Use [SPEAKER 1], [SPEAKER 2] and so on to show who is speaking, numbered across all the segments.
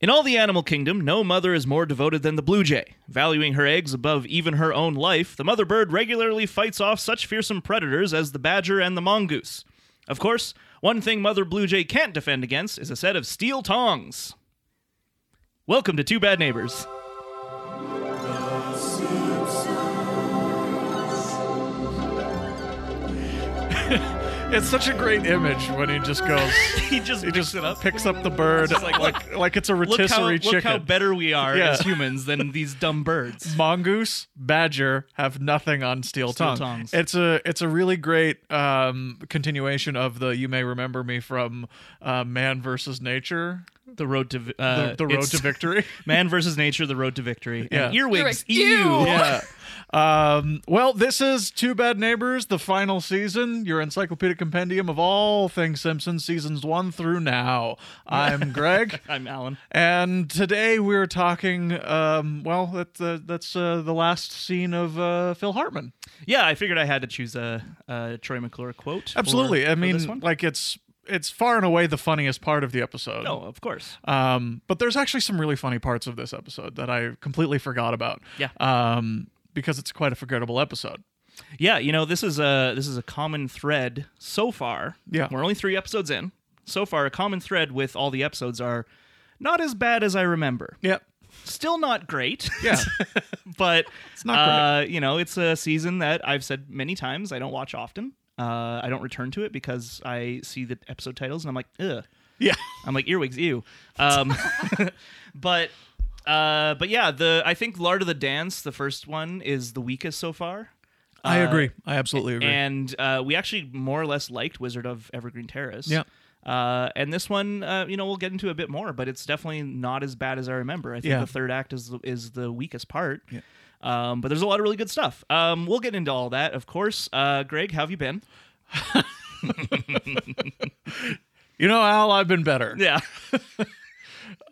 [SPEAKER 1] In all the animal kingdom, no mother is more devoted than the blue jay. Valuing her eggs above even her own life, the mother bird regularly fights off such fearsome predators as the badger and the mongoose. Of course, one thing Mother Blue Jay can't defend against is a set of steel tongs. Welcome to Two Bad Neighbors.
[SPEAKER 2] It's such a great image when he just goes.
[SPEAKER 1] he just
[SPEAKER 2] He
[SPEAKER 1] picks
[SPEAKER 2] just
[SPEAKER 1] it up.
[SPEAKER 2] picks up the bird like, like it's a
[SPEAKER 1] Look how,
[SPEAKER 2] rotisserie
[SPEAKER 1] look how
[SPEAKER 2] chicken.
[SPEAKER 1] better we are
[SPEAKER 2] Yeah.
[SPEAKER 1] as humans than these dumb birds.
[SPEAKER 2] Mongoose, badger have nothing on steel,
[SPEAKER 1] Steel
[SPEAKER 2] tongue.
[SPEAKER 1] tongues.
[SPEAKER 2] It's a it's a really great um, continuation of the you may remember me from uh, Man versus Nature,
[SPEAKER 1] The road to vi-
[SPEAKER 2] the,
[SPEAKER 1] uh,
[SPEAKER 2] the road
[SPEAKER 1] it's
[SPEAKER 2] to victory.
[SPEAKER 1] Man versus nature, the road to victory. And
[SPEAKER 2] Yeah.
[SPEAKER 1] earwigs,
[SPEAKER 3] Earwigs,
[SPEAKER 1] ew.
[SPEAKER 3] ew.
[SPEAKER 2] yeah. Um, well, this is Two Bad Neighbors, the final season, your encyclopedic compendium of all things Simpsons, seasons one through now. I'm Greg.
[SPEAKER 1] I'm Alan.
[SPEAKER 2] And today we're talking. Um, well, that, uh, that's uh, the last scene of uh, Phil Hartman.
[SPEAKER 1] Yeah, I figured I had to choose a, a Troy McClure quote. for-
[SPEAKER 2] Absolutely. I
[SPEAKER 1] for this
[SPEAKER 2] mean,
[SPEAKER 1] one.
[SPEAKER 2] like it's it's far and away the funniest part of the episode.
[SPEAKER 1] no, Oh, of course.
[SPEAKER 2] Um, but there's actually some really funny parts of this episode that I completely forgot about.
[SPEAKER 1] Yeah.
[SPEAKER 2] Um, because it's quite a forgettable episode.
[SPEAKER 1] Yeah, you know, this is a this is a common thread so far.
[SPEAKER 2] Yeah.
[SPEAKER 1] We're only 3 episodes in. So far a common thread with all the episodes are not as bad as I remember.
[SPEAKER 2] Yep.
[SPEAKER 1] Still not great,
[SPEAKER 2] Yeah.
[SPEAKER 1] but it's
[SPEAKER 2] not great.
[SPEAKER 1] Uh, you know, it's a season that I've said many times I don't watch often. Uh, I don't return to it because I see the episode titles and I'm like, ugh.
[SPEAKER 2] yeah.
[SPEAKER 1] I'm like earwigs, ew. Um, but uh, but yeah, the I think Lard of the Dance, the first one, is the weakest so far.
[SPEAKER 2] I agree. I absolutely agree.
[SPEAKER 1] And uh, we actually more or less liked Wizard of Evergreen Terrace.
[SPEAKER 2] Yeah.
[SPEAKER 1] Uh, and this one, uh, you know, we'll get into a bit more, but it's definitely not as bad as I remember. I think
[SPEAKER 2] Yeah.
[SPEAKER 1] the third act is is the weakest part. Yeah. Um, but there's a lot of really good stuff. Um, we'll get into all that, of course. Uh, Greg, how have you been?
[SPEAKER 2] you know, Al, I've been better.
[SPEAKER 1] Yeah.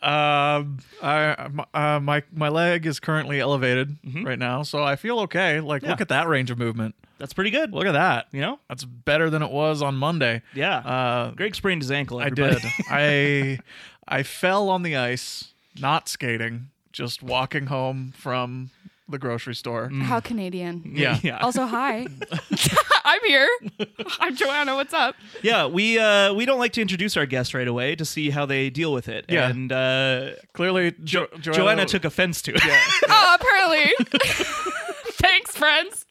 [SPEAKER 2] Um, I, my- uh, my my leg is currently elevated right now, so I feel okay. Like, look at that range of movement.
[SPEAKER 1] That's pretty good.
[SPEAKER 2] Look at that.
[SPEAKER 1] You know?
[SPEAKER 2] That's better than it was on Monday.
[SPEAKER 1] Yeah.
[SPEAKER 2] Uh,
[SPEAKER 1] Greg sprained his ankle.
[SPEAKER 2] I
[SPEAKER 1] everybody.
[SPEAKER 2] did. I I fell on the ice, not skating, just walking home from the grocery store.
[SPEAKER 3] How Canadian.
[SPEAKER 2] Yeah.
[SPEAKER 1] Mm. yeah.
[SPEAKER 3] Also, hi. I'm here. I'm Joanna. What's up?
[SPEAKER 1] Yeah, we uh, we don't like to introduce our guests right away to see how they deal with it.
[SPEAKER 2] Yeah.
[SPEAKER 1] And uh,
[SPEAKER 2] Clearly, jo-
[SPEAKER 1] Joanna, took offense to it.
[SPEAKER 3] Oh, apparently. Thanks, friends.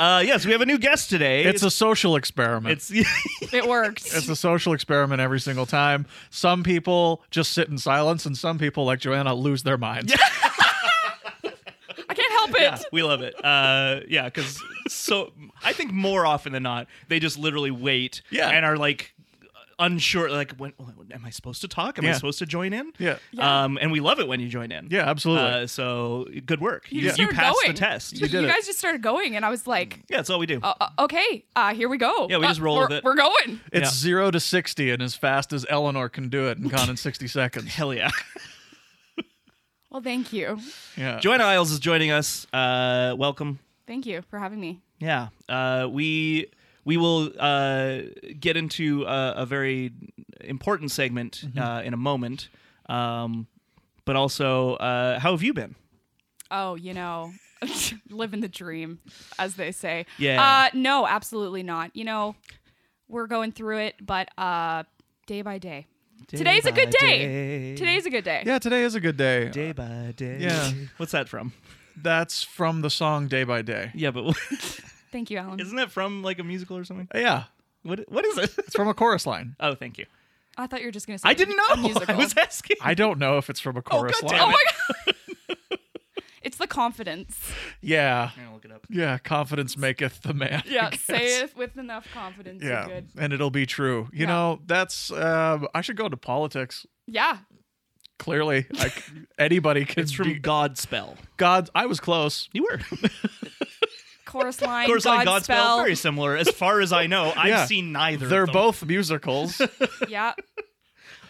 [SPEAKER 1] uh, yes, we have a new guest today.
[SPEAKER 2] It's a social experiment.
[SPEAKER 1] it's it's-
[SPEAKER 3] It worked.
[SPEAKER 2] It's a social experiment every single time. Some people just sit in silence, and some people, like Joanna, lose their minds.
[SPEAKER 3] I can't help it.
[SPEAKER 1] yeah, we love it. Uh, yeah, because so I think more often than not they just literally wait.
[SPEAKER 2] Yeah.
[SPEAKER 1] and are like unsure. Like, when, am I supposed to talk? Am I
[SPEAKER 2] Yeah.
[SPEAKER 1] supposed to join in?
[SPEAKER 2] Yeah.
[SPEAKER 3] Yeah.
[SPEAKER 1] Um, and we love it when you join in.
[SPEAKER 2] Yeah, absolutely.
[SPEAKER 1] Uh, so good work.
[SPEAKER 3] You
[SPEAKER 1] You,
[SPEAKER 3] just
[SPEAKER 1] you
[SPEAKER 3] started
[SPEAKER 1] passed
[SPEAKER 3] going.
[SPEAKER 1] the test.
[SPEAKER 3] You,
[SPEAKER 2] did it.
[SPEAKER 3] guys just started going, and I was like,
[SPEAKER 1] yeah, that's all we do.
[SPEAKER 3] uh, uh, okay, uh, here we go.
[SPEAKER 1] Yeah, we
[SPEAKER 3] Uh,
[SPEAKER 1] just roll
[SPEAKER 3] we're,
[SPEAKER 1] with it.
[SPEAKER 3] We're going.
[SPEAKER 1] Yeah.
[SPEAKER 2] It's zero to 60 and as fast as Eleanor can do it and gone in 60 seconds.
[SPEAKER 1] Hell yeah.
[SPEAKER 3] Well, thank you.
[SPEAKER 2] Yeah.
[SPEAKER 1] Joanna Isles is joining us. Uh, welcome.
[SPEAKER 3] Thank you for having me.
[SPEAKER 1] Yeah, uh, we we will uh, get into a, a very important segment uh, in a moment, um, but also, uh, how have you been?
[SPEAKER 3] Oh, you know, living the dream, as they say.
[SPEAKER 1] Yeah.
[SPEAKER 3] Uh, no, absolutely not. You know, we're going through it, but uh, day by day. Today's a good
[SPEAKER 1] by
[SPEAKER 3] day. Today's a good day.
[SPEAKER 2] Yeah, today is a good day.
[SPEAKER 1] day by day.
[SPEAKER 2] Yeah.
[SPEAKER 1] what's that from?
[SPEAKER 2] That's from the song Day by Day.
[SPEAKER 1] Yeah, but
[SPEAKER 3] Thank you, Alan.
[SPEAKER 1] isn't that from like a musical or something?
[SPEAKER 2] Yeah.
[SPEAKER 1] What what is it?
[SPEAKER 2] It's from a chorus line.
[SPEAKER 1] Oh, thank you.
[SPEAKER 3] I thought you were just gonna say.
[SPEAKER 1] I didn't
[SPEAKER 3] a
[SPEAKER 1] know.
[SPEAKER 3] musical.
[SPEAKER 1] I was asking.
[SPEAKER 2] I don't know if it's from a chorus
[SPEAKER 1] God
[SPEAKER 2] line.
[SPEAKER 1] damn
[SPEAKER 3] oh
[SPEAKER 1] it.
[SPEAKER 3] my god. it's the confidence.
[SPEAKER 2] Yeah.
[SPEAKER 1] I'm gonna look it up.
[SPEAKER 2] Yeah. Confidence maketh the man. I
[SPEAKER 3] Yeah,
[SPEAKER 2] guess.
[SPEAKER 3] say it with enough confidence. Yeah.
[SPEAKER 2] Yeah.
[SPEAKER 3] Good.
[SPEAKER 2] And it'll be true. You
[SPEAKER 3] Yeah.
[SPEAKER 2] know, that's, um, I should go into politics.
[SPEAKER 3] Yeah.
[SPEAKER 2] Clearly, I c anybody can.
[SPEAKER 1] It's from
[SPEAKER 2] be-
[SPEAKER 1] Godspell.
[SPEAKER 2] God. I was close.
[SPEAKER 1] You were.
[SPEAKER 3] Chorus line.
[SPEAKER 1] Of course, like Godspell,
[SPEAKER 3] Godspell.
[SPEAKER 1] very similar. As far as I know, I've
[SPEAKER 2] Yeah.
[SPEAKER 1] seen neither. of
[SPEAKER 2] They're
[SPEAKER 1] them.
[SPEAKER 2] both musicals.
[SPEAKER 3] yeah.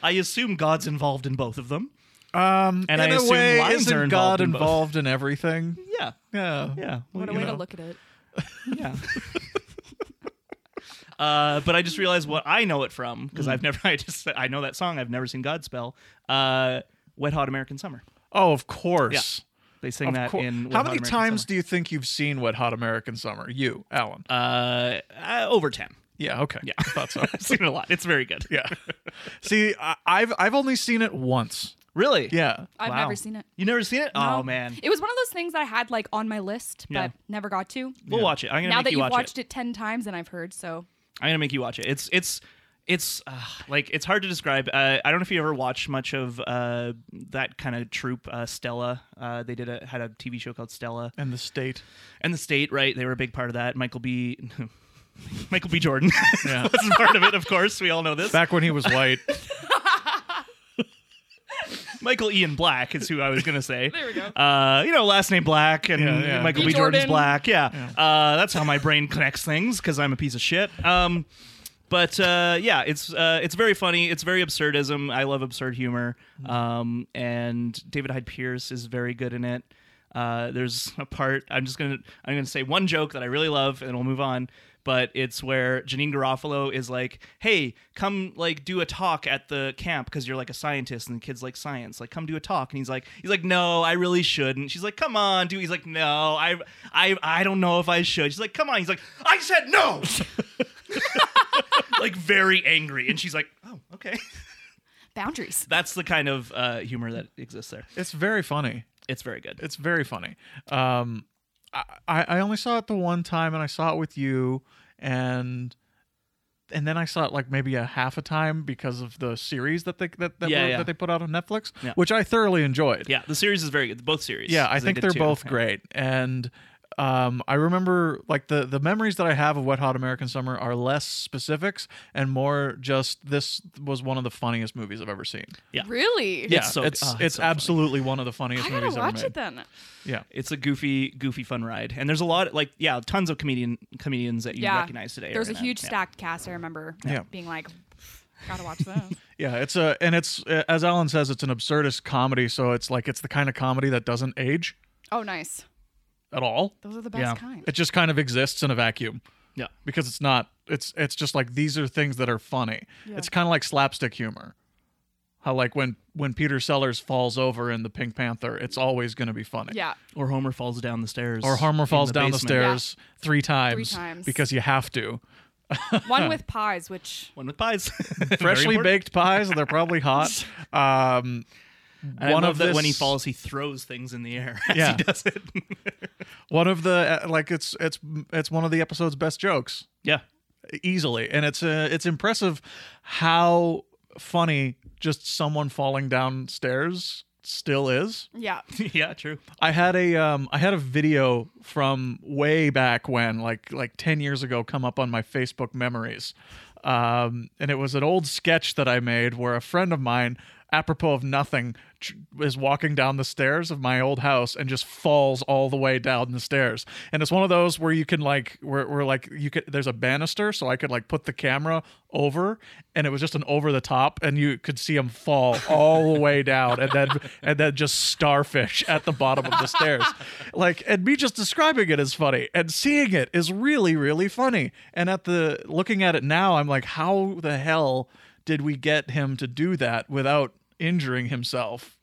[SPEAKER 1] I assume God's involved in both of them.
[SPEAKER 2] Um,
[SPEAKER 1] And
[SPEAKER 2] in
[SPEAKER 1] I
[SPEAKER 2] a
[SPEAKER 1] assume
[SPEAKER 2] way,
[SPEAKER 1] lines
[SPEAKER 2] isn't
[SPEAKER 1] are involved
[SPEAKER 2] God
[SPEAKER 1] in both.
[SPEAKER 2] involved in everything?
[SPEAKER 1] Yeah,
[SPEAKER 2] Yeah.
[SPEAKER 1] yeah. Well,
[SPEAKER 3] What a
[SPEAKER 1] you
[SPEAKER 3] way
[SPEAKER 1] know,
[SPEAKER 3] to look at it.
[SPEAKER 1] Yeah. Uh, but I just realized what I know it from because
[SPEAKER 2] Mm.
[SPEAKER 1] I've never. I just I know that song. I've never seen Godspell. Uh, Wet Hot American Summer.
[SPEAKER 2] Oh, of course.
[SPEAKER 1] They sing
[SPEAKER 2] Of
[SPEAKER 1] that
[SPEAKER 2] cour-
[SPEAKER 1] in. Wet
[SPEAKER 2] How
[SPEAKER 1] Hot
[SPEAKER 2] many
[SPEAKER 1] American
[SPEAKER 2] times
[SPEAKER 1] Summer.
[SPEAKER 2] do you think you've seen Wet Hot American Summer? You, Alan.
[SPEAKER 1] Uh, uh, over ten.
[SPEAKER 2] yeah, okay.
[SPEAKER 1] yeah.
[SPEAKER 2] I thought so.
[SPEAKER 1] I've seen it a lot. It's very good.
[SPEAKER 2] yeah. See, I, I've I've only seen it once.
[SPEAKER 1] Really?
[SPEAKER 2] Yeah.
[SPEAKER 3] I've
[SPEAKER 1] Wow.
[SPEAKER 3] never seen it.
[SPEAKER 1] You never seen it?
[SPEAKER 3] No.
[SPEAKER 1] Oh man,
[SPEAKER 3] Um, It was one of those things that I had like on my list, but
[SPEAKER 1] Yeah.
[SPEAKER 3] never got to.
[SPEAKER 1] we'll watch it. I'm gonna
[SPEAKER 3] Now
[SPEAKER 1] make
[SPEAKER 3] that
[SPEAKER 1] you
[SPEAKER 3] you've
[SPEAKER 1] watch
[SPEAKER 3] watched it. ten times, and I've heard so.
[SPEAKER 1] I'm gonna make you watch it. It's it's it's uh, like it's hard to describe. Uh, I don't know if you ever watched much of uh, that kind of troupe, uh, Stella. Uh, they did a had a TV show called Stella
[SPEAKER 2] And the state.
[SPEAKER 1] and the State. Right, they were a big part of that. Michael B. Michael B. Jordan
[SPEAKER 2] Yeah.
[SPEAKER 1] was part of it, of course. We all know this.
[SPEAKER 2] Back when he was white.
[SPEAKER 1] Michael Ian Black is who I was gonna say.
[SPEAKER 3] There we go.
[SPEAKER 1] Uh, you know, last name Black and
[SPEAKER 2] Yeah, yeah.
[SPEAKER 1] Michael B.
[SPEAKER 3] B.
[SPEAKER 1] Jordan's
[SPEAKER 3] Jordan.
[SPEAKER 1] Black. Yeah, Uh, that's how my brain connects things because I'm a piece of shit. Um, but uh, yeah, it's uh, it's very funny. It's very absurdism. I love absurd humor. Um, and David Hyde Pierce is very good in it. Uh, there's a part I'm just gonna I'm gonna say one joke that I really love, and we'll move on. But it's where Janine Garofalo is like, "Hey, come like do a talk at the camp because you're like a scientist, and the kids like science. Like, come do a talk." And he's like, "He's like, no, I really shouldn't." She's like, "Come on, do." He's like, "No, I I I don't know if I should." She's like, "Come on." He's like, "I said no." like very angry and she's like oh okay
[SPEAKER 3] Boundaries.
[SPEAKER 1] that's the kind of uh, humor that exists there
[SPEAKER 2] It's very funny.
[SPEAKER 1] it's very good
[SPEAKER 2] It's very funny. Um, I, I I only saw it the one time, and I saw it with you, and and then I saw it like maybe a half a time because of the series that they that that,
[SPEAKER 1] Yeah,
[SPEAKER 2] were-
[SPEAKER 1] yeah.
[SPEAKER 2] that they put out on Netflix,
[SPEAKER 1] Yeah.
[SPEAKER 2] which I thoroughly enjoyed.
[SPEAKER 1] yeah the series is very good both series
[SPEAKER 2] Yeah, I
[SPEAKER 1] 'cause they
[SPEAKER 2] think
[SPEAKER 1] did
[SPEAKER 2] they're
[SPEAKER 1] two.
[SPEAKER 2] both
[SPEAKER 1] Yeah.
[SPEAKER 2] great, and um, I remember like the the memories that I have of Wet Hot American Summer are less specifics and more just this was one of the funniest movies I've ever seen.
[SPEAKER 1] Yeah.
[SPEAKER 3] Really?
[SPEAKER 2] Yeah,
[SPEAKER 1] so-
[SPEAKER 2] it's
[SPEAKER 1] oh, it's
[SPEAKER 2] it's
[SPEAKER 1] so funny.
[SPEAKER 2] absolutely one of the funniest
[SPEAKER 3] I gotta
[SPEAKER 2] movies ever
[SPEAKER 3] watch
[SPEAKER 2] made.
[SPEAKER 3] it then.
[SPEAKER 2] Yeah,
[SPEAKER 1] it's a goofy goofy fun ride and there's a lot like yeah tons of comedian comedians that you
[SPEAKER 3] yeah.
[SPEAKER 1] recognize today
[SPEAKER 3] There's
[SPEAKER 1] are
[SPEAKER 3] a
[SPEAKER 1] in it.
[SPEAKER 3] huge
[SPEAKER 1] Yeah.
[SPEAKER 3] stacked cast. I remember
[SPEAKER 2] Yeah.
[SPEAKER 3] being like, gotta watch those.
[SPEAKER 2] Yeah, it's a and it's as Alan says, it's an absurdist comedy. So it's like it's the kind of comedy that doesn't age
[SPEAKER 3] oh, nice.
[SPEAKER 2] at all.
[SPEAKER 3] Those are the best
[SPEAKER 1] Yeah.
[SPEAKER 3] kind.
[SPEAKER 2] It just kind of exists in a vacuum
[SPEAKER 1] yeah
[SPEAKER 2] because it's not. It's it's just like these are things that are funny.
[SPEAKER 3] Yeah.
[SPEAKER 2] It's kind of like slapstick humor. How like when when Peter Sellers falls over in the Pink Panther, it's always going to be funny.
[SPEAKER 3] Yeah.
[SPEAKER 1] or homer falls down the stairs
[SPEAKER 2] Or Homer
[SPEAKER 1] in
[SPEAKER 2] falls down the
[SPEAKER 1] basement.
[SPEAKER 2] stairs three times
[SPEAKER 3] times.
[SPEAKER 2] because you have to.
[SPEAKER 3] One with pies, which
[SPEAKER 1] one with pies Very
[SPEAKER 2] Freshly
[SPEAKER 1] important.
[SPEAKER 2] baked pies, they're probably hot. Um,
[SPEAKER 1] and
[SPEAKER 2] one
[SPEAKER 1] I love
[SPEAKER 2] of
[SPEAKER 1] that when he
[SPEAKER 2] this-
[SPEAKER 1] falls he throws things in the air as
[SPEAKER 2] Yeah.
[SPEAKER 1] he does it
[SPEAKER 2] one of the uh, like it's it's it's one of the episode's best jokes.
[SPEAKER 1] yeah
[SPEAKER 2] easily and it's uh, it's impressive how funny just someone falling downstairs still is
[SPEAKER 3] yeah.
[SPEAKER 1] yeah true
[SPEAKER 2] i had a um i had a video from way back when like like 10 years ago come up on my facebook memories um and it was an old sketch that i made where a friend of mine apropos of nothing tr- is walking down the stairs of my old house and just falls all the way down the stairs and it's one of those where you can like where, where like you could there's a banister so i could like put the camera over and it was just an over the top and you could see him fall all the way down and then and then just starfish at the bottom of the stairs like and me just describing it is funny and seeing it is really really funny and at the looking at it now i'm like how the hell did we get him to do that without injuring himself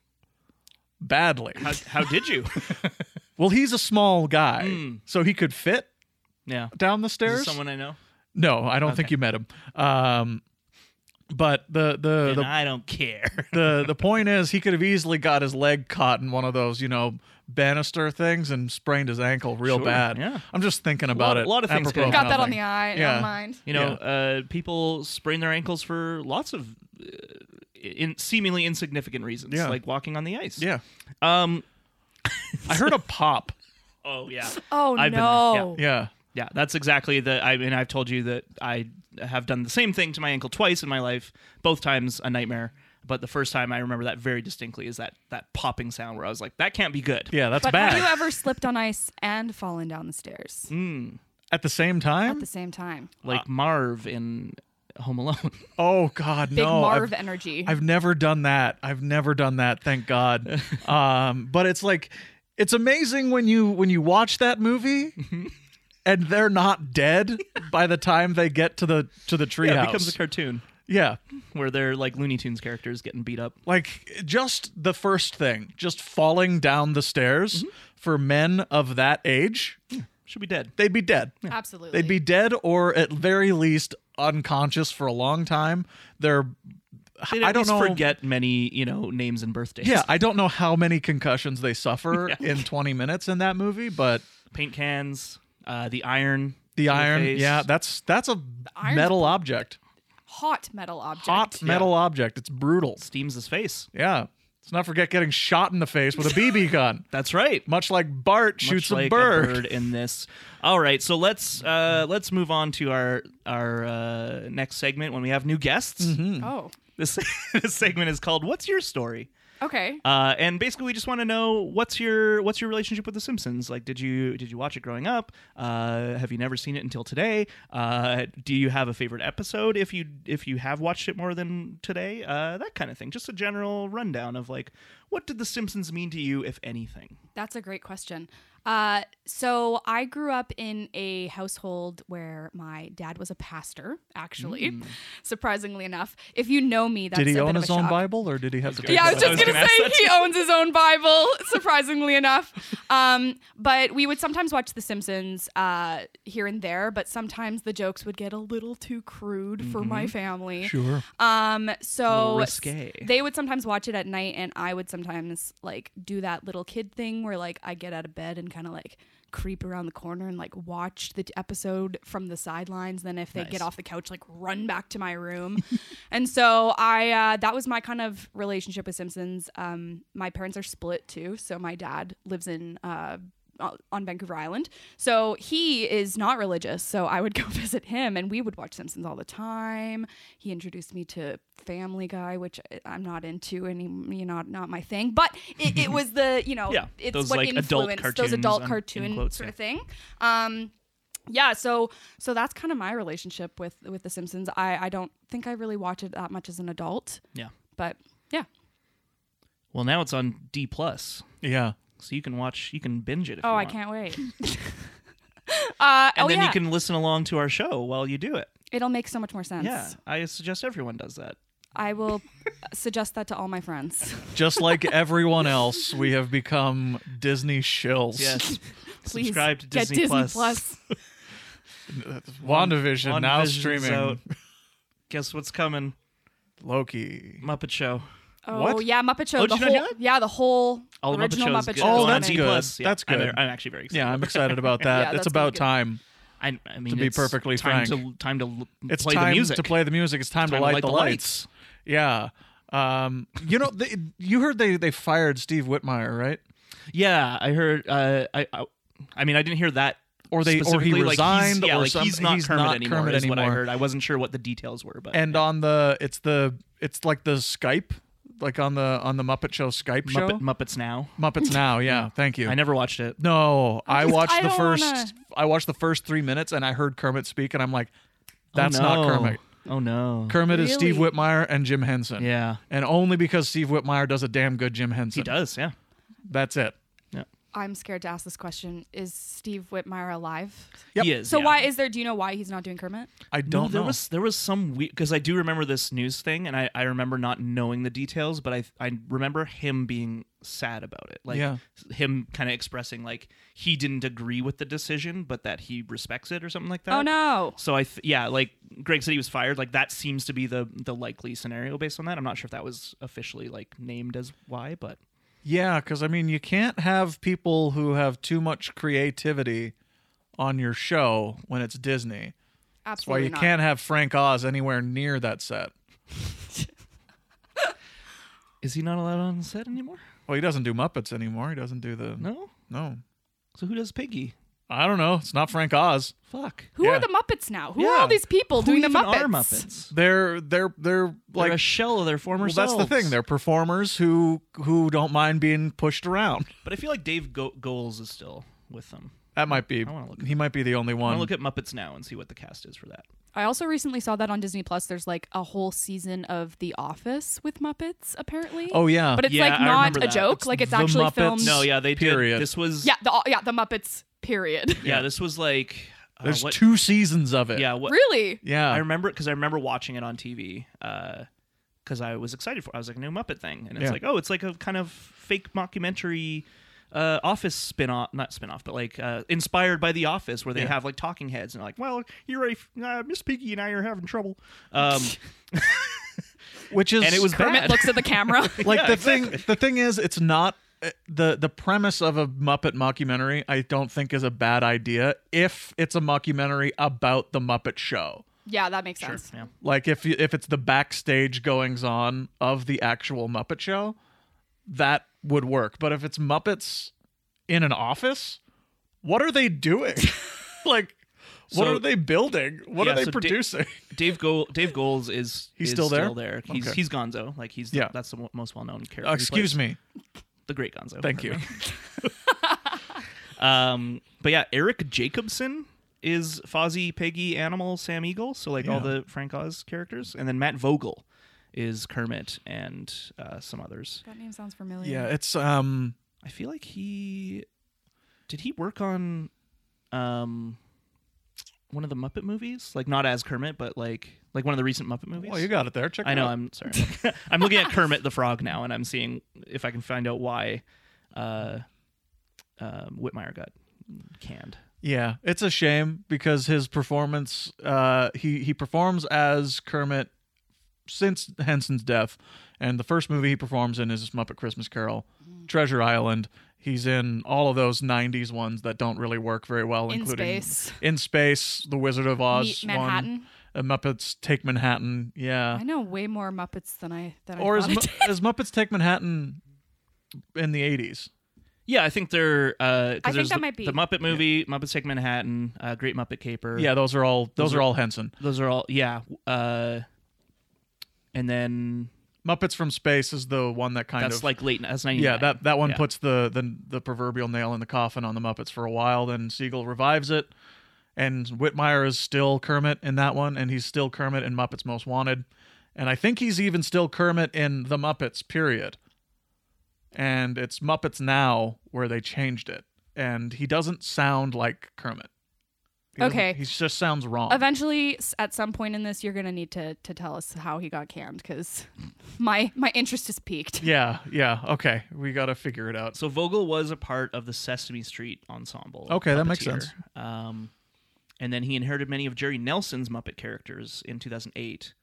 [SPEAKER 2] badly
[SPEAKER 1] how, how did you
[SPEAKER 2] well he's a small guy so he could fit
[SPEAKER 1] yeah
[SPEAKER 2] down
[SPEAKER 1] Hmm.
[SPEAKER 2] the
[SPEAKER 1] Is
[SPEAKER 2] stairs
[SPEAKER 1] this someone i know
[SPEAKER 2] no i don't think you met him um but the the
[SPEAKER 1] and
[SPEAKER 2] the,
[SPEAKER 1] i don't care
[SPEAKER 2] the the point is he could have easily got his leg caught in one of those you know banister things and sprained his ankle real
[SPEAKER 1] Sure,
[SPEAKER 2] bad
[SPEAKER 1] yeah.
[SPEAKER 2] i'm just thinking about
[SPEAKER 1] lot-
[SPEAKER 2] it
[SPEAKER 1] lot of things
[SPEAKER 2] apropos
[SPEAKER 1] could
[SPEAKER 3] Got that on
[SPEAKER 2] nothing.
[SPEAKER 3] the eye, and
[SPEAKER 2] Yeah.
[SPEAKER 3] on mind.
[SPEAKER 1] You know, uh, people sprain their ankles for lots of uh, in seemingly insignificant reasons,
[SPEAKER 2] Yeah.
[SPEAKER 1] like walking on the ice.
[SPEAKER 3] uh,
[SPEAKER 2] yeah
[SPEAKER 1] Um.
[SPEAKER 2] i heard a pop
[SPEAKER 1] Oh yeah.
[SPEAKER 3] Oh
[SPEAKER 1] I've been there, yeah.
[SPEAKER 3] no.
[SPEAKER 2] yeah
[SPEAKER 1] Yeah. That's exactly the. I mean, I've told you that I have done the same thing to my ankle twice in my life. Both times a nightmare. But the first time I remember that very distinctly is that that popping sound where I was like, "That can't be good."
[SPEAKER 2] yeah that's
[SPEAKER 3] But
[SPEAKER 2] bad
[SPEAKER 3] have you ever slipped on ice and fallen down the stairs
[SPEAKER 1] Mm.
[SPEAKER 2] at the same time
[SPEAKER 3] at the same time?
[SPEAKER 1] Like
[SPEAKER 2] Ah.
[SPEAKER 1] Marv in Home Alone.
[SPEAKER 2] oh god
[SPEAKER 3] Big
[SPEAKER 2] no I've-
[SPEAKER 3] Marv energy.
[SPEAKER 2] I've never done that. I've never done that. Thank God. um, but it's like it's amazing when you when you watch that movie and they're not dead by the time they get to the to the treehouse.
[SPEAKER 1] Yeah, it becomes a cartoon
[SPEAKER 2] yeah,
[SPEAKER 1] where they're like Looney Tunes characters getting beat up.
[SPEAKER 2] like just the first thing, just falling down the stairs
[SPEAKER 1] Mm-hmm.
[SPEAKER 2] for men of that age,
[SPEAKER 1] Should be dead.
[SPEAKER 2] they'd be dead.
[SPEAKER 3] Absolutely.
[SPEAKER 2] They'd be dead or at very least unconscious for a long time. They're
[SPEAKER 1] They'd at
[SPEAKER 2] I don't
[SPEAKER 1] least
[SPEAKER 2] know.
[SPEAKER 1] forget many, you know, names and birthdays.
[SPEAKER 2] Yeah, I don't know how many concussions they suffer in 20 minutes in that movie, but
[SPEAKER 1] Paint cans, uh, the iron. in
[SPEAKER 2] the iron,
[SPEAKER 1] face.
[SPEAKER 2] yeah, that's that's a
[SPEAKER 3] iron's-
[SPEAKER 2] metal object,
[SPEAKER 3] hot metal object.
[SPEAKER 2] hot metal object. It's brutal.
[SPEAKER 1] steams his face.
[SPEAKER 2] Yeah, let's not forget getting shot in the face with a BB gun,
[SPEAKER 1] That's right.
[SPEAKER 2] much like Bart
[SPEAKER 1] Much
[SPEAKER 2] shoots
[SPEAKER 1] like
[SPEAKER 2] a, bird. Mm-hmm.
[SPEAKER 1] in this. All right, so let's uh, let's move on to our our uh, next segment when we have new guests.
[SPEAKER 2] Mm-hmm. Hmm.
[SPEAKER 3] Oh.
[SPEAKER 1] This this segment is called "What's Your Story,"
[SPEAKER 3] Okay.
[SPEAKER 1] uh, and basically we just want to know what's your what's your relationship with The Simpsons. Like, did you did you watch it growing up? Uh, have you never seen it until today? Uh, do you have a favorite episode if you if you have watched it more than today? Uh, that kind of thing. Just a general rundown of like what did The Simpsons mean to you, if anything.
[SPEAKER 3] That's a great question. Uh, so I grew up in a household where my dad was a pastor, actually, surprisingly enough. If you know me, that's
[SPEAKER 2] Hmm. Did he
[SPEAKER 3] a
[SPEAKER 2] own
[SPEAKER 3] bit of
[SPEAKER 2] his
[SPEAKER 3] a
[SPEAKER 2] own
[SPEAKER 3] shock.
[SPEAKER 2] Bible or did he have to?
[SPEAKER 1] Yeah,
[SPEAKER 3] Yeah, I
[SPEAKER 2] take
[SPEAKER 3] was
[SPEAKER 2] that
[SPEAKER 1] I
[SPEAKER 3] just
[SPEAKER 1] was
[SPEAKER 2] out?
[SPEAKER 3] gonna,
[SPEAKER 1] gonna
[SPEAKER 3] say
[SPEAKER 1] ask
[SPEAKER 3] he owns his own Bible, surprisingly enough. Um, but we would sometimes watch The Simpsons uh, here and there, but sometimes the jokes would get a little too crude for
[SPEAKER 2] Mm-hmm.
[SPEAKER 3] my family.
[SPEAKER 2] Sure.
[SPEAKER 3] Um, so
[SPEAKER 1] little risque.
[SPEAKER 3] they would sometimes watch it at night, and I would sometimes like do that little kid thing where like I get out of bed and kind of like creep around the corner and like watch the t- episode from the sidelines. Then if they
[SPEAKER 1] Nice.
[SPEAKER 3] get off the couch, like run back to my room. and so I uh, that was my kind of relationship with Simpsons. Um, my parents are split too, so my dad lives in. Uh, o- on Vancouver Island. So he is not religious. So I would go visit him and we would watch Simpsons all the time. He introduced me to Family Guy, which I- I'm not into any, you know, not my thing. But it, it was the, you know,
[SPEAKER 1] Yeah,
[SPEAKER 3] it's
[SPEAKER 1] those,
[SPEAKER 3] what
[SPEAKER 1] like,
[SPEAKER 3] influenced
[SPEAKER 1] adult cartoons
[SPEAKER 3] those adult
[SPEAKER 1] on- in
[SPEAKER 3] cartoon
[SPEAKER 1] quotes,
[SPEAKER 3] sort
[SPEAKER 1] yeah.
[SPEAKER 3] of thing. Um, yeah, so so that's kind of my relationship with with The Simpsons. I I don't think I really watch it that much as an adult,
[SPEAKER 1] Yeah.
[SPEAKER 3] but yeah,
[SPEAKER 1] Well, now it's on D plus,
[SPEAKER 2] Yeah.
[SPEAKER 1] so you can watch, you can binge it. If
[SPEAKER 3] Oh,
[SPEAKER 1] you
[SPEAKER 3] I
[SPEAKER 1] want.
[SPEAKER 3] can't wait. uh,
[SPEAKER 1] And
[SPEAKER 3] oh,
[SPEAKER 1] then
[SPEAKER 3] yeah.
[SPEAKER 1] you can listen along to our show while you do it.
[SPEAKER 3] It'll make so much more sense.
[SPEAKER 1] Yeah, I suggest everyone does that.
[SPEAKER 3] I will suggest that to all my friends.
[SPEAKER 2] Just like everyone else, we have become Disney shills.
[SPEAKER 1] Yes,
[SPEAKER 3] Please
[SPEAKER 1] subscribe to
[SPEAKER 3] get
[SPEAKER 1] Disney, Plus.
[SPEAKER 2] WandaVision, now
[SPEAKER 1] WandaVision's
[SPEAKER 2] streaming.
[SPEAKER 1] out. Guess what's coming?
[SPEAKER 2] Loki.
[SPEAKER 1] Muppet Show.
[SPEAKER 3] Oh
[SPEAKER 2] What?
[SPEAKER 3] yeah, Muppet Show.
[SPEAKER 1] Oh,
[SPEAKER 3] the
[SPEAKER 1] did you not
[SPEAKER 3] whole
[SPEAKER 1] know that?
[SPEAKER 3] yeah, the whole
[SPEAKER 1] All the Muppet
[SPEAKER 3] original
[SPEAKER 1] Show.
[SPEAKER 3] Muppet Show.
[SPEAKER 2] Oh,
[SPEAKER 1] on
[SPEAKER 2] that's
[SPEAKER 1] D+.
[SPEAKER 2] good.
[SPEAKER 1] Yeah,
[SPEAKER 2] That's
[SPEAKER 1] I'm-
[SPEAKER 2] good.
[SPEAKER 1] I'm, actually very excited.
[SPEAKER 2] Yeah, I'm excited about that.
[SPEAKER 3] that's
[SPEAKER 2] it's about
[SPEAKER 3] good.
[SPEAKER 2] time.
[SPEAKER 1] I, I mean,
[SPEAKER 2] To be
[SPEAKER 1] it's
[SPEAKER 2] perfectly
[SPEAKER 1] time
[SPEAKER 2] frank.
[SPEAKER 1] to time to l-
[SPEAKER 2] It's
[SPEAKER 1] play
[SPEAKER 2] time
[SPEAKER 1] the music.
[SPEAKER 2] to play the music. It's time, to,
[SPEAKER 1] time
[SPEAKER 2] light the, lights. Yeah. Um, you know, they, you heard they they fired Steve Whitmire, right?
[SPEAKER 1] Yeah, I heard. Uh, I, I, I mean, I didn't hear that.
[SPEAKER 2] Or they- or he
[SPEAKER 1] specifically, like, he's-
[SPEAKER 2] resigned,
[SPEAKER 1] yeah,
[SPEAKER 2] or
[SPEAKER 1] like
[SPEAKER 2] some-
[SPEAKER 1] he's not
[SPEAKER 2] he's
[SPEAKER 1] Kermit
[SPEAKER 2] not
[SPEAKER 1] anymore.
[SPEAKER 2] Kermit
[SPEAKER 1] is what I
[SPEAKER 2] anymore.
[SPEAKER 1] heard. I wasn't sure what the details were, but
[SPEAKER 2] And on the it's the it's like the Skype, like on the on the Muppet Show Skype show.
[SPEAKER 1] Muppet, Muppets now.
[SPEAKER 2] Muppets Now, yeah. Thank you.
[SPEAKER 1] I never watched it.
[SPEAKER 2] No, I,
[SPEAKER 3] just-
[SPEAKER 2] watched
[SPEAKER 3] I
[SPEAKER 2] the
[SPEAKER 3] don't
[SPEAKER 2] 1st
[SPEAKER 3] wanna-
[SPEAKER 2] I watched the first three minutes and I heard Kermit speak and I'm like, that's
[SPEAKER 1] Oh,
[SPEAKER 2] not
[SPEAKER 1] no.
[SPEAKER 2] Kermit.
[SPEAKER 1] Oh no.
[SPEAKER 2] Kermit is Steve
[SPEAKER 3] Really?
[SPEAKER 2] Whitmire and Jim Henson.
[SPEAKER 1] yeah,
[SPEAKER 2] And only because Steve Whitmire does a damn good Jim Henson.
[SPEAKER 1] he does. Yeah.
[SPEAKER 2] That's it.
[SPEAKER 3] I'm scared to ask this question. Is Steve Whitmire alive?
[SPEAKER 2] Yep.
[SPEAKER 1] He is.
[SPEAKER 3] So
[SPEAKER 1] yeah.
[SPEAKER 3] why is there do you know why he's not doing Kermit?
[SPEAKER 2] I
[SPEAKER 1] No,
[SPEAKER 2] don't
[SPEAKER 1] there
[SPEAKER 2] know.
[SPEAKER 1] was there was some weird because I do remember this news thing, and I, I remember not knowing the details, but I I remember him being sad about it, like
[SPEAKER 2] Yeah.
[SPEAKER 1] him kind of expressing like he didn't agree with the decision, but that he respects it or something like that.
[SPEAKER 3] Oh no.
[SPEAKER 1] So I th- yeah, like Greg said, he was fired. Like that seems to be the the likely scenario based on that. I'm not sure if that was officially like named as why, but
[SPEAKER 2] Yeah, because I mean, you can't have people who have too much creativity on your show when it's Disney. That's why
[SPEAKER 3] Absolutely
[SPEAKER 2] you
[SPEAKER 3] not.
[SPEAKER 2] can't have Frank Oz anywhere near that set.
[SPEAKER 1] is he not allowed on set anymore?
[SPEAKER 2] Well, he doesn't do Muppets anymore. He doesn't do the
[SPEAKER 1] No.
[SPEAKER 2] no.
[SPEAKER 1] So who does Piggy?
[SPEAKER 2] I don't know. It's not Frank Oz.
[SPEAKER 1] Fuck.
[SPEAKER 3] Who
[SPEAKER 2] Yeah.
[SPEAKER 3] are the Muppets now? Who are
[SPEAKER 2] Yeah.
[SPEAKER 3] all these people
[SPEAKER 1] who
[SPEAKER 3] doing the
[SPEAKER 1] even
[SPEAKER 3] Muppets?
[SPEAKER 1] are Muppets?
[SPEAKER 2] They're they're they're
[SPEAKER 1] Like
[SPEAKER 2] like
[SPEAKER 1] a shell of their former
[SPEAKER 2] well, that's the
[SPEAKER 1] selves.
[SPEAKER 2] thing. They're performers who who don't mind being pushed around.
[SPEAKER 1] But I feel like Dave Go- Goles is still with them.
[SPEAKER 2] That might be.
[SPEAKER 1] wanna look it
[SPEAKER 2] he might be the only
[SPEAKER 1] I
[SPEAKER 2] one.
[SPEAKER 1] want to look at Muppets now and see what the cast is for that.
[SPEAKER 3] I also recently saw that on Disney Plus. There's like a whole season of The Office with Muppets, apparently.
[SPEAKER 2] oh yeah.
[SPEAKER 3] but it's
[SPEAKER 1] Yeah, I
[SPEAKER 3] like not
[SPEAKER 1] remember
[SPEAKER 3] a
[SPEAKER 1] that.
[SPEAKER 3] joke.
[SPEAKER 1] It's
[SPEAKER 3] like it's
[SPEAKER 2] The
[SPEAKER 3] actually
[SPEAKER 2] Muppets.
[SPEAKER 3] filmed.
[SPEAKER 1] No, yeah, they
[SPEAKER 2] Period.
[SPEAKER 1] did. This was
[SPEAKER 3] Yeah, the yeah the Muppets. Period.
[SPEAKER 1] yeah, this was like uh,
[SPEAKER 2] There's
[SPEAKER 1] what-
[SPEAKER 2] two seasons of it.
[SPEAKER 1] Yeah, what,
[SPEAKER 3] really?
[SPEAKER 2] Yeah.
[SPEAKER 1] I remember because I remember watching it on TV because I was excited for. It. I was like new Muppet thing, and it's
[SPEAKER 2] Yeah.
[SPEAKER 1] like oh, it's like a kind of fake mockumentary. Uh, office spin-off not spin-off but like uh, inspired by the office where they
[SPEAKER 2] Yeah.
[SPEAKER 1] have like talking heads and like well you're a f- uh, miss piggy and i are having trouble um,
[SPEAKER 2] Which is
[SPEAKER 1] and it was
[SPEAKER 3] Kermit
[SPEAKER 1] bad
[SPEAKER 3] looks at the camera.
[SPEAKER 2] like
[SPEAKER 1] Yeah,
[SPEAKER 2] the thing the thing is it's not uh, the the premise of a Muppet mockumentary I don't think is a bad idea if it's a mockumentary about the Muppet show.
[SPEAKER 3] yeah, that makes
[SPEAKER 1] Sure,
[SPEAKER 3] sense.
[SPEAKER 1] yeah.
[SPEAKER 2] Like if you- if it's the backstage goings on of the actual Muppet show, that would work. But if it's Muppets in an office, what are they doing? like what
[SPEAKER 1] So-
[SPEAKER 2] are they building? What
[SPEAKER 1] Yeah,
[SPEAKER 2] are they
[SPEAKER 1] so di-
[SPEAKER 2] producing?
[SPEAKER 1] dave Gold, dave goals is
[SPEAKER 2] He's
[SPEAKER 1] is
[SPEAKER 2] still there?
[SPEAKER 1] he's
[SPEAKER 2] Okay.
[SPEAKER 1] he's gonzo like he's the-
[SPEAKER 2] Yeah.
[SPEAKER 1] that's the mo- most well-known character
[SPEAKER 2] Uh, excuse me.
[SPEAKER 1] the great gonzo
[SPEAKER 2] Thank you.
[SPEAKER 1] Um, but yeah, Eric Jacobson is Fozzie, Peggy, Animal, Sam Eagle, so like all
[SPEAKER 2] Yeah.
[SPEAKER 1] the Frank Oz characters, and then Matt Vogel is Kermit and uh, some others.
[SPEAKER 3] That name sounds familiar.
[SPEAKER 2] Yeah, it's um
[SPEAKER 1] I feel like he did he work on um one of the Muppet movies, like not as Kermit, but like like one of the recent Muppet movies.
[SPEAKER 2] well, you got it there. Check it
[SPEAKER 1] I know.
[SPEAKER 2] out.
[SPEAKER 1] I'm sorry. I'm looking- I'm looking at Kermit the Frog now, and I'm seeing if I can find out why uh, um, Whitmire got canned.
[SPEAKER 2] Yeah, it's a shame because his performance, uh, he he performs as Kermit since Henson's death, and the first movie he performs in is Muppet Christmas Carol,
[SPEAKER 3] Mm.
[SPEAKER 2] Treasure Island. He's in all of those '90s ones that don't really work very well,
[SPEAKER 3] In
[SPEAKER 2] including
[SPEAKER 3] Space.
[SPEAKER 2] In Space, The Wizard of Oz,
[SPEAKER 3] Meet Manhattan.
[SPEAKER 2] one, uh, Muppets Take Manhattan. Yeah,
[SPEAKER 3] I know way more Muppets than I than
[SPEAKER 2] or
[SPEAKER 3] I
[SPEAKER 2] is,
[SPEAKER 3] thought.
[SPEAKER 2] Mu-
[SPEAKER 3] I did.
[SPEAKER 2] is Muppets Take Manhattan in the '80s?
[SPEAKER 1] Yeah, I think they're. Uh, 'cause
[SPEAKER 3] I think
[SPEAKER 1] there's
[SPEAKER 3] that
[SPEAKER 1] the,
[SPEAKER 3] might be-
[SPEAKER 1] the Muppet movie, Muppets Take Manhattan, uh, Great Muppet Caper.
[SPEAKER 2] Yeah, those are all those,
[SPEAKER 1] Those
[SPEAKER 2] are
[SPEAKER 1] are-
[SPEAKER 2] all Henson.
[SPEAKER 1] those are all. Yeah, uh, and then
[SPEAKER 2] Muppets from Space is the one that kind
[SPEAKER 1] that's
[SPEAKER 2] of
[SPEAKER 1] like late. That's ninety.
[SPEAKER 2] yeah that that one
[SPEAKER 1] Yeah.
[SPEAKER 2] puts the, the the proverbial nail in the coffin on the muppets for a while then siegel revives it and whitmire is still kermit in that one and he's still kermit in muppets most wanted and i think he's even still kermit in the muppets period and it's muppets now where they changed it and he doesn't sound like kermit He doesn't-
[SPEAKER 3] Okay.
[SPEAKER 2] he just sounds wrong
[SPEAKER 3] Eventually, s- at some point in this, you're gonna need to to tell us how he got canned because my my interest is peaked.
[SPEAKER 2] yeah yeah okay we gotta figure it out
[SPEAKER 1] So Vogel was a part of the Sesame Street ensemble.
[SPEAKER 2] Okay, that
[SPEAKER 1] puppeteer.
[SPEAKER 2] makes sense.
[SPEAKER 1] Um, and then he inherited many of Jerry Nelson's Muppet characters in 2008.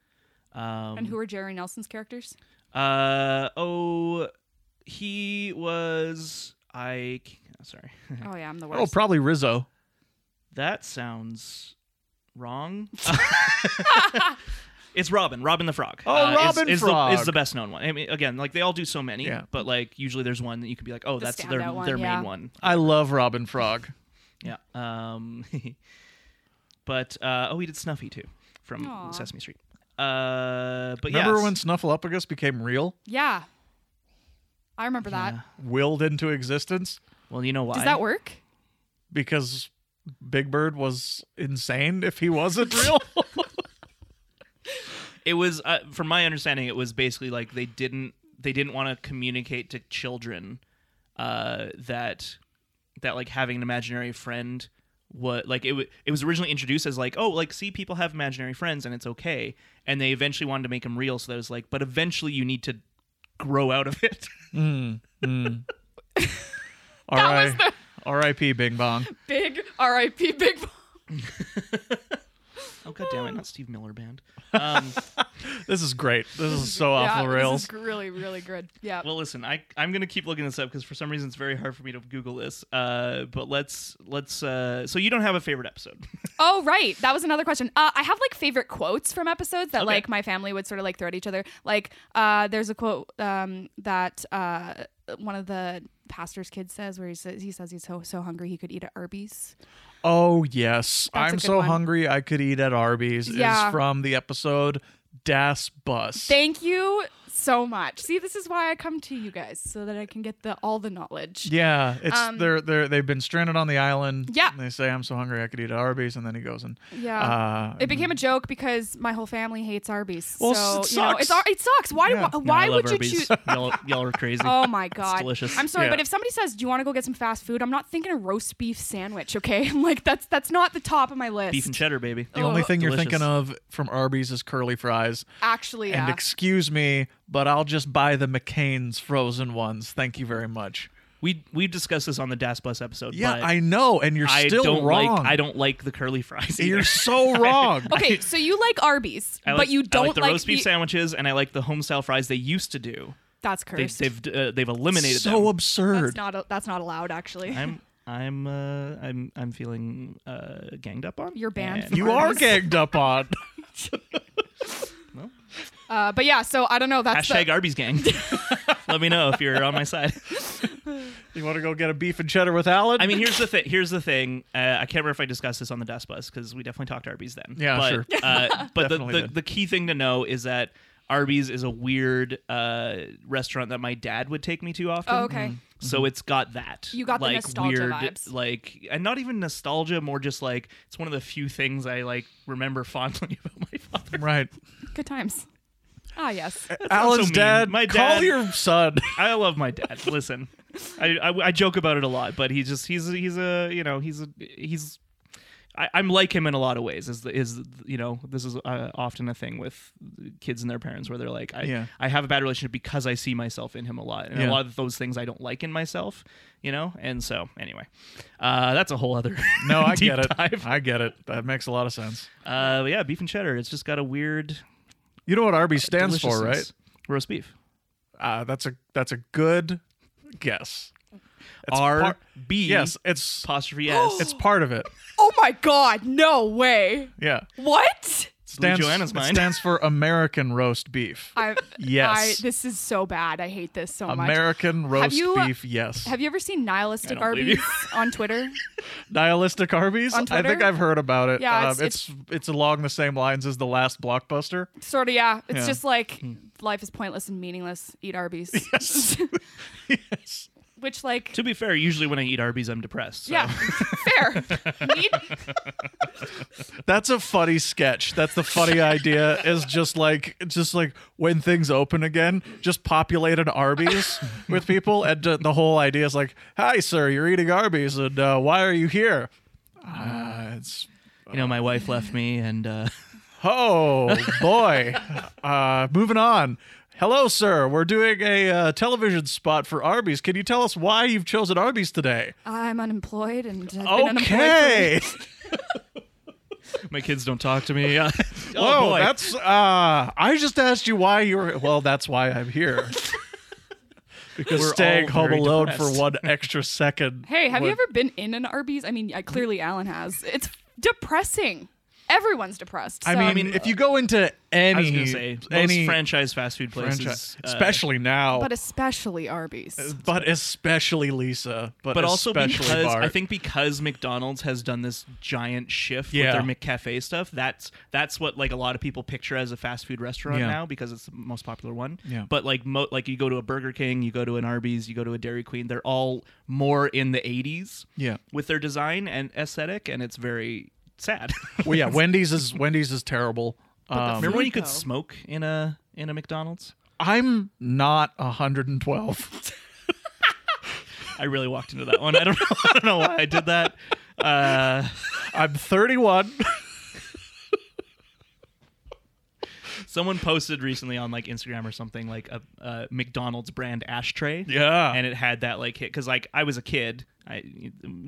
[SPEAKER 1] Um,
[SPEAKER 3] And who are Jerry Nelson's characters?
[SPEAKER 1] Uh, oh, he was. I. c- Sorry.
[SPEAKER 3] Oh yeah, I'm the
[SPEAKER 2] oh
[SPEAKER 3] worst.
[SPEAKER 2] probably rizzo
[SPEAKER 1] That sounds wrong. it's Robin, Robin the Frog. Uh,
[SPEAKER 2] Oh,
[SPEAKER 1] is-
[SPEAKER 2] Robin
[SPEAKER 1] is, The,
[SPEAKER 2] Frog.
[SPEAKER 1] is the best known one. I mean, again, like they all do so many,
[SPEAKER 2] Yeah.
[SPEAKER 1] but like usually there's one that you can be like, oh,
[SPEAKER 3] The
[SPEAKER 1] that's their
[SPEAKER 3] standout one,
[SPEAKER 1] their
[SPEAKER 3] yeah.
[SPEAKER 1] main one. Uh,
[SPEAKER 2] i love robin frog
[SPEAKER 1] Yeah. Um, but uh, oh, he did Snuffy too from
[SPEAKER 3] Aw.
[SPEAKER 1] Sesame Street. Uh, but
[SPEAKER 2] remember
[SPEAKER 1] yes.
[SPEAKER 2] when snuffleupagus became real
[SPEAKER 3] yeah, I remember that.
[SPEAKER 1] Yeah.
[SPEAKER 2] willed into existence
[SPEAKER 1] Well, you know why?
[SPEAKER 3] Does that work?
[SPEAKER 2] because Big Bird was insane if he wasn't real.
[SPEAKER 1] It was, uh, from my understanding, it was basically like they didn't they didn't want to communicate to children uh, that that like having an imaginary friend what like it, wa it was originally introduced as like oh like see people have imaginary friends and it's okay and they eventually wanted to make them real so that was like but eventually you need to grow out of it
[SPEAKER 2] R.I. R.I.P. Bing Bong.
[SPEAKER 3] Big R.I.P. Big. Bo-
[SPEAKER 1] oh god damn it not steve miller band um,
[SPEAKER 2] This is great. This is so off
[SPEAKER 3] yeah,
[SPEAKER 2] the rails.
[SPEAKER 3] This is really really good. Yeah.
[SPEAKER 1] Well, listen, I I'm gonna keep looking this up because for some reason it's very hard for me to Google this. Uh, but let's let's. Uh, so you don't have a favorite episode?
[SPEAKER 3] Oh right, that was another question. Uh, I have like favorite quotes from episodes that
[SPEAKER 1] Okay.
[SPEAKER 3] like my family would sort of like throw at each other. Like uh, there's a quote um, that uh, one of the pastor's kids says where he says he says he's so so hungry he could eat at Arby's.
[SPEAKER 2] Oh yes,
[SPEAKER 3] That's a
[SPEAKER 2] I'm
[SPEAKER 3] good
[SPEAKER 2] so
[SPEAKER 3] one.
[SPEAKER 2] hungry I could eat at Arby's.
[SPEAKER 3] Yeah.
[SPEAKER 2] Is from the episode Das Bus.
[SPEAKER 3] Thank you so much. See, this is why I come to you guys so that I can get the all the knowledge.
[SPEAKER 2] Yeah, it's
[SPEAKER 3] Um,
[SPEAKER 2] they're they're they've been stranded on the island.
[SPEAKER 3] Yeah.
[SPEAKER 2] and they say I'm so hungry I could eat at Arby's, and then he goes and
[SPEAKER 3] Yeah.
[SPEAKER 2] Uh,
[SPEAKER 3] It became a joke because my whole family hates Arby's.
[SPEAKER 2] Well,
[SPEAKER 3] so
[SPEAKER 2] it
[SPEAKER 3] you know, it's
[SPEAKER 2] sucks.
[SPEAKER 3] it sucks. Why
[SPEAKER 2] Yeah.
[SPEAKER 3] why,
[SPEAKER 1] No, I
[SPEAKER 3] why
[SPEAKER 1] love
[SPEAKER 3] would
[SPEAKER 1] Arby's.
[SPEAKER 3] you choose?
[SPEAKER 1] y'all, y'all are crazy.
[SPEAKER 3] Oh my god,
[SPEAKER 1] delicious.
[SPEAKER 3] I'm sorry,
[SPEAKER 2] Yeah.
[SPEAKER 3] but if somebody says, "Do you want to go get some fast food?" I'm not thinking a roast beef sandwich. Okay, I'm like that's that's not the top of my list.
[SPEAKER 1] Beef and cheddar, baby.
[SPEAKER 2] the only
[SPEAKER 3] Oh,
[SPEAKER 2] thing you're
[SPEAKER 1] delicious.
[SPEAKER 2] thinking of from Arby's is curly fries.
[SPEAKER 3] Actually, yeah.
[SPEAKER 2] And excuse me, but I'll just buy the McCain's frozen ones. Thank you very much.
[SPEAKER 1] We we discussed this on the Das Bus episode.
[SPEAKER 2] Yeah,
[SPEAKER 1] but
[SPEAKER 2] I know, and you're
[SPEAKER 1] I
[SPEAKER 2] still
[SPEAKER 1] don't
[SPEAKER 2] wrong.
[SPEAKER 1] like I don't like the curly fries. Either.
[SPEAKER 2] You're so wrong.
[SPEAKER 3] okay, so you like Arby's,
[SPEAKER 1] I like,
[SPEAKER 3] but you don't
[SPEAKER 1] I like the roast beef
[SPEAKER 3] the-
[SPEAKER 1] sandwiches, and I like the home style fries they used to do.
[SPEAKER 3] That's
[SPEAKER 1] They,
[SPEAKER 3] cursed.
[SPEAKER 1] they've uh, they've eliminated
[SPEAKER 2] so
[SPEAKER 1] them.
[SPEAKER 2] absurd.
[SPEAKER 3] that's not a, that's not allowed. Actually,
[SPEAKER 1] I'm I'm uh, I'm I'm feeling uh, ganged up on.
[SPEAKER 3] You're banned
[SPEAKER 1] And-
[SPEAKER 3] from
[SPEAKER 2] you are
[SPEAKER 3] Arby's.
[SPEAKER 2] gagged up on.
[SPEAKER 3] uh, but yeah, so I don't know. That's
[SPEAKER 1] Hashtag
[SPEAKER 3] the,
[SPEAKER 1] Arby's gang. Let me know if you're on my side.
[SPEAKER 2] You want to go get a beef and cheddar with Alan?
[SPEAKER 1] I mean, here's the thing. Here's the thing. Uh, I can't remember if I discussed this on the Dust Bus because we definitely talked Arby's then.
[SPEAKER 2] Yeah,
[SPEAKER 1] but,
[SPEAKER 2] sure.
[SPEAKER 1] Uh, but the,
[SPEAKER 2] Definitely
[SPEAKER 1] the,
[SPEAKER 2] did.
[SPEAKER 1] the key thing to know is that Arby's is a weird uh, restaurant that my dad would take me to often.
[SPEAKER 3] Oh,
[SPEAKER 2] Mm-hmm.
[SPEAKER 3] okay. Mhm.
[SPEAKER 1] So it's got that.
[SPEAKER 3] You got the
[SPEAKER 1] like,
[SPEAKER 3] nostalgia
[SPEAKER 1] weird,
[SPEAKER 3] vibes.
[SPEAKER 1] Like, and not even nostalgia, more just like it's one of the few things I like remember fondly about my father.
[SPEAKER 2] right.
[SPEAKER 3] good times. Ah, yes.
[SPEAKER 2] Alan's
[SPEAKER 1] mean.
[SPEAKER 2] dad,
[SPEAKER 1] My
[SPEAKER 2] Call
[SPEAKER 1] dad-
[SPEAKER 2] your son.
[SPEAKER 1] I love my dad. Listen, I, I, I joke about it a lot, but he just he's he's a you know he's a, he's I, I'm like him in a lot of ways. Is the- is you know this is uh, often a thing with kids and their parents where they're like I
[SPEAKER 2] Yeah.
[SPEAKER 1] I have a bad relationship because I see myself in him a lot, and a
[SPEAKER 2] Yeah.
[SPEAKER 1] lot of those things I don't like in myself, you know. And so anyway, uh, that's a whole other
[SPEAKER 2] No, I
[SPEAKER 1] deep
[SPEAKER 2] get it.
[SPEAKER 1] dive.
[SPEAKER 2] I get it. That makes a lot of sense.
[SPEAKER 1] Uh, yeah, beef and cheddar. It's just got a weird
[SPEAKER 2] You know what
[SPEAKER 3] Uh,
[SPEAKER 2] Arby's stands for, right?
[SPEAKER 1] deliciousness. Roast beef.
[SPEAKER 2] Uh, that's a that's a good guess. It's
[SPEAKER 1] R
[SPEAKER 2] par-
[SPEAKER 1] B
[SPEAKER 2] yes, it's
[SPEAKER 1] apostrophe S.
[SPEAKER 2] it's part of it.
[SPEAKER 3] Oh my God! No way.
[SPEAKER 2] Yeah,
[SPEAKER 3] What?
[SPEAKER 2] stands
[SPEAKER 1] Joanna's
[SPEAKER 2] it
[SPEAKER 1] mind.
[SPEAKER 2] stands for American roast beef.
[SPEAKER 3] I,
[SPEAKER 2] Yes.
[SPEAKER 3] I, this is so bad. I hate this so much.
[SPEAKER 2] American roast
[SPEAKER 3] you, uh,
[SPEAKER 2] beef. Yes,
[SPEAKER 3] Have you ever seen nihilistic
[SPEAKER 1] I don't believe
[SPEAKER 3] Arby's on Twitter?
[SPEAKER 2] nihilistic Arby's.
[SPEAKER 3] On
[SPEAKER 2] I think
[SPEAKER 3] Twitter?
[SPEAKER 2] I've heard about it.
[SPEAKER 3] Yeah,
[SPEAKER 2] um,
[SPEAKER 3] it's-
[SPEAKER 2] it's, it's along the same lines as the last blockbuster.
[SPEAKER 3] Sort of, yeah. It's
[SPEAKER 2] Yeah. Hmm.
[SPEAKER 3] just like life is pointless and meaningless. Eat Arby's.
[SPEAKER 2] yes,
[SPEAKER 3] Which, like,
[SPEAKER 1] To be fair, usually when I eat Arby's, I'm depressed. so-
[SPEAKER 3] yeah, fair. Need,
[SPEAKER 2] that's a funny sketch. That's the funny idea. Is just like just like when things open again, just populate an Arby's with people, and uh, the whole idea is like, "Hi, sir, you're eating Arby's, and uh, why are you here?" Uh, it's
[SPEAKER 1] You know, my wife left me, and uh,
[SPEAKER 2] Oh boy. uh, moving on. Hello, sir. We're doing a uh, television spot for Arby's. Can you tell us why you've chosen Arby's today?
[SPEAKER 3] I'm unemployed and I've been unemployed.
[SPEAKER 2] Okay.
[SPEAKER 1] my kids don't talk to me. oh
[SPEAKER 2] Whoa,
[SPEAKER 1] boy.
[SPEAKER 2] that's. Uh, I just asked you why you were. Well, that's why I'm here. because
[SPEAKER 1] We're
[SPEAKER 2] staying
[SPEAKER 1] all
[SPEAKER 2] home
[SPEAKER 1] very
[SPEAKER 2] alone
[SPEAKER 1] depressed.
[SPEAKER 2] for one extra second.
[SPEAKER 3] For... Hey, have you
[SPEAKER 2] would-
[SPEAKER 3] ever been in an Arby's? I mean, I, clearly Alan has. It's depressing. Everyone's depressed.
[SPEAKER 2] I
[SPEAKER 3] so-
[SPEAKER 2] mean, if you go into any,
[SPEAKER 1] I was gonna say
[SPEAKER 2] any
[SPEAKER 1] most franchise fast food places,
[SPEAKER 2] franchise,
[SPEAKER 1] uh,
[SPEAKER 2] especially now,
[SPEAKER 3] but
[SPEAKER 2] but,
[SPEAKER 3] especially
[SPEAKER 2] Uh,
[SPEAKER 3] Arby's.
[SPEAKER 2] especially Lisa, but,
[SPEAKER 1] but also
[SPEAKER 2] especially
[SPEAKER 1] because
[SPEAKER 2] Bart.
[SPEAKER 1] I think because McDonald's has done this giant shift
[SPEAKER 2] Yeah.
[SPEAKER 1] with their McCafe stuff, that's that's what like a lot of people picture as a fast food restaurant
[SPEAKER 2] Yeah.
[SPEAKER 1] now because it's the most popular one.
[SPEAKER 2] Yeah.
[SPEAKER 1] But like mo- like you go to a Burger King, you go to an Arby's, you go to a Dairy Queen, they're all more in the 80s
[SPEAKER 2] Yeah.
[SPEAKER 1] with their design and aesthetic and it's very sad.
[SPEAKER 2] well, yeah, Wendy's is Wendy's is terrible. Um,
[SPEAKER 1] Remember when you could
[SPEAKER 3] Flaco.
[SPEAKER 1] smoke in a in a McDonald's?
[SPEAKER 2] I'm not 112.
[SPEAKER 1] I really walked into that one. I don't know. I don't know why I did that. Uh,
[SPEAKER 2] I'm 31.
[SPEAKER 1] someone posted recently on like Instagram or something like a, a McDonald's brand ashtray.
[SPEAKER 2] Yeah.
[SPEAKER 1] and it had that like hit because like I was a kid. I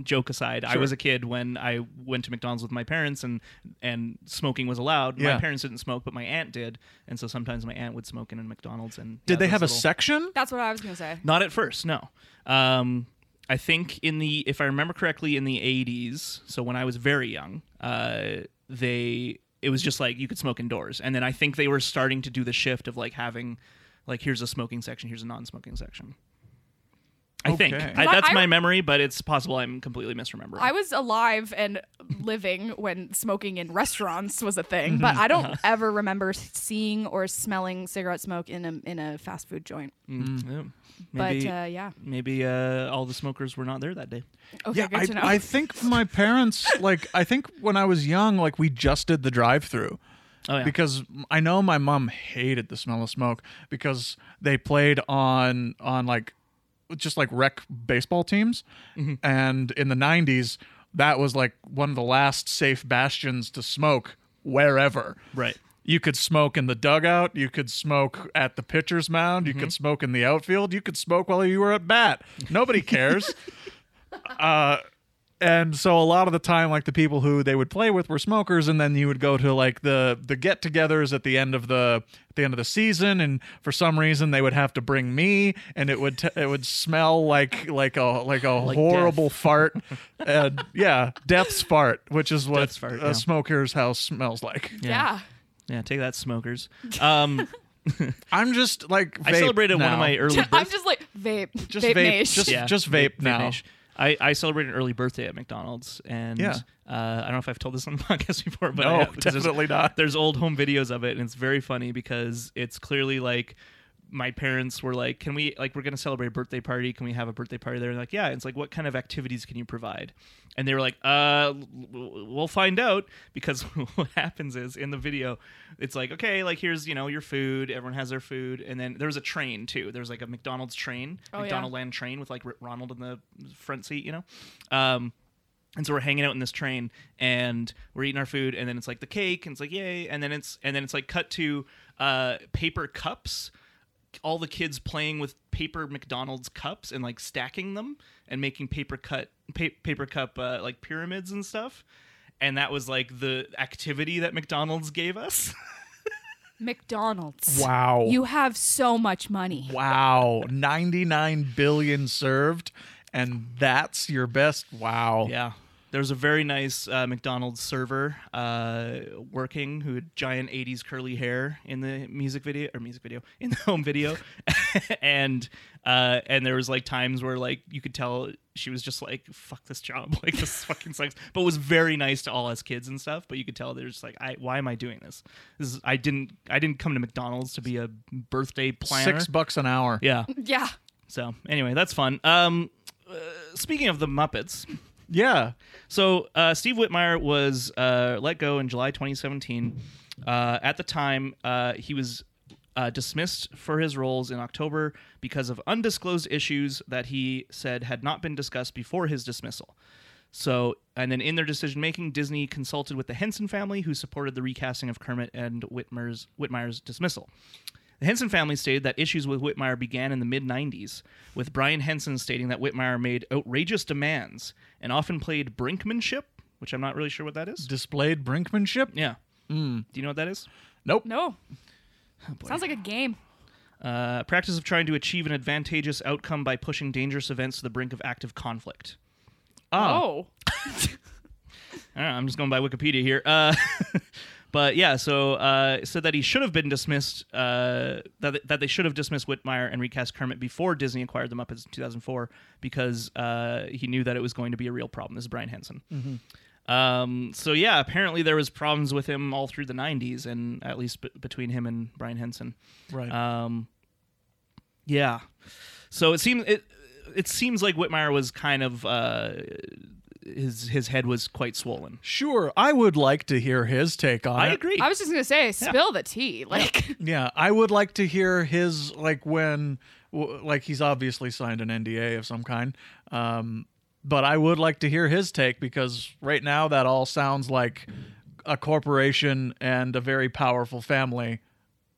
[SPEAKER 1] joke aside, I
[SPEAKER 2] Sure.
[SPEAKER 1] was a kid when I went to McDonald's with my parents and and smoking was allowed.
[SPEAKER 2] Yeah.
[SPEAKER 1] My parents didn't smoke, but my aunt did, and so sometimes my aunt would smoke in a McDonald's. And
[SPEAKER 2] Did
[SPEAKER 1] yeah,
[SPEAKER 2] they
[SPEAKER 1] those
[SPEAKER 2] have a
[SPEAKER 1] little-
[SPEAKER 2] section?
[SPEAKER 3] That's what I was gonna say.
[SPEAKER 1] Not at first, no. Um, I think in the, if I remember correctly, in the '80s, so when I was very young, uh, they it was just like you could smoke indoors, and then I think they were starting to do the shift of like having, like here's a smoking section, here's a non-smoking section. I think
[SPEAKER 2] Okay.
[SPEAKER 1] I,
[SPEAKER 3] I-
[SPEAKER 1] that's
[SPEAKER 3] I-
[SPEAKER 1] my memory, but it's possible I'm completely misremembering.
[SPEAKER 3] I was alive and living when smoking in restaurants was a thing,
[SPEAKER 2] Mm-hmm.
[SPEAKER 3] but I
[SPEAKER 2] Uh-huh.
[SPEAKER 3] don't ever remember seeing or smelling cigarette smoke in a in a fast food joint.
[SPEAKER 1] Mm, yeah. Maybe
[SPEAKER 3] but uh, yeah,
[SPEAKER 1] maybe uh, all the smokers were not there that day.
[SPEAKER 3] okay,
[SPEAKER 2] yeah,
[SPEAKER 3] good
[SPEAKER 2] I,
[SPEAKER 3] to know.
[SPEAKER 2] I think my parents like I think when I was young, like we just did the drive-through.
[SPEAKER 1] Oh yeah,
[SPEAKER 2] because I know my mom hated the smell of smoke because they played on on like just like rec baseball teams, and in the '90s that was like one of the last safe bastions to smoke wherever.
[SPEAKER 1] right.
[SPEAKER 2] You could smoke in the dugout. You could smoke at the pitcher's mound. You
[SPEAKER 1] Mm-hmm.
[SPEAKER 2] could smoke in the outfield. You could smoke while you were at bat. Nobody cares. uh, and so a lot of the time, like the people who they would play with were smokers, and then you would go to like the the get-togethers at the end of the at the end of the season, and for some reason they would have to bring me, and it would t- it would smell like like a like a horrible fart, and yeah, death's fart, which is what
[SPEAKER 1] Death's fart,
[SPEAKER 2] a
[SPEAKER 1] yeah.
[SPEAKER 2] smoker's house smells like.
[SPEAKER 3] yeah.
[SPEAKER 1] Yeah, take that, smokers. Um,
[SPEAKER 2] I'm just like
[SPEAKER 1] I
[SPEAKER 2] vape
[SPEAKER 1] celebrated one
[SPEAKER 2] now.
[SPEAKER 1] of my early. birth-
[SPEAKER 3] I'm just like vape,
[SPEAKER 2] just
[SPEAKER 3] vape,
[SPEAKER 2] vape,
[SPEAKER 3] mash.
[SPEAKER 2] just
[SPEAKER 1] Yeah,
[SPEAKER 2] just vape, now.
[SPEAKER 1] nation. I, I celebrated an early birthday at McDonald's, and
[SPEAKER 2] Yeah.
[SPEAKER 1] uh, I don't know if I've told this on the podcast before, but I
[SPEAKER 2] No,
[SPEAKER 1] have, because there's-
[SPEAKER 2] definitely not.
[SPEAKER 1] There's old home videos of it, and it's very funny because it's clearly like my parents were like, "Can we like we're gonna celebrate a birthday party? Can we have a birthday party there?" And like, yeah. It's like, what kind of activities can you provide? And they were like, "Uh, w- w- we'll find out." Because what happens is in the video, it's like, okay, like here's you know your food. Everyone has their food, and then there was a train too. There was like a McDonald's train,
[SPEAKER 3] Oh, yeah.
[SPEAKER 1] McDonald Land train with like R- Ronald in the front seat, you know. Um, and so we're hanging out in this train and we're eating our food and then it's like the cake and it's like yay and then it's and then it's like cut to uh paper cups all the kids playing with paper McDonald's cups and like stacking them and making paper cut pa- paper cup uh, like pyramids and stuff and that was like the activity that McDonald's gave us
[SPEAKER 3] McDonald's.
[SPEAKER 2] Wow.
[SPEAKER 3] You have so much money.
[SPEAKER 2] wow. 99 billion served and that's your best. Wow.
[SPEAKER 1] Yeah. There was a very nice uh, McDonald's server uh, working who had giant 80s curly hair in the music video or music video in the home video. and uh, and there was like times where like you could tell she was just like fuck this job like this fucking sucks but was very nice to all us kids and stuff but you could tell they're just like I why am I doing this? This is, I didn't I didn't come to McDonald's to be a birthday planner.
[SPEAKER 2] 6 bucks an hour.
[SPEAKER 1] yeah.
[SPEAKER 3] Yeah.
[SPEAKER 1] So anyway, that's fun. Um uh, speaking of the Muppets
[SPEAKER 2] Yeah.
[SPEAKER 1] so uh, Steve Whitmire was uh, let go in July 2017. Uh, at the time, uh, he was uh, dismissed for his roles in October because of undisclosed issues that he said had not been discussed before his dismissal. So, and then in their decision making, Disney consulted with the Henson family, who supported the recasting of Kermit and Whitmer's Whitmire's dismissal. The Henson family stated that issues with Whitmire began in the mid 90s, with Brian Henson stating that Whitmire made outrageous demands and often played brinkmanship, which I'm not really sure what that is.
[SPEAKER 2] Displayed brinkmanship?
[SPEAKER 1] Yeah. Do you know what that is?
[SPEAKER 2] Nope.
[SPEAKER 3] No.
[SPEAKER 2] Oh,
[SPEAKER 3] Sounds like a game.
[SPEAKER 1] Uh, practice of trying to achieve an advantageous outcome by pushing dangerous events to the brink of active conflict.
[SPEAKER 2] Ah,
[SPEAKER 3] Oh.
[SPEAKER 1] I don't know, I'm just going by Wikipedia here. Uh, but yeah, so uh, said that he should have been dismissed, uh, that, that they should have dismissed Whitmire and recast Kermit before Disney acquired the Muppets in 2004 because uh, he knew that it was going to be a real problem. This is Brian Henson.
[SPEAKER 3] Mm-hmm.
[SPEAKER 1] Um, so yeah, apparently there was problems with him all through the 90s, and at least b- between him and Brian Henson.
[SPEAKER 2] right.
[SPEAKER 1] Um, yeah. So it seems it it seems like Whitmire was kind of uh, his his head was quite swollen.
[SPEAKER 2] sure. I would like to hear his take on
[SPEAKER 1] I
[SPEAKER 2] it.
[SPEAKER 1] agree.
[SPEAKER 3] I was just gonna say, spill the tea. Like,
[SPEAKER 2] Yeah, I would like to hear his like when w- like he's obviously signed an NDA of some kind. Um but I would like to hear his take because right now that all sounds like a corporation and a very powerful family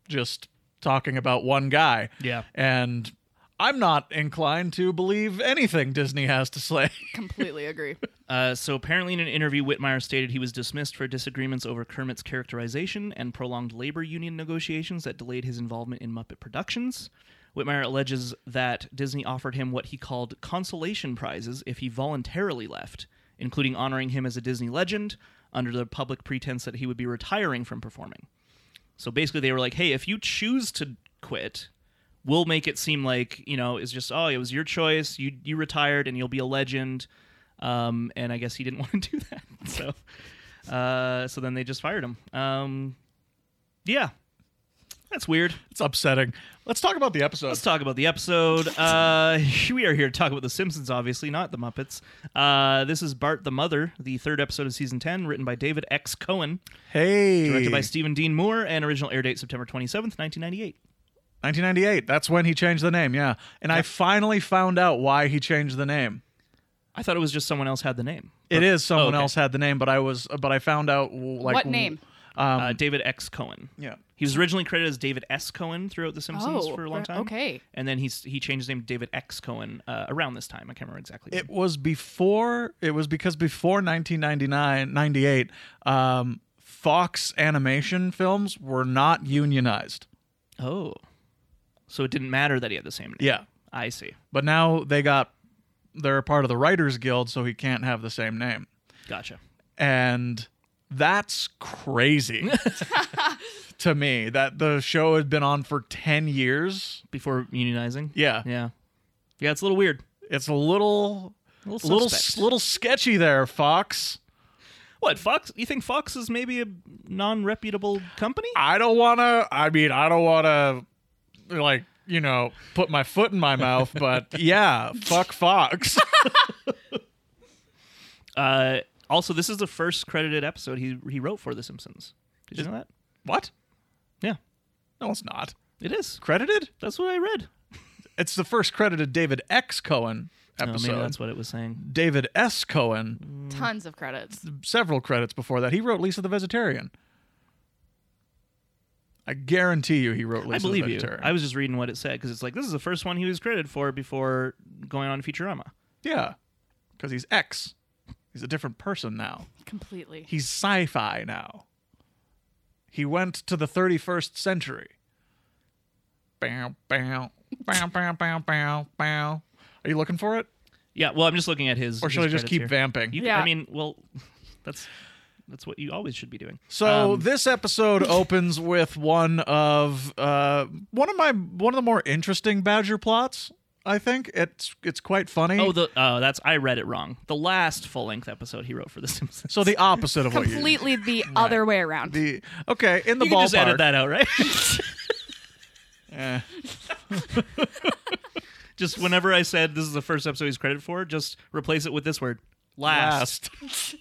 [SPEAKER 2] just talking about one guy.
[SPEAKER 1] Yeah.
[SPEAKER 2] And I'm not inclined to believe anything Disney has to say.
[SPEAKER 3] completely agree.
[SPEAKER 1] Uh, so apparently, in an interview, Whitmire stated he was dismissed for disagreements over Kermit's characterization and prolonged labor union negotiations that delayed his involvement in Muppet Productions. Whitmire alleges that Disney offered him what he called consolation prizes if he voluntarily left, including honoring him as a Disney legend under the public pretense that he would be retiring from performing. So basically, they were like, "Hey, if you choose to quit, will make it seem like you know it's just oh it was your choice you you retired and you'll be a legend um, and I guess he didn't want to do that so uh, so then they just fired him um, yeah that's weird
[SPEAKER 2] It's upsetting. Let's talk about the episode.
[SPEAKER 1] Let's talk about the episode. Uh, we are here to talk about The Simpsons, obviously, not The Muppets. Uh, this is Bart the Mother, the third episode of season 10, written by David X. Cohen,
[SPEAKER 2] Hey,
[SPEAKER 1] directed by Stephen Dean Moore, and original air date September 27th, 1998.
[SPEAKER 2] 1998. That's when he changed the name. Yeah, and I finally found out why he changed the name.
[SPEAKER 1] I thought it was just someone else had the name.
[SPEAKER 2] It is someone
[SPEAKER 1] okay.
[SPEAKER 2] else had the name, but I was, but I found out like
[SPEAKER 3] What name?
[SPEAKER 2] Um,
[SPEAKER 1] Uh, David X. Cohen.
[SPEAKER 2] yeah,
[SPEAKER 1] He was originally credited as David S. Cohen throughout The Simpsons
[SPEAKER 3] Oh,
[SPEAKER 1] for a long
[SPEAKER 3] right,
[SPEAKER 1] time.
[SPEAKER 3] okay.
[SPEAKER 1] And then he's, he changed his name to David X. Cohen uh, around this time. I can't remember exactly. when.
[SPEAKER 2] it was before. It was because before 1999, 98, um, Fox animation films were not unionized.
[SPEAKER 1] oh. So it didn't matter that he had the same name.
[SPEAKER 2] Yeah,
[SPEAKER 1] I see.
[SPEAKER 2] but now they got they're a part of the Writers Guild, so he can't have the same name,
[SPEAKER 1] Gotcha.
[SPEAKER 2] and that's crazy to me that the show had been on for 10 years
[SPEAKER 1] Before unionizing?
[SPEAKER 2] yeah
[SPEAKER 1] Yeah. Yeah, it's a little weird.
[SPEAKER 2] it's a little
[SPEAKER 1] A little,
[SPEAKER 2] little
[SPEAKER 1] suspect.
[SPEAKER 2] little sketchy there, Fox.
[SPEAKER 1] What, Fox? You think Fox is maybe a non reputable company?
[SPEAKER 2] I don't want to. I mean, I don't want to, like you know, put my foot in my mouth. But yeah, fuck Fox.
[SPEAKER 1] Uh, also, this is the first credited episode he, he wrote for The Simpsons. Did you know that?
[SPEAKER 2] what?
[SPEAKER 1] Yeah,
[SPEAKER 2] No, it's not
[SPEAKER 1] it is.
[SPEAKER 2] credited.
[SPEAKER 1] That's what I read.
[SPEAKER 2] It's the first credited David X. Cohen
[SPEAKER 1] Oh,
[SPEAKER 2] episode.
[SPEAKER 1] maybe that's what it was saying.
[SPEAKER 2] David S. Cohen,
[SPEAKER 3] Tons of credits.
[SPEAKER 2] several credits before that. He wrote Lisa the Vegetarian. I guarantee you, he wrote Lisa
[SPEAKER 1] I believe
[SPEAKER 2] the
[SPEAKER 1] you.
[SPEAKER 2] Vegetarian.
[SPEAKER 1] I was just reading what it said because it's like this is the first one he was credited for before going on Futurama.
[SPEAKER 2] yeah, because he's X. He's a different person now.
[SPEAKER 3] Completely.
[SPEAKER 2] he's sci-fi now. He went to the 31st century. Bow, bow, bow, bow, bow, bow, bow. Are you looking for it,
[SPEAKER 1] Yeah, well, I'm just looking at his.
[SPEAKER 2] or should I
[SPEAKER 1] his
[SPEAKER 2] just
[SPEAKER 1] credits
[SPEAKER 2] keep
[SPEAKER 1] here.
[SPEAKER 2] vamping?
[SPEAKER 1] You,
[SPEAKER 3] Yeah.
[SPEAKER 1] I mean, well, that's that's what you always should be doing.
[SPEAKER 2] So
[SPEAKER 1] Um,
[SPEAKER 2] this episode opens with one of uh, one of my one of the more interesting Badger plots. I think it's it's quite funny.
[SPEAKER 1] Oh, the oh, that's I read it wrong. The last full length episode he wrote for The Simpsons.
[SPEAKER 2] so the opposite of what you
[SPEAKER 3] Completely the other way around.
[SPEAKER 2] the okay in the
[SPEAKER 1] you
[SPEAKER 2] ballpark.
[SPEAKER 1] can just edit that out, right?
[SPEAKER 2] Eh.
[SPEAKER 1] just whenever I said this is the first episode he's credited for, just replace it with this word. Last.
[SPEAKER 2] last,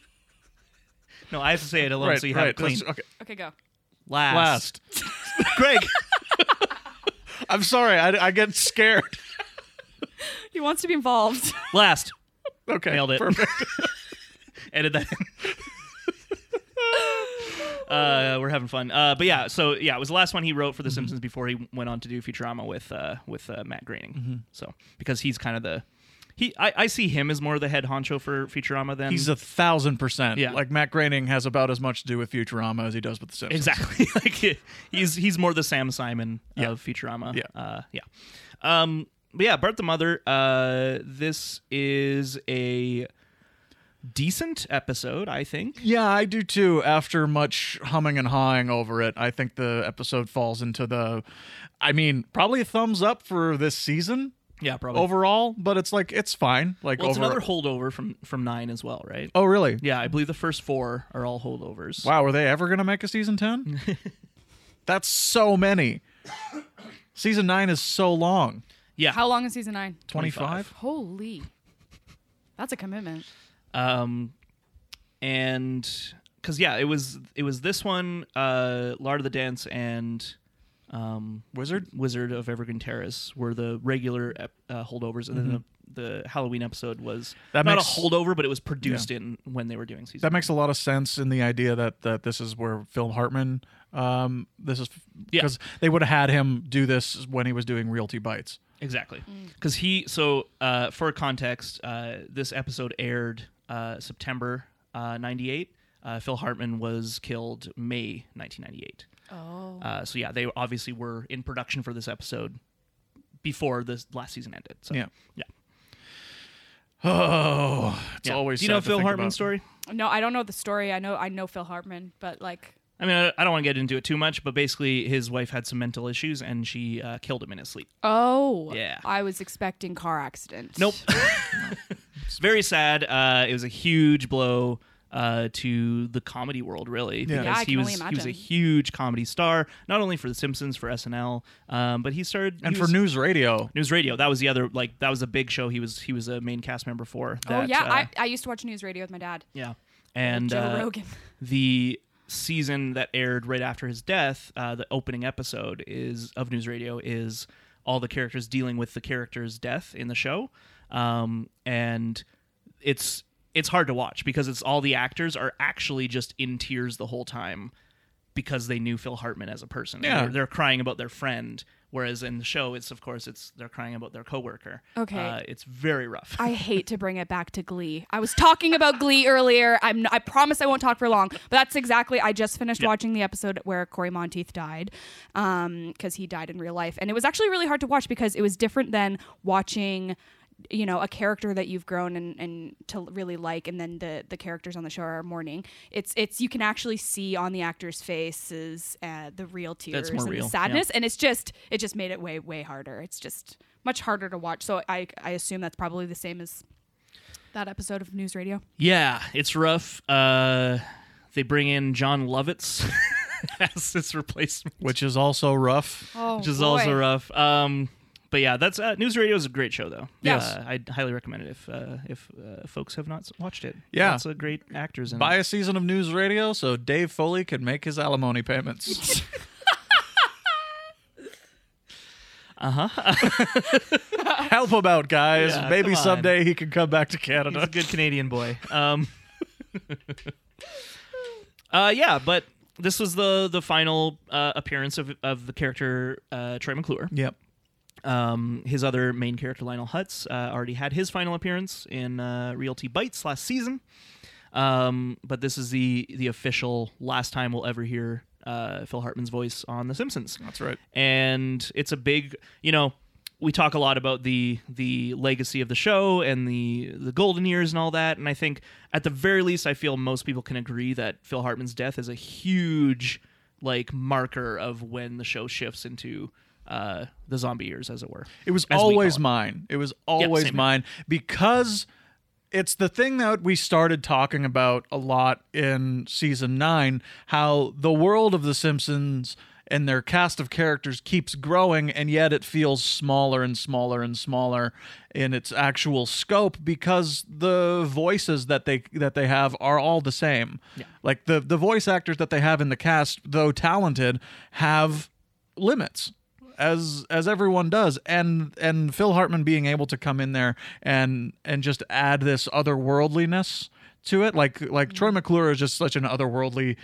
[SPEAKER 1] No, I have to say it alone
[SPEAKER 2] right,
[SPEAKER 1] so you have
[SPEAKER 2] right.
[SPEAKER 1] it clean.
[SPEAKER 2] That's- Okay,
[SPEAKER 3] okay, go.
[SPEAKER 1] Last.
[SPEAKER 2] last.
[SPEAKER 1] Greg.
[SPEAKER 2] I'm sorry, I, I get scared.
[SPEAKER 3] He wants to be involved.
[SPEAKER 1] Last.
[SPEAKER 2] Okay,
[SPEAKER 1] Nailed it.
[SPEAKER 2] Perfect.
[SPEAKER 1] Edit that in. Uh, we're having fun, uh, but yeah. So yeah, it was the last one he wrote for
[SPEAKER 2] Mm-hmm.
[SPEAKER 1] The Simpsons before he went on to do Futurama with uh, with uh, Matt Groening.
[SPEAKER 2] Mm-hmm.
[SPEAKER 1] So because he's kind of the he, I, I see him as more the head honcho for Futurama than
[SPEAKER 2] He's a thousand percent.
[SPEAKER 1] Yeah.
[SPEAKER 2] Like Matt Groening has about as much to do with Futurama as he does with The Simpsons.
[SPEAKER 1] Exactly. like he- he's he's more the Sam Simon of Futurama.
[SPEAKER 2] Yeah.
[SPEAKER 1] Uh, yeah. Um, but yeah, Bart the Mother. Uh, this is a decent episode, I think.
[SPEAKER 2] Yeah, I do too. After much humming and hawing over it, I think the episode falls into the, I mean, probably a thumbs up for this season
[SPEAKER 1] Yeah, probably.
[SPEAKER 2] overall. But it's like it's fine. Like
[SPEAKER 1] well, it's
[SPEAKER 2] over.
[SPEAKER 1] another holdover from from nine as well, right?
[SPEAKER 2] oh really?
[SPEAKER 1] Yeah, I believe the first four are all holdovers.
[SPEAKER 2] Wow, were they ever gonna make a season ten? That's so many. Season nine is so long.
[SPEAKER 1] Yeah.
[SPEAKER 3] How long is season nine?
[SPEAKER 2] Twenty five.
[SPEAKER 3] Holy. That's a commitment.
[SPEAKER 1] um and because yeah it was it was this one uh lard of the dance and um
[SPEAKER 2] Wizard?
[SPEAKER 1] wizard of evergreen terrace were the regular ep- uh, holdovers and then the, the halloween episode was
[SPEAKER 2] Mm-hmm. That
[SPEAKER 1] not
[SPEAKER 2] makes-
[SPEAKER 1] a holdover but it was produced in when they were doing season
[SPEAKER 2] that makes a lot of sense in the idea that that this is where Phil Hartman um this is
[SPEAKER 1] Yeah.
[SPEAKER 2] because they would have had him do this when he was doing Realty Bites.
[SPEAKER 1] Exactly. Because he, so uh, for context, uh, this episode aired uh, September uh, 98. Uh, Phil Hartman was killed May 1998.
[SPEAKER 3] Oh.
[SPEAKER 1] Uh, so yeah, they obviously were in production for this episode before this last season ended. So
[SPEAKER 2] Yeah.
[SPEAKER 1] yeah.
[SPEAKER 2] Oh, it's
[SPEAKER 1] Yeah.
[SPEAKER 2] always
[SPEAKER 1] Do you know
[SPEAKER 2] sad to
[SPEAKER 1] Phil
[SPEAKER 2] think
[SPEAKER 1] Hartman's story?
[SPEAKER 2] about.
[SPEAKER 3] No, I don't know the story. I know I know Phil Hartman, but like
[SPEAKER 1] I mean, I- I don't want to get into it too much, but basically, his wife had some mental issues and she uh, killed him in his sleep.
[SPEAKER 3] Oh,
[SPEAKER 1] Yeah.
[SPEAKER 3] I was expecting car accident.
[SPEAKER 1] Nope. it's very sad. Uh, it was a huge blow uh, to the comedy world, really,
[SPEAKER 2] Yeah,
[SPEAKER 1] because
[SPEAKER 3] I
[SPEAKER 1] he
[SPEAKER 3] can
[SPEAKER 1] was
[SPEAKER 3] only
[SPEAKER 1] he was a
[SPEAKER 3] imagine.
[SPEAKER 1] huge comedy star, not only for The Simpsons, for SNL, um, but he started he
[SPEAKER 2] And for
[SPEAKER 1] was-
[SPEAKER 2] news radio,
[SPEAKER 1] News Radio. That was the other like that was a big show. He was he was a main cast member for. That,
[SPEAKER 3] oh yeah,
[SPEAKER 1] uh,
[SPEAKER 3] I, I used to watch news radio with my dad.
[SPEAKER 1] yeah, and
[SPEAKER 3] Joe
[SPEAKER 1] uh,
[SPEAKER 3] Rogan.
[SPEAKER 1] the season that aired right after his death, uh, the opening episode is of News Radio is all the characters dealing with the character's death in the show, um, and it's it's hard to watch because it's all the actors are actually just in tears the whole time because they knew Phil Hartman as a person. And
[SPEAKER 2] Yeah.
[SPEAKER 1] they're, they're crying about their friend, whereas in the show, it's of course it's they're crying about their coworker.
[SPEAKER 3] Okay.
[SPEAKER 1] uh, it's very rough.
[SPEAKER 3] I hate to bring it back to Glee. I was talking about Glee earlier. I'm I promise I won't talk for long. But that's exactly. I just finished watching the episode where Corey Monteith died, because he died in real life, and it was actually really hard to watch because it was different than watching. You know, a character that you've grown and, and to really like, and then the the characters on the show are mourning. It's it's you can actually see on the actors' faces uh, the real tears
[SPEAKER 1] more
[SPEAKER 3] and
[SPEAKER 1] real, yeah.
[SPEAKER 3] the sadness, and it's just it just made it way way harder. It's just much harder to watch. So I I assume that's probably the same as that episode of News Radio.
[SPEAKER 1] Yeah, it's rough. Uh, they bring in John Lovitz as his replacement,
[SPEAKER 2] which is also rough.
[SPEAKER 3] Oh,
[SPEAKER 1] which is also rough. Um, but yeah, that's uh, News Radio is a great show, though.
[SPEAKER 2] Yes.
[SPEAKER 1] uh, I'd highly recommend it if uh, if uh, folks have not s- watched it.
[SPEAKER 2] Yeah.
[SPEAKER 1] lots of great actors in
[SPEAKER 2] Buy
[SPEAKER 1] it.
[SPEAKER 2] a season of news radio so Dave Foley can make his alimony payments. uh huh. Help him out, guys.
[SPEAKER 1] Uh-huh. Yeah,
[SPEAKER 2] Maybe
[SPEAKER 1] come on.
[SPEAKER 2] someday he can come back to
[SPEAKER 1] He's a
[SPEAKER 2] Canada.
[SPEAKER 1] good Canadian boy. Um, uh, yeah, but this was the the final uh, appearance of of the character uh, Troy McClure.
[SPEAKER 2] Yep.
[SPEAKER 1] Um, his other main character, Lionel Hutz, uh, already had his final appearance in uh, Realty Bites last season. Um, but this is the the official last time we'll ever hear uh, Phil Hartman's voice on The Simpsons
[SPEAKER 2] That's right.
[SPEAKER 1] and it's a big you know we talk a lot about the the legacy of the show and the the golden years and all that and i think at the very least i feel most people can agree that phil hartman's death is a huge like marker of when the show shifts into uh the zombie years as it were
[SPEAKER 2] It was
[SPEAKER 1] as we
[SPEAKER 2] always
[SPEAKER 1] call it.
[SPEAKER 2] mine. It was always
[SPEAKER 1] same here.
[SPEAKER 2] mine because it's the thing that we started talking about a lot in season nine how the world of The Simpsons and their cast of characters keeps growing, and yet it feels smaller and smaller and smaller in its actual scope because the voices that they that they have are all the same. Like the the voice actors that they have in the cast, though talented, have limits as as everyone does and and Phil Hartman being able to come in there and and just add this otherworldliness to it like like Troy McClure is just such an otherworldly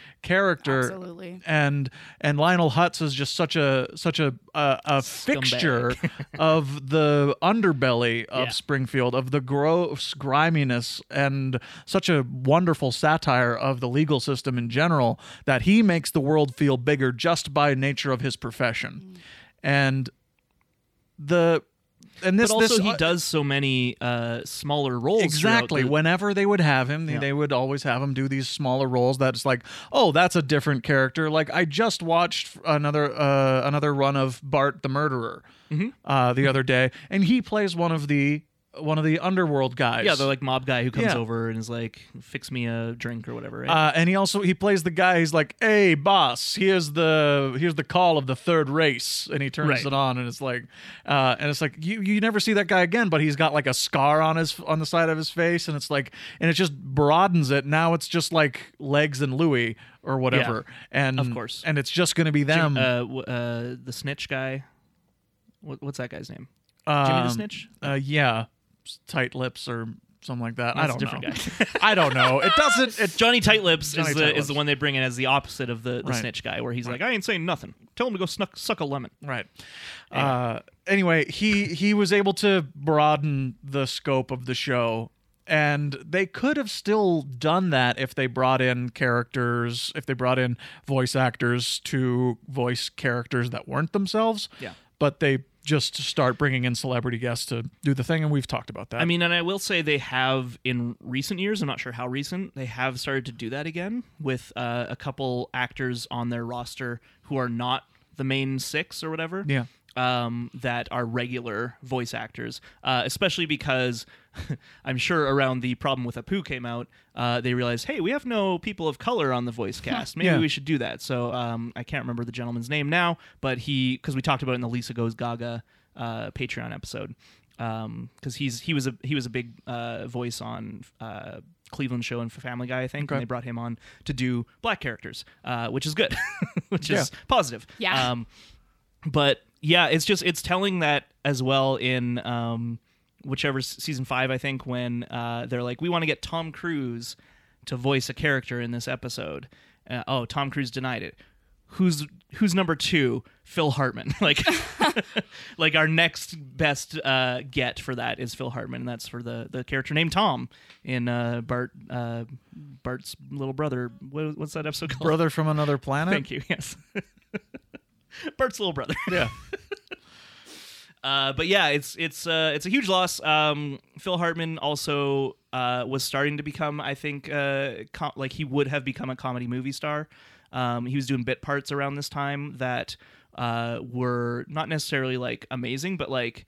[SPEAKER 2] character
[SPEAKER 3] Absolutely.
[SPEAKER 2] and and Lionel Hutz is just such a such a a, a fixture of the underbelly of
[SPEAKER 1] Yeah.
[SPEAKER 2] Springfield of the gross griminess and such a wonderful satire of the legal system in general that he makes the world feel bigger just by nature of his
[SPEAKER 1] Mm.
[SPEAKER 2] profession and the and this
[SPEAKER 1] but also
[SPEAKER 2] this uh,
[SPEAKER 1] he does so many uh smaller roles
[SPEAKER 2] Exactly.
[SPEAKER 1] throughout
[SPEAKER 2] Whenever they would have him, they- they would always have him do these smaller roles. That's like, oh, that's a different character. Like I just watched another uh, another run of Bart the Murderer
[SPEAKER 1] Mm-hmm.
[SPEAKER 2] uh, the other day, and he plays one of the one of the underworld guys.
[SPEAKER 1] the, yeah the like mob guy who comes
[SPEAKER 2] Yeah.
[SPEAKER 1] over and is like fix me a drink or whatever right?
[SPEAKER 2] Uh, and he also he plays the guy. He's like, "Hey, boss, here's the here's the call of the third race," and he turns
[SPEAKER 1] Right.
[SPEAKER 2] it on, and it's like, uh, and it's like you you never see that guy again, but he's got like a scar on his on the side of his face, and it's like, and it just broadens it. Now it's just like legs and Louis or whatever, and
[SPEAKER 1] of course.
[SPEAKER 2] and it's just gonna be them.
[SPEAKER 1] uh, w- uh, the snitch guy. What, what's that guy's name? Jimmy the
[SPEAKER 2] Um,
[SPEAKER 1] Snitch?
[SPEAKER 2] Uh, yeah, S- tight lips or something like that. I
[SPEAKER 1] That's
[SPEAKER 2] don't
[SPEAKER 1] a
[SPEAKER 2] know.
[SPEAKER 1] different
[SPEAKER 2] I don't know. It doesn't. It
[SPEAKER 1] Johnny Tight Lips
[SPEAKER 2] Johnny
[SPEAKER 1] is the
[SPEAKER 2] Tight
[SPEAKER 1] is
[SPEAKER 2] Lips.
[SPEAKER 1] the one they bring in as the opposite of the, the
[SPEAKER 2] Right.
[SPEAKER 1] snitch guy, where he's like, I ain't saying nothing. Tell him to go snuck, suck a lemon.
[SPEAKER 2] Right. Uh, anyway, he he was able to broaden the scope of the show, and they could have still done that if they brought in characters, if they brought in voice actors to voice characters that weren't themselves.
[SPEAKER 1] Yeah.
[SPEAKER 2] But they just start bringing in celebrity guests to do the thing, and we've talked about that.
[SPEAKER 1] I mean, and I will say they have in recent years. I'm not sure how recent they have started to do that again with uh, a couple actors on their roster who are not the main six or whatever.
[SPEAKER 2] Yeah.
[SPEAKER 1] Um, that are regular voice actors, uh, especially because I'm sure around the problem with Apu came out, uh, they realized, hey, we have no people of color on the voice cast. Maybe
[SPEAKER 2] Yeah.
[SPEAKER 1] we should do that. So um, I can't remember the gentleman's name now, but he because we talked about it in the Lisa Goes Gaga uh, Patreon episode because he's he was a he was a big uh, voice on uh, Cleveland Show and for Family Guy I think,
[SPEAKER 2] Okay.
[SPEAKER 1] and they brought him on to do black characters, uh, which is good, which is
[SPEAKER 2] Yeah.
[SPEAKER 1] positive.
[SPEAKER 3] Yeah.
[SPEAKER 1] Um, but yeah, it's just it's telling that as well in um, whichever s- season five I think when uh, they're like we want to get Tom Cruise to voice a character in this episode. Uh, oh, Tom Cruise denied it. Who's who's number two? Phil Hartman. Like, like our next best uh, get for that is Phil Hartman. And that's for the the character named Tom in uh, Bart uh, Bart's little brother. What, what's that episode called?
[SPEAKER 2] brother from another planet.
[SPEAKER 1] Thank you. Yes. Bert's little brother.
[SPEAKER 2] Yeah.
[SPEAKER 1] Uh, but yeah, it's it's uh, it's a huge loss. Um, Phil Hartman also uh, was starting to become, I think, uh, com- like he would have become a comedy movie star. Um, he was doing bit parts around this time that uh, were not necessarily like amazing, but like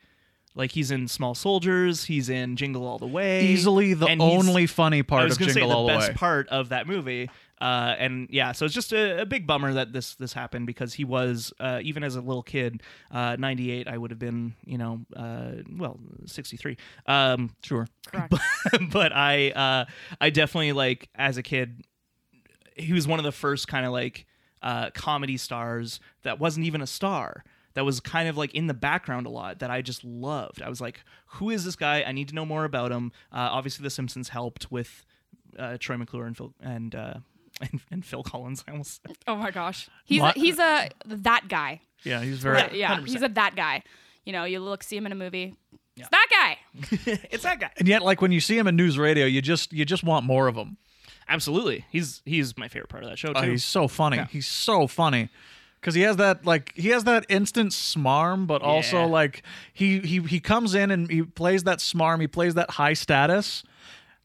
[SPEAKER 1] like he's in Small Soldiers, he's in Jingle All the Way,
[SPEAKER 2] Easily the
[SPEAKER 1] and he's-
[SPEAKER 2] only funny
[SPEAKER 1] I
[SPEAKER 2] part
[SPEAKER 1] was
[SPEAKER 2] of
[SPEAKER 1] gonna
[SPEAKER 2] Jingle
[SPEAKER 1] say the
[SPEAKER 2] All the
[SPEAKER 1] best
[SPEAKER 2] Way.
[SPEAKER 1] part of that movie. Uh, and yeah, so it's just a, a big bummer that this this happened because he was uh, even as a little kid, uh, ninety eight. I would have been, you know, uh, well, sixty three. Um,
[SPEAKER 2] Sure.
[SPEAKER 3] Correct.
[SPEAKER 1] but I uh, I definitely like as a kid, he was one of the first kind of like uh, comedy stars that wasn't even a star. That was kind of like in the background a lot that I just loved. I was like, who is this guy? I need to know more about him. Uh, obviously, The Simpsons helped with uh, Troy McClure and Phil and, uh, and and Phil Collins. I almost said.
[SPEAKER 3] Oh my gosh. He's
[SPEAKER 2] My-
[SPEAKER 3] a, he's a that guy.
[SPEAKER 2] Yeah, he's very.
[SPEAKER 1] Right.
[SPEAKER 3] Yeah,
[SPEAKER 1] 100%.
[SPEAKER 3] he's a that guy. You know, you look see him in a movie. It's that guy.
[SPEAKER 1] it's that guy.
[SPEAKER 2] And yet, like when you see him in news radio, you just you just want more of him.
[SPEAKER 1] Absolutely, he's he's my favorite part of that show too.
[SPEAKER 2] Oh, he's so funny. He's so funny. Cause he has that like he has that instant smarm, but
[SPEAKER 1] Yeah.
[SPEAKER 2] also like he he he comes in and he plays that smarm, he plays that high status,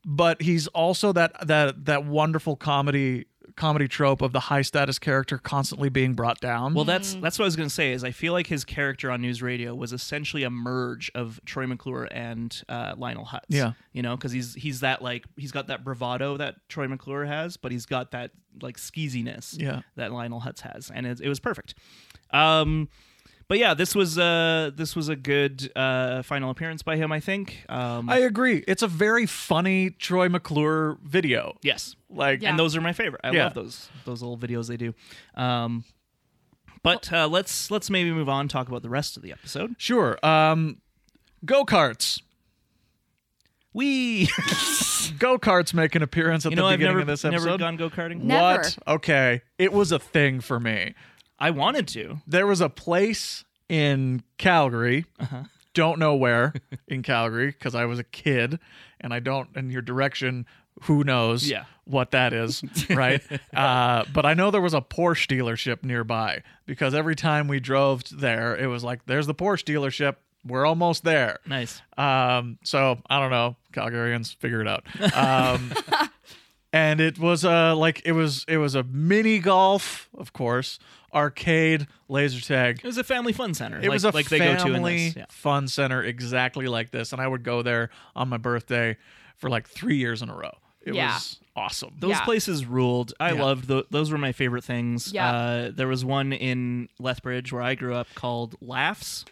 [SPEAKER 2] but he's also that that that wonderful comedy comedy trope of the high status character constantly being brought down.
[SPEAKER 1] Well, that's that's what I was gonna say. Is I feel like his character on News Radio was essentially a merge of Troy McClure and uh, Lionel Hutz.
[SPEAKER 2] Yeah.
[SPEAKER 1] you know, because he's he's that like he's got that bravado that Troy McClure has, but he's got that like skeeziness.
[SPEAKER 2] Yeah.
[SPEAKER 1] that Lionel Hutz has, and it, it was perfect. Um, but yeah, this was uh this was a good uh final appearance by him. I think. Um,
[SPEAKER 2] I agree. It's a very funny Troy McClure video.
[SPEAKER 1] yes,
[SPEAKER 2] Like
[SPEAKER 3] Yeah.
[SPEAKER 1] and those are my favorite. I
[SPEAKER 2] Yeah.
[SPEAKER 1] love those those little videos they do. Um, but uh, let's let's maybe move on talk about the rest of the episode.
[SPEAKER 2] sure. Um go karts.
[SPEAKER 1] We.
[SPEAKER 2] Go karts make an appearance at
[SPEAKER 1] You
[SPEAKER 2] the
[SPEAKER 1] know, I've
[SPEAKER 2] beginning
[SPEAKER 1] never,
[SPEAKER 2] of this episode.
[SPEAKER 1] never gone go karting.
[SPEAKER 3] No. Never.
[SPEAKER 2] What? Okay. It was a thing for me.
[SPEAKER 1] I wanted to.
[SPEAKER 2] There was a place in Calgary. Don't know where in Calgary because I was a kid and I don't, in your direction, who knows
[SPEAKER 1] Yeah.
[SPEAKER 2] what that is, right? uh, but I know there was a Porsche dealership nearby because every time we drove there, it was like, there's the Porsche dealership. We're almost there.
[SPEAKER 1] Nice.
[SPEAKER 2] Um, so I don't know, Calgarians, figure it out. Um, and it was uh like it was it was a mini golf, of course, arcade, laser tag.
[SPEAKER 1] It was a family fun center.
[SPEAKER 2] It
[SPEAKER 1] like,
[SPEAKER 2] was a
[SPEAKER 1] like
[SPEAKER 2] family
[SPEAKER 1] they go to in this. Yeah.
[SPEAKER 2] fun center exactly like this, and I would go there on my birthday for like three years in a row. It
[SPEAKER 3] Yeah.
[SPEAKER 2] was awesome.
[SPEAKER 1] Those
[SPEAKER 3] Yeah.
[SPEAKER 1] places ruled. I
[SPEAKER 2] Yeah.
[SPEAKER 1] loved tho- those. Were my favorite things.
[SPEAKER 3] Yeah.
[SPEAKER 1] Uh, there was one in Lethbridge where I grew up called Laughs.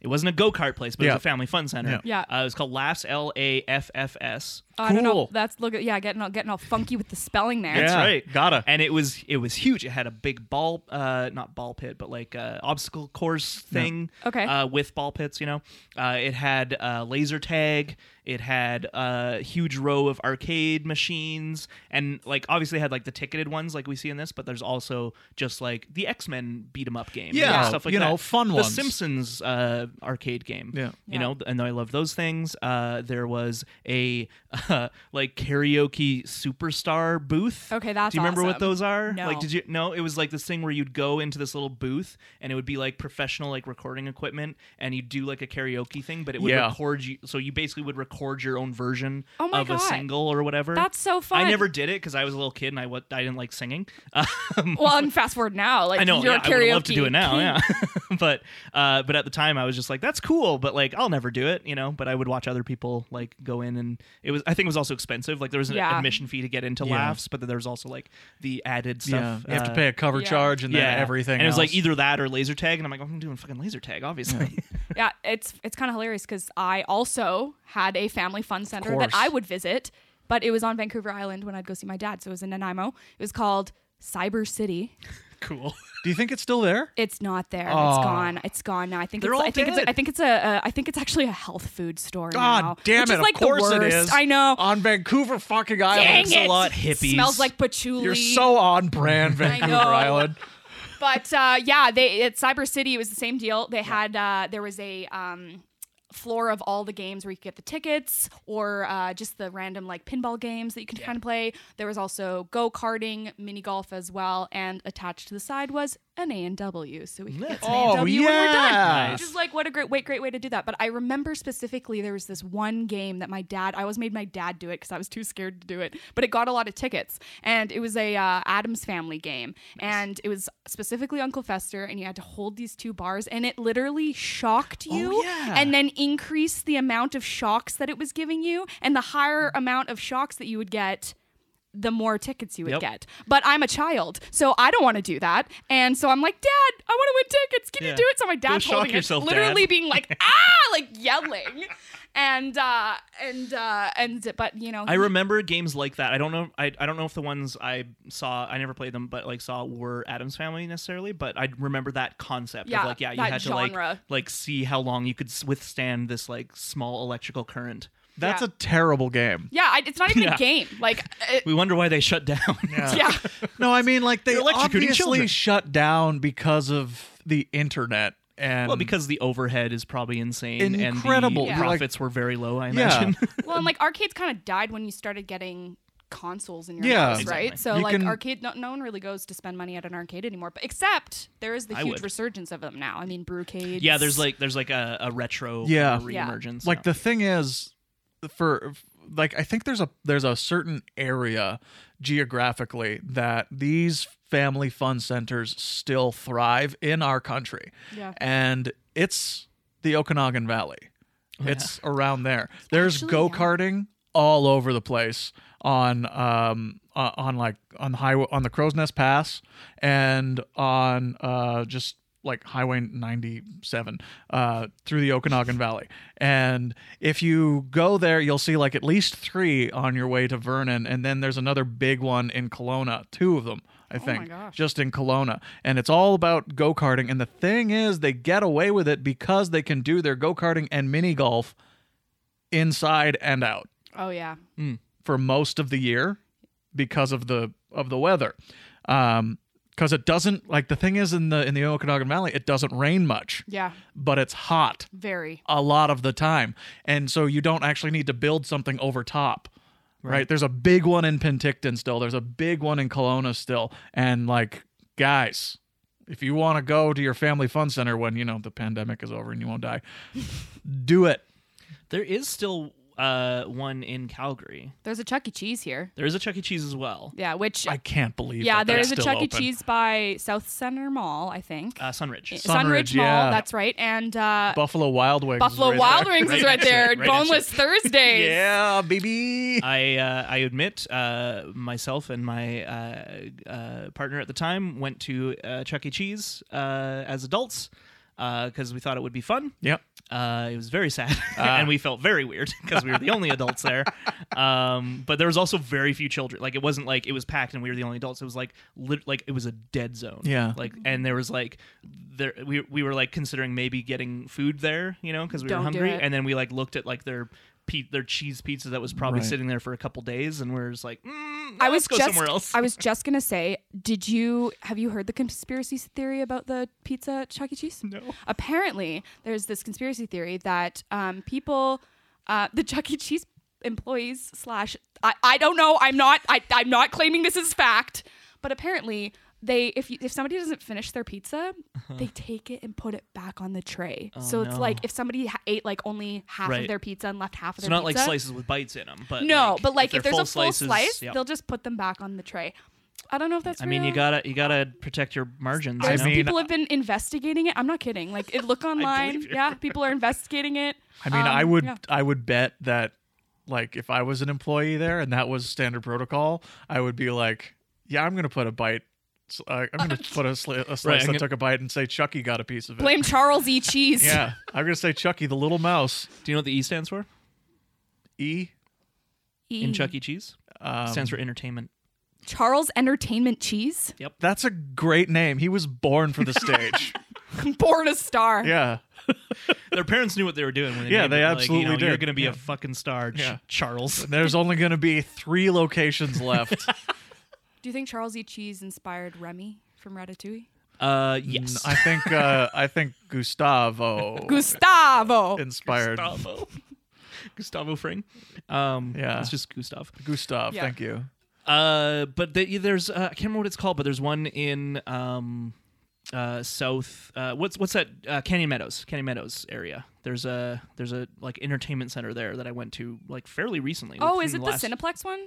[SPEAKER 1] It wasn't a go kart place, but it
[SPEAKER 2] Yeah.
[SPEAKER 1] was a family fun center.
[SPEAKER 3] Yeah.
[SPEAKER 1] Uh, it was called Laughs. L A F F S.
[SPEAKER 3] Oh, I don't know.
[SPEAKER 2] Cool.
[SPEAKER 3] That's look at yeah, getting all getting all funky with the spelling there.
[SPEAKER 1] That's
[SPEAKER 2] Yeah,
[SPEAKER 1] right.
[SPEAKER 2] gotta.
[SPEAKER 1] And it was it was huge. It had a big ball, uh, not ball pit, but like uh, obstacle course thing.
[SPEAKER 3] Okay.
[SPEAKER 1] Uh, with ball pits, you know. Uh, it had uh, laser tag. It had a huge row of arcade machines, and like obviously had like the ticketed ones like we see in this, but there's also just like the X Men beat 'em up game, and
[SPEAKER 2] Yeah,
[SPEAKER 1] stuff like
[SPEAKER 2] you
[SPEAKER 1] that.
[SPEAKER 2] know, fun
[SPEAKER 1] the
[SPEAKER 2] ones.
[SPEAKER 1] Simpsons uh, arcade game,
[SPEAKER 2] Yeah.
[SPEAKER 3] Yeah.
[SPEAKER 1] you know, and I love those things. Uh, there was a uh, like karaoke superstar booth.
[SPEAKER 3] Okay, that's
[SPEAKER 1] Do you remember what
[SPEAKER 3] awesome.
[SPEAKER 1] those are?
[SPEAKER 3] No.
[SPEAKER 1] Like, did you? No, it was like this thing where you'd go into this little booth, and it would be like professional like recording equipment, and you'd do like a karaoke thing, but it would
[SPEAKER 2] Yeah.
[SPEAKER 1] record you. So you basically would record your own version
[SPEAKER 3] Oh my
[SPEAKER 1] of
[SPEAKER 3] God.
[SPEAKER 1] a single or whatever.
[SPEAKER 3] That's so fun.
[SPEAKER 1] I never did it because I was a little kid and I wa- I didn't like singing. Um,
[SPEAKER 3] Well, and fast forward now, like
[SPEAKER 1] I know.
[SPEAKER 3] you're
[SPEAKER 1] Yeah,
[SPEAKER 3] a
[SPEAKER 1] I
[SPEAKER 3] karaoke.
[SPEAKER 1] would love to do it now. Yeah, but uh, but at the time, I was just like, "That's cool," but like, I'll never do it. You know. But I would watch other people like go in, and it was. I think it was also expensive. Like there was an
[SPEAKER 3] Yeah.
[SPEAKER 1] admission fee to get into
[SPEAKER 2] Yeah.
[SPEAKER 1] laughs, but then there was also like the added
[SPEAKER 2] Yeah,
[SPEAKER 1] stuff.
[SPEAKER 2] you have to
[SPEAKER 1] uh,
[SPEAKER 2] pay a cover
[SPEAKER 3] yeah.
[SPEAKER 2] charge and then
[SPEAKER 1] yeah,
[SPEAKER 2] everything.
[SPEAKER 1] And it was like
[SPEAKER 2] else.
[SPEAKER 1] either that or laser tag, and I'm like, I'm doing fucking laser tag, obviously.
[SPEAKER 3] yeah, it's it's kind of hilarious because I also had a family fun center
[SPEAKER 2] course.
[SPEAKER 3] that I would visit, but it was on Vancouver Island when I'd go see my dad. So it was in Nanaimo. It was called Cyber City.
[SPEAKER 1] cool.
[SPEAKER 2] Do you think it's still there?
[SPEAKER 3] It's not there.
[SPEAKER 2] Aw.
[SPEAKER 3] It's gone. It's gone now. I think
[SPEAKER 1] They're
[SPEAKER 3] it's,
[SPEAKER 1] all
[SPEAKER 3] I think it's
[SPEAKER 1] dead.
[SPEAKER 3] a, I think it's a uh, I think it's actually a health food store
[SPEAKER 2] God
[SPEAKER 3] now.
[SPEAKER 2] damn
[SPEAKER 3] which
[SPEAKER 2] it!
[SPEAKER 3] Is like
[SPEAKER 2] of course
[SPEAKER 3] the
[SPEAKER 2] it
[SPEAKER 3] worst.
[SPEAKER 2] is.
[SPEAKER 3] I know.
[SPEAKER 2] On Vancouver fucking Island,
[SPEAKER 3] Dang
[SPEAKER 1] Thanks
[SPEAKER 3] it.
[SPEAKER 1] a lot, hippies.
[SPEAKER 3] Smells like patchouli.
[SPEAKER 2] you're so on brand, Vancouver
[SPEAKER 3] know.
[SPEAKER 2] Island.
[SPEAKER 3] but uh, yeah, they at Cyber City it was the same deal. They had uh, there was a um, floor of all the games where you could get the tickets or uh, just the random like pinball games that you could kind of play. There was also go karting, mini golf as well, and attached to the side was an A and W, so we could get some A
[SPEAKER 2] Oh,
[SPEAKER 3] and W when we're done.
[SPEAKER 2] yes.
[SPEAKER 3] Which is like what a great wait great way to do that. But I remember specifically there was this one game that my dad I always made my dad do it because I was too scared to do it. But it got a lot of tickets, and it was a uh, Adams Family game, and it was specifically Uncle Fester, and you had to hold these two bars, and it literally shocked you,
[SPEAKER 2] yeah.
[SPEAKER 3] and then increased the amount of shocks that it was giving you, and the higher amount of shocks that you would get the more tickets you would
[SPEAKER 1] Yep.
[SPEAKER 3] get. But I'm a child, so I don't want to do that. And so I'm like, Dad, I want to win tickets. Can
[SPEAKER 1] Yeah.
[SPEAKER 3] you do it? So my dad's
[SPEAKER 1] shock
[SPEAKER 3] holding it,
[SPEAKER 1] yourself,
[SPEAKER 3] literally
[SPEAKER 1] Dad.
[SPEAKER 3] being like, ah, like yelling, and uh, and uh, and but you know,
[SPEAKER 1] I remember games like that. I don't know. I, I don't know if the ones I saw, I never played them, but like saw were Adam's Family necessarily. But I remember that concept
[SPEAKER 3] Yeah,
[SPEAKER 1] of like, yeah, you
[SPEAKER 3] that
[SPEAKER 1] had to like
[SPEAKER 3] genre.
[SPEAKER 1] like see how long you could s- withstand this like small electrical current.
[SPEAKER 2] That's
[SPEAKER 3] Yeah.
[SPEAKER 2] a terrible game.
[SPEAKER 3] yeah, I, it's not even
[SPEAKER 1] Yeah.
[SPEAKER 3] a game. Like, uh, it,
[SPEAKER 1] We wonder why they shut down.
[SPEAKER 3] yeah,
[SPEAKER 2] No, I mean like they
[SPEAKER 1] You're electrocuting
[SPEAKER 2] obviously
[SPEAKER 1] children.
[SPEAKER 2] shut down because of the internet and
[SPEAKER 1] well, because the overhead is probably insane
[SPEAKER 2] Incredible.
[SPEAKER 1] and
[SPEAKER 3] Yeah.
[SPEAKER 1] the
[SPEAKER 2] You're like-
[SPEAKER 1] profits were very low. I
[SPEAKER 2] Yeah.
[SPEAKER 1] imagine.
[SPEAKER 3] well, and like arcades kind of died when you started getting consoles in your
[SPEAKER 2] Yeah.
[SPEAKER 3] house,
[SPEAKER 1] Exactly.
[SPEAKER 3] right? So
[SPEAKER 2] You
[SPEAKER 3] like
[SPEAKER 2] can-
[SPEAKER 3] arcade, no, no one really goes to spend money at an arcade anymore. But except there is the
[SPEAKER 1] I
[SPEAKER 3] huge
[SPEAKER 1] would.
[SPEAKER 3] resurgence of them now. I mean, brewcades.
[SPEAKER 1] yeah, there's like there's like a, a retro
[SPEAKER 2] Yeah.
[SPEAKER 3] Yeah.
[SPEAKER 1] reemergence.
[SPEAKER 2] like the thing is for like I think there's a there's a certain area geographically that these family fun centers still thrive in our country.
[SPEAKER 3] Yeah.
[SPEAKER 2] And it's the Okanagan Valley. It's around there. There's
[SPEAKER 3] actually,
[SPEAKER 2] go
[SPEAKER 3] yeah.
[SPEAKER 2] karting all over the place on um uh, on like on the highway on the Crow's Nest Pass and on uh just like Highway 97 uh through the Okanagan Valley. And if you go there, you'll see like at least 3 on your way to Vernon and then there's another big one in Kelowna, two of them. I think
[SPEAKER 3] gosh.
[SPEAKER 2] just in Kelowna, and it's all about go karting. And the thing is, they get away with it because they can do their go karting and mini golf inside and out
[SPEAKER 3] oh yeah,
[SPEAKER 2] for most of the year because of the of the weather. Um, because it doesn't like the thing is in the in the Okanagan Valley, it doesn't rain much,
[SPEAKER 3] yeah,
[SPEAKER 2] but it's hot
[SPEAKER 3] very.
[SPEAKER 2] a lot of the time, and so you don't actually need to build something over top. Right. There's a big one in Penticton still. There's a big one in Kelowna still. And like, guys, if you want to go to your family fun center when, you know, the pandemic is over and you won't die, do it.
[SPEAKER 1] there is still uh, one in Calgary.
[SPEAKER 3] There's a Chuck E. Cheese here.
[SPEAKER 1] There is a Chuck E. Cheese as well.
[SPEAKER 3] Yeah, which
[SPEAKER 2] I can't believe
[SPEAKER 3] yeah,
[SPEAKER 2] that
[SPEAKER 3] there
[SPEAKER 2] that's
[SPEAKER 3] is a
[SPEAKER 2] still
[SPEAKER 3] Chuck E.
[SPEAKER 2] open.
[SPEAKER 3] Cheese by South Center Mall, I think.
[SPEAKER 1] Uh, Sunridge.
[SPEAKER 2] Sunridge,
[SPEAKER 3] Sunridge,
[SPEAKER 2] yeah.
[SPEAKER 3] Mall, that's right, and uh,
[SPEAKER 2] Buffalo Wild Wings. is
[SPEAKER 3] Buffalo
[SPEAKER 2] right
[SPEAKER 3] Wild
[SPEAKER 2] there.
[SPEAKER 3] Wings is right
[SPEAKER 1] next to it,
[SPEAKER 3] there.
[SPEAKER 1] right next to
[SPEAKER 3] Boneless Thursdays.
[SPEAKER 2] Yeah, baby.
[SPEAKER 1] I uh, I admit uh, myself and my uh, uh, partner at the time went to uh, Chuck E. Cheese uh, as adults because we thought it would be fun.
[SPEAKER 2] Yep.
[SPEAKER 1] Uh, it was very sad,
[SPEAKER 2] Ah.
[SPEAKER 1] and we felt very weird because we were the only adults there. Um, but there was also very few children. Like it wasn't like it was packed and we were the only adults. It was like lit- like it was a dead zone.
[SPEAKER 2] Yeah.
[SPEAKER 1] Like and there was like there we we were like considering maybe getting food there, you know, because we were
[SPEAKER 3] Don't do
[SPEAKER 1] hungry.
[SPEAKER 3] it.
[SPEAKER 1] And then we like looked at like their pe- their cheese pizza that was probably
[SPEAKER 2] Right.
[SPEAKER 1] sitting there for a couple days, and we're just like, mm,
[SPEAKER 3] I
[SPEAKER 1] let's
[SPEAKER 3] was
[SPEAKER 1] go
[SPEAKER 3] just
[SPEAKER 1] somewhere else.
[SPEAKER 3] I was just gonna say, did you have you heard the conspiracy theory about the pizza at Chuck E. Cheese?
[SPEAKER 1] No.
[SPEAKER 3] Apparently, there's this conspiracy theory that um, people, uh, the Chuck E. Cheese employees slash I, I don't know I'm not I, I'm not claiming this is fact, but apparently they if you, if somebody doesn't finish their pizza, they take it and put it back on the tray. so it's
[SPEAKER 1] Uh-huh. Oh, no.
[SPEAKER 3] like if somebody ha- ate like only half
[SPEAKER 1] Right.
[SPEAKER 3] of their pizza and left half of
[SPEAKER 1] It's
[SPEAKER 3] their
[SPEAKER 1] not
[SPEAKER 3] pizza.
[SPEAKER 1] like slices with bites in them, but
[SPEAKER 3] No, but like if,
[SPEAKER 1] they're
[SPEAKER 3] there's a full
[SPEAKER 1] slices,
[SPEAKER 3] slice,
[SPEAKER 1] yeah.
[SPEAKER 3] they'll just put them back on the tray. I don't know if that's.
[SPEAKER 1] I mean, you
[SPEAKER 3] real.
[SPEAKER 1] gotta you gotta protect your margins.
[SPEAKER 2] I
[SPEAKER 1] you know?
[SPEAKER 2] mean-
[SPEAKER 3] people have been investigating it. I'm not kidding. Like it look online.
[SPEAKER 1] you.
[SPEAKER 3] yeah, people are investigating it.
[SPEAKER 2] I mean,
[SPEAKER 3] Um,
[SPEAKER 2] I would
[SPEAKER 3] yeah.
[SPEAKER 2] I would bet that like if I was an employee there and that was standard protocol, I would be like, yeah, I'm gonna put a bite. s- Uh, I'm gonna put a, sli- a slice
[SPEAKER 1] I'm
[SPEAKER 2] that
[SPEAKER 1] gonna-
[SPEAKER 2] took a bite and say Chucky got a piece of it.
[SPEAKER 3] blame Charles E. Cheese.
[SPEAKER 2] Yeah, I'm gonna say Chucky the little mouse.
[SPEAKER 1] do you know what the E stands for
[SPEAKER 2] E
[SPEAKER 3] E.
[SPEAKER 1] in Chuck E. Cheese?
[SPEAKER 2] um,
[SPEAKER 1] stands for entertainment.
[SPEAKER 3] Charles Entertainment Cheese.
[SPEAKER 2] That's a great name. He was born for the stage.
[SPEAKER 3] Born a star.
[SPEAKER 2] yeah.
[SPEAKER 1] Their parents knew what they were doing when they
[SPEAKER 2] Yeah,
[SPEAKER 1] named
[SPEAKER 2] they
[SPEAKER 1] it. like,
[SPEAKER 2] absolutely
[SPEAKER 1] you know, You're
[SPEAKER 2] did.
[SPEAKER 1] gonna be
[SPEAKER 2] Yeah.
[SPEAKER 1] a fucking star, Ch-
[SPEAKER 2] Yeah.
[SPEAKER 1] Charles.
[SPEAKER 2] And there's only gonna be three locations left.
[SPEAKER 3] Do you think Charles E. Cheese inspired Remy from Ratatouille?
[SPEAKER 1] Uh,
[SPEAKER 2] And
[SPEAKER 1] yes.
[SPEAKER 2] I think uh, I think Gustavo
[SPEAKER 3] Gustavo.
[SPEAKER 2] inspired
[SPEAKER 1] Gustavo. Gustavo Fring. Um,
[SPEAKER 2] Yeah.
[SPEAKER 1] It's just Gustav.
[SPEAKER 2] Gustav.
[SPEAKER 3] Yeah.
[SPEAKER 2] Thank you.
[SPEAKER 1] Uh, but the, there's uh, I can't remember what it's called, but there's one in um, uh, South. Uh, what's what's that? Uh, Canyon Meadows, Canyon Meadows area. There's a there's a like entertainment center there that I went to like fairly recently.
[SPEAKER 3] oh,
[SPEAKER 1] within
[SPEAKER 3] is it the
[SPEAKER 1] last-
[SPEAKER 3] Cineplex one?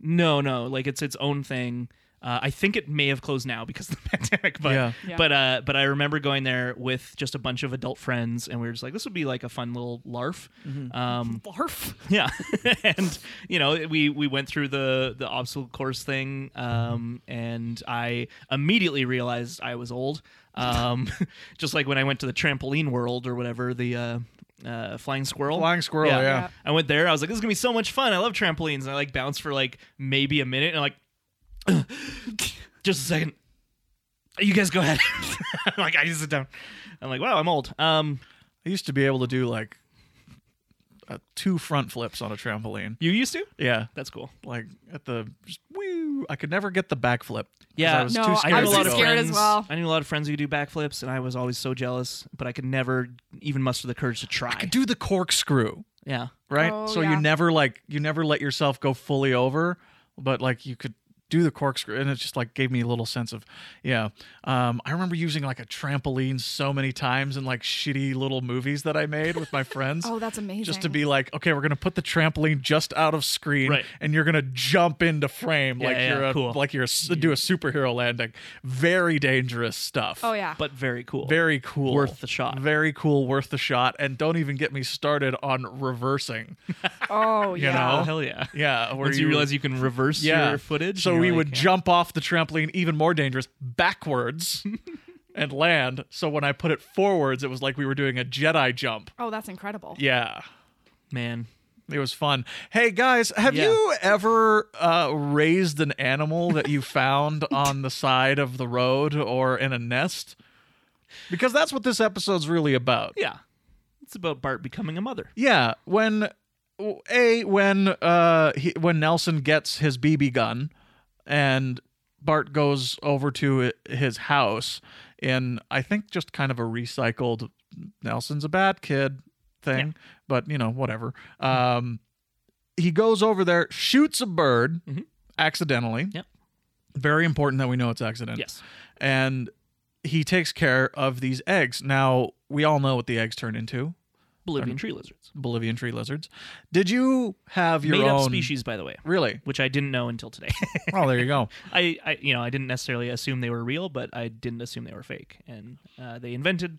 [SPEAKER 1] No, no, like it's its own thing. Uh, I think it may have closed now because of the pandemic, but
[SPEAKER 2] Yeah.
[SPEAKER 3] Yeah.
[SPEAKER 1] but uh, but I remember going there with just a bunch of adult friends, and we were just like, this would be like a fun little larf.
[SPEAKER 2] Mm-hmm.
[SPEAKER 1] Um,
[SPEAKER 3] Barf.
[SPEAKER 1] yeah, and you know we we went through the the obstacle course thing, um, and I immediately realized I was old. Um, just like when I went to the trampoline world or whatever, the uh, uh, flying squirrel.
[SPEAKER 2] Flying squirrel.
[SPEAKER 1] Yeah.
[SPEAKER 2] yeah.
[SPEAKER 3] Yeah.
[SPEAKER 1] I went there. I was like, this is gonna be so much fun. I love trampolines. And I like bounced for like maybe a minute, and I'm like, just a second. You guys go ahead. I'm like I just sit down. I'm like, wow, I'm old. Um,
[SPEAKER 2] I used to be able to do like uh, two front flips on a trampoline.
[SPEAKER 1] you used to?
[SPEAKER 2] Yeah,
[SPEAKER 1] That's cool.
[SPEAKER 2] like at the just, woo. I could never get the back flip. 'cause
[SPEAKER 1] Yeah.
[SPEAKER 2] I was
[SPEAKER 3] No,
[SPEAKER 2] too
[SPEAKER 3] I
[SPEAKER 2] scared.
[SPEAKER 1] I knew
[SPEAKER 3] was
[SPEAKER 1] a
[SPEAKER 2] to
[SPEAKER 1] lot
[SPEAKER 2] go.
[SPEAKER 1] of
[SPEAKER 3] scared as
[SPEAKER 1] friends.
[SPEAKER 3] well.
[SPEAKER 1] I knew a lot of friends who could do backflips, and I was always so jealous, but I could never even muster the courage to try.
[SPEAKER 2] do the corkscrew,
[SPEAKER 1] yeah,
[SPEAKER 2] right?
[SPEAKER 3] Oh,
[SPEAKER 2] so
[SPEAKER 3] yeah.
[SPEAKER 2] you never like you never let yourself go fully over, but like you could do the corkscrew and it just like gave me a little sense of yeah um i remember using like a trampoline so many times in like shitty little movies that i made with my friends
[SPEAKER 3] Oh, that's amazing.
[SPEAKER 2] just to be like, okay, we're gonna put the trampoline just out of screen,
[SPEAKER 1] Right.
[SPEAKER 2] and you're gonna jump into frame like
[SPEAKER 1] yeah,
[SPEAKER 2] you're a,
[SPEAKER 1] cool.
[SPEAKER 2] like you're a s do a superhero landing. Very dangerous stuff.
[SPEAKER 3] Oh yeah.
[SPEAKER 1] but very cool.
[SPEAKER 2] Very cool.
[SPEAKER 1] Worth the shot.
[SPEAKER 2] Very cool. Worth the shot. And don't even get me started on reversing.
[SPEAKER 3] oh yeah.
[SPEAKER 1] oh
[SPEAKER 2] know?
[SPEAKER 1] hell yeah!
[SPEAKER 2] Yeah. Where
[SPEAKER 1] Once you, realize you can reverse
[SPEAKER 2] yeah.
[SPEAKER 1] your footage, you're
[SPEAKER 2] So we
[SPEAKER 1] like,
[SPEAKER 2] would
[SPEAKER 1] yeah.
[SPEAKER 2] jump off the trampoline, even more dangerous, backwards and land. So when I put it forwards, it was like we were doing a Jedi jump.
[SPEAKER 3] Oh, that's incredible.
[SPEAKER 2] Yeah.
[SPEAKER 1] Man,
[SPEAKER 2] It was fun. Hey guys, have
[SPEAKER 1] Yeah.
[SPEAKER 2] you ever uh, raised an animal that you found on the side of the road or in a nest? Because that's what this episode's really about.
[SPEAKER 1] yeah, it's about Bart becoming a mother.
[SPEAKER 2] Yeah, when a when uh he, when Nelson gets his BB gun and Bart goes over to i- his house in I think just kind of a recycled Nelson's a bad kid thing, but you know whatever.
[SPEAKER 1] Mm-hmm.
[SPEAKER 2] Um he goes over there, shoots a bird
[SPEAKER 1] Mhm.
[SPEAKER 2] accidentally.
[SPEAKER 1] Yep.
[SPEAKER 2] Very important that we know it's accident
[SPEAKER 1] Yes,
[SPEAKER 2] and he takes care of these eggs. Now, we all know what the eggs turn into.
[SPEAKER 1] Bolivian tree lizards,
[SPEAKER 2] Bolivian tree lizards. Did you have your
[SPEAKER 1] made
[SPEAKER 2] own
[SPEAKER 1] up species, by the way,
[SPEAKER 2] Really?
[SPEAKER 1] which I didn't know until today.
[SPEAKER 2] Oh, there you go.
[SPEAKER 1] I, I, you know, I didn't necessarily assume they were real, but I didn't assume they were fake. And uh, they invented